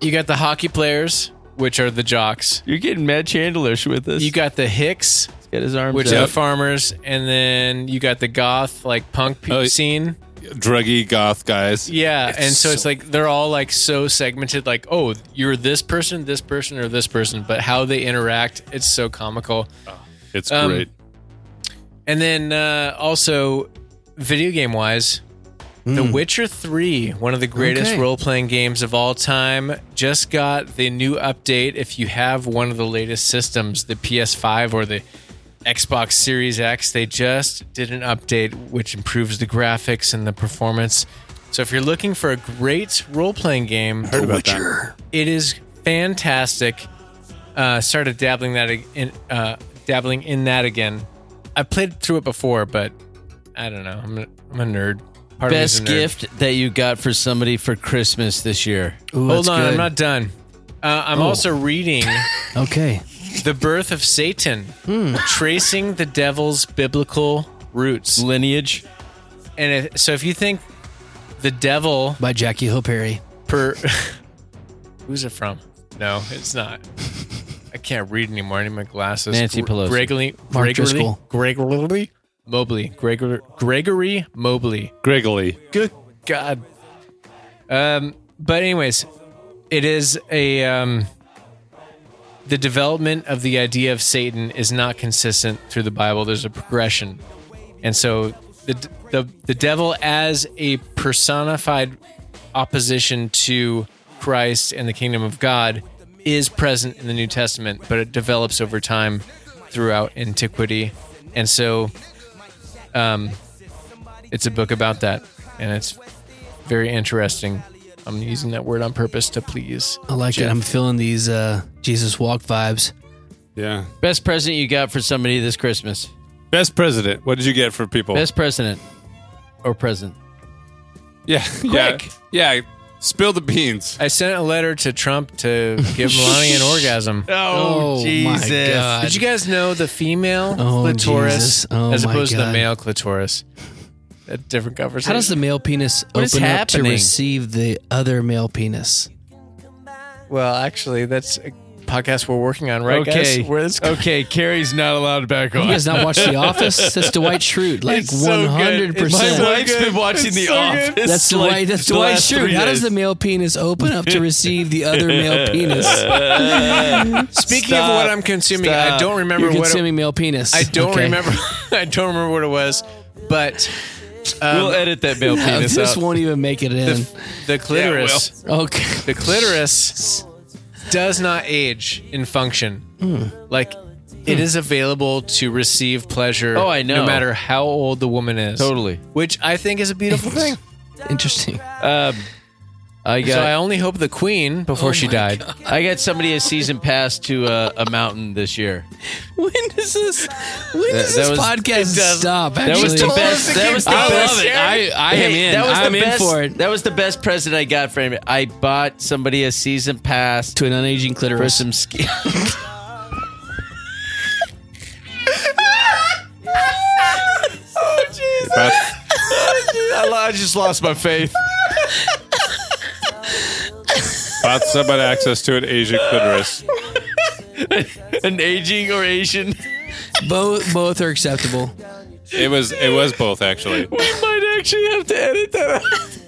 A: you got the hockey players, which are the jocks.
C: You're getting mad chandelish with this.
A: You got the Hicks,
C: got his arms
A: which are the
C: out.
A: farmers, and then you got the goth like punk pe-
B: Oh,
A: scene.
B: druggy goth guys.
A: Yeah, and so, it's like they're all like so segmented, like, oh, you're this person, this person, or this person, but how they interact, it's so comical.
B: It's
A: Um,
B: great.
A: And then uh, also, video game wise, The
B: Mm.
A: Witcher 3, one of the greatest
B: Okay.
A: role playing games of all time, just got the new update. If you have one of the latest systems, the PS5 or the Xbox Series X, they just did an update which improves the graphics and the performance. So if you're looking for a great role playing game,
B: heard about that. Witcher.
A: it is fantastic. Uh, started dabbling that ag- in, uh, dabbling in that again. I played through it before, but I don't know. I'm a, I'm a nerd. Part of me is
C: Best
A: a nerd.
C: gift that you got for somebody for Christmas this year.
A: Hold on, I'm not done. Uh, I'm
C: Oh.
A: also reading
D: Okay.
A: The Birth of
C: <laughs>
A: Satan,
C: Hmm.
A: tracing the devil's biblical roots
C: lineage.
A: And if, so, if you think the devil
D: by Jackie Hill Perry,
A: per <laughs> who's it from? No, it's not. I can't read anymore. I need my glasses.
C: Nancy
A: Gr-
C: Pelosi.
A: Gregory,
C: Mark
A: Gregory,
C: Driscoll.
A: Gregory Mobley, Gregory, Gregory Mobley, Gregory. Good God. Um, but anyways, it is a um, the development of the idea of Satan is not consistent through the Bible. There's a progression, and so the the the devil as a personified opposition to Christ and the kingdom of God is present in the New Testament, but it develops over time throughout antiquity, and so um, it's a book about that, and it's very interesting. I'm using that word on purpose to please.
D: I like it.
A: Jeff.
D: I'm feeling these uh, Jesus walk vibes.
B: Yeah.
C: Best present you got for somebody this Christmas.
B: Best president. What did you get for people?
C: Best president or present.
B: yeah.
A: Quick.
B: Yeah. yeah. Spill the beans.
A: I sent a letter to Trump to
D: <laughs>
A: give Melania an orgasm.
B: Oh,
D: Oh, my Jesus. God.
A: Did you guys know the female
D: Oh,
A: clitoris
D: Jesus. Oh,
A: as
D: my
A: opposed to the
D: God.
A: male clitoris? A different conversation.
D: How does the male penis
A: What is
D: open up to
A: happening?
D: receive the other male penis?
A: Well, actually, that's a podcast we're working on, right,
D: Okay.
A: guys? Where this
H: <laughs> Okay, Carrie's not allowed back
D: You guys not watch The Office? That's Dwight Schrute,
H: <laughs>
D: like
H: It's so good.
D: 100%.
H: My wife's been watching The Office.
D: That's Dwight.
H: like,
D: that's
H: the
D: Dwight
H: last
D: Schrute.
H: three
D: How does
H: days.
D: the male penis open up to receive the other male penis?
A: Speaking of what I'm consuming, I don't remember
D: You're
A: what it-
D: consuming male penis.
A: I don't
D: Okay. <laughs>
A: remember. <laughs> I don't remember what it was, but um,
C: We'll edit that
A: <laughs>
C: male
D: No,
C: penis
D: Uh, this
C: out.
D: won't even make it in.
A: uh, The, the clitoris.
D: okay.
A: The clitoris does not age in function. Like it is available to receive pleasure.
C: Oh, I know.
A: No matter how old the woman is.
C: Totally.
A: Which I think is a beautiful thing.
D: Interesting.
C: Um, <laughs> I got. Oh
A: so I only hope the queen before she died.
C: <laughs> I got somebody a season pass to uh, a mountain this year.
D: When does this? When does
C: that
D: this
C: was-
D: podcast stop?
C: That
D: Actually,
C: was the best. That was the
D: I
C: best.
D: love it. I, I am
C: Hey,
D: in.
C: That was
D: I'm
C: the
D: in
C: best,
D: for it.
C: That was the best present I got for him. I bought somebody a season pass
D: To an unaging
C: for
D: clitoris.
C: some ski.
H: oh Jesus! I, I just lost my faith.
B: Bought somebody access to an Asian clitoris.
C: an aging or Asian.
D: both both are acceptable.
B: It was. It was both actually.
C: We might actually have to edit that out.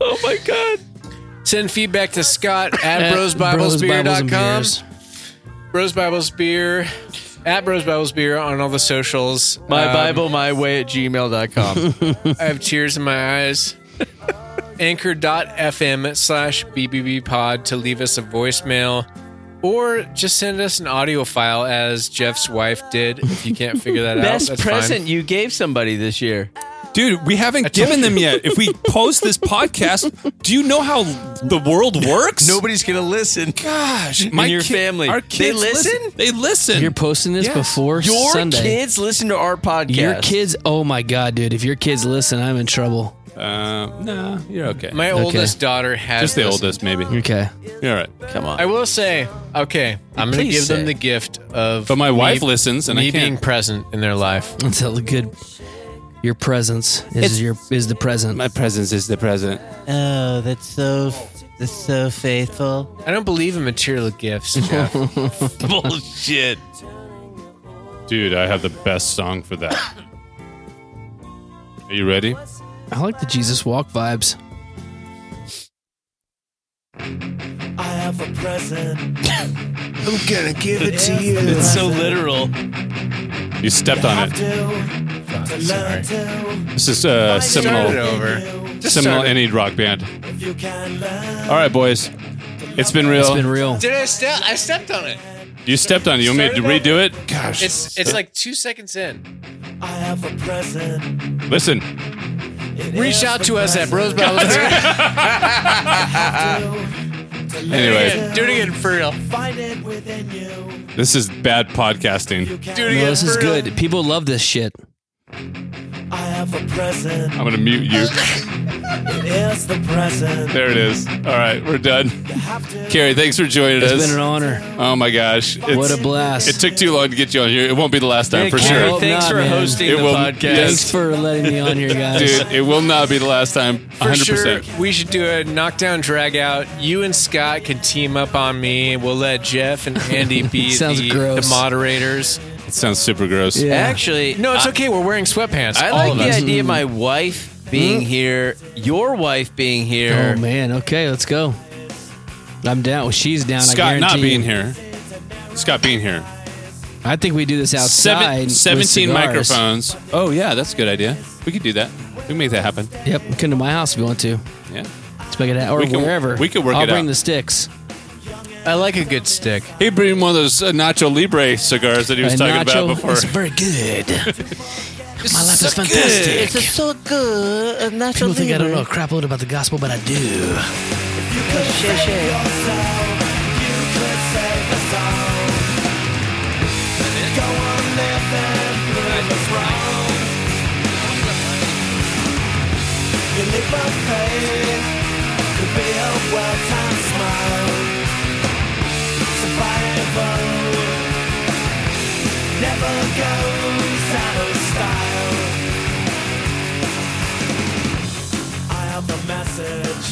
C: oh my god.
A: Send feedback to Scott
D: At
A: at brosbiblesbeer.com.
D: brosbiblesandbeers.
A: Bros Bibles Beer at Bros Bibles Beer on all the socials.
C: My
A: Um,
C: Bible, my way at gmail.com.
A: <laughs> I have tears in my eyes. Anchor.fm slash BBB pod to leave us a voicemail or just send us an audio file as Jeff's wife did. If you can't figure
C: <laughs>
A: that out,
C: Best
A: that's
C: present you gave somebody this year.
B: Dude, we haven't given them yet. If we post this podcast, do you know how the world works?
C: Nobody's gonna listen.
B: Gosh,
C: In your family.
B: our
C: They
B: kids
C: listen?
B: They listen.
D: You're posting this
B: Yes.
D: before
C: Your
D: Sunday.
C: kids listen to our podcast.
D: Your kids. Oh my god, dude! If your kids listen, I'm in trouble.
B: Uh, no, you're okay.
A: fine. My
D: Okay.
A: oldest daughter has
B: Just the
A: listened.
B: oldest, maybe.
D: Okay.
B: You're all right.
C: Come on.
A: I will say, okay, I'm going to
C: Please
A: give
C: say.
A: them the gift of
B: But my
A: me-
B: wife listens, and I
A: me
B: can't.
A: being present in their life.
D: That's a good. Your presence is your is the present.
B: presence is the present.
G: Oh, that's so that's so faithful.
A: I don't believe in material
B: <laughs>
A: gifts, Jeff.
H: Bullshit.
B: Dude, I have the best song for that. Are you ready?
D: I like the Jesus Walk vibes.
T: I have a present. I'm gonna give it to you.
A: It's so literal.
B: You stepped on it. Ah,
A: Sorry.
B: This is uh, seminal.
A: Start it over. Just
B: seminal
A: start it.
B: any rock band. All right, boys. It's been real.
D: It's been real.
A: Did I step? I stepped on it.
B: You stepped on it. You want me to redo it? Gosh.
A: It's it's like two seconds in.
T: I have a present.
B: Listen.
A: Reach out to us at
B: <laughs>
A: Bros Brothers.
B: Anyway,
A: do it again for real.
T: Find it within you.
B: this is bad podcasting.
A: Do it
D: No,
A: again.
D: this
A: for
D: is
A: real.
D: good. People love this shit.
T: I have a present.
B: I'm gonna mute you.
T: It is the present.
B: There it is. All right, we're done. Carrie, thanks for joining us.
D: It's been an honor.
B: Oh my gosh! It's,
D: What a blast.
B: It took too long to get you on here. It won't be the last time
D: Yeah,
B: for
D: Carrie,
B: sure,
A: Thanks
D: Nah,
A: for
D: man.
A: hosting
B: It
A: the
B: will-
A: podcast.
D: Thanks for letting me on here, guys.
B: dude. It will not be the last time.
A: For
B: 100. percent
A: sure, we should do a knockdown drag out. You and Scott can team up on me. We'll let Jeff and Andy be
D: Sounds
A: the,
D: gross.
A: the moderators.
B: It sounds super gross.
D: Yeah.
C: Actually,
A: No, it's
C: I-
A: okay. We're wearing sweatpants.
C: I
A: all
C: like
A: of
C: the
A: us.
C: idea of my wife being here, your wife being here.
D: Oh man. Okay, let's go. I'm down. Well, she's down. I
B: Scott not
D: guarantee
B: being
D: you.
B: here. Scott being here.
D: I think we do this outside.
B: Seven, 17
D: with cigars.
B: microphones. Oh yeah, that's a good idea. We could do that. We can make that happen.
D: Yep. Come to my house if you want to.
B: Yeah.
D: Let's make it out, or
B: We can-
D: wherever.
B: we could work
D: I'll
B: it
D: bring
B: out.
D: the sticks.
A: I like a good stick.
B: He bring one of those uh, Nacho Libre cigars that he was
D: And
B: talking
D: nacho
B: about before. <laughs>
D: <laughs> is very good. my life is
T: good.
D: fantastic.
T: It's a
G: so good. A natural
D: People think I don't know a crap load about the gospel, but I do.
T: You live by faith. Could be a well-timed smile. Survival never goes out of style. I have a message.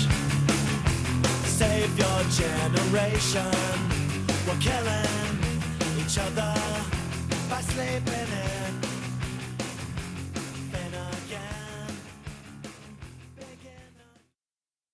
T: Save your generation. We're killing each other by sleeping in.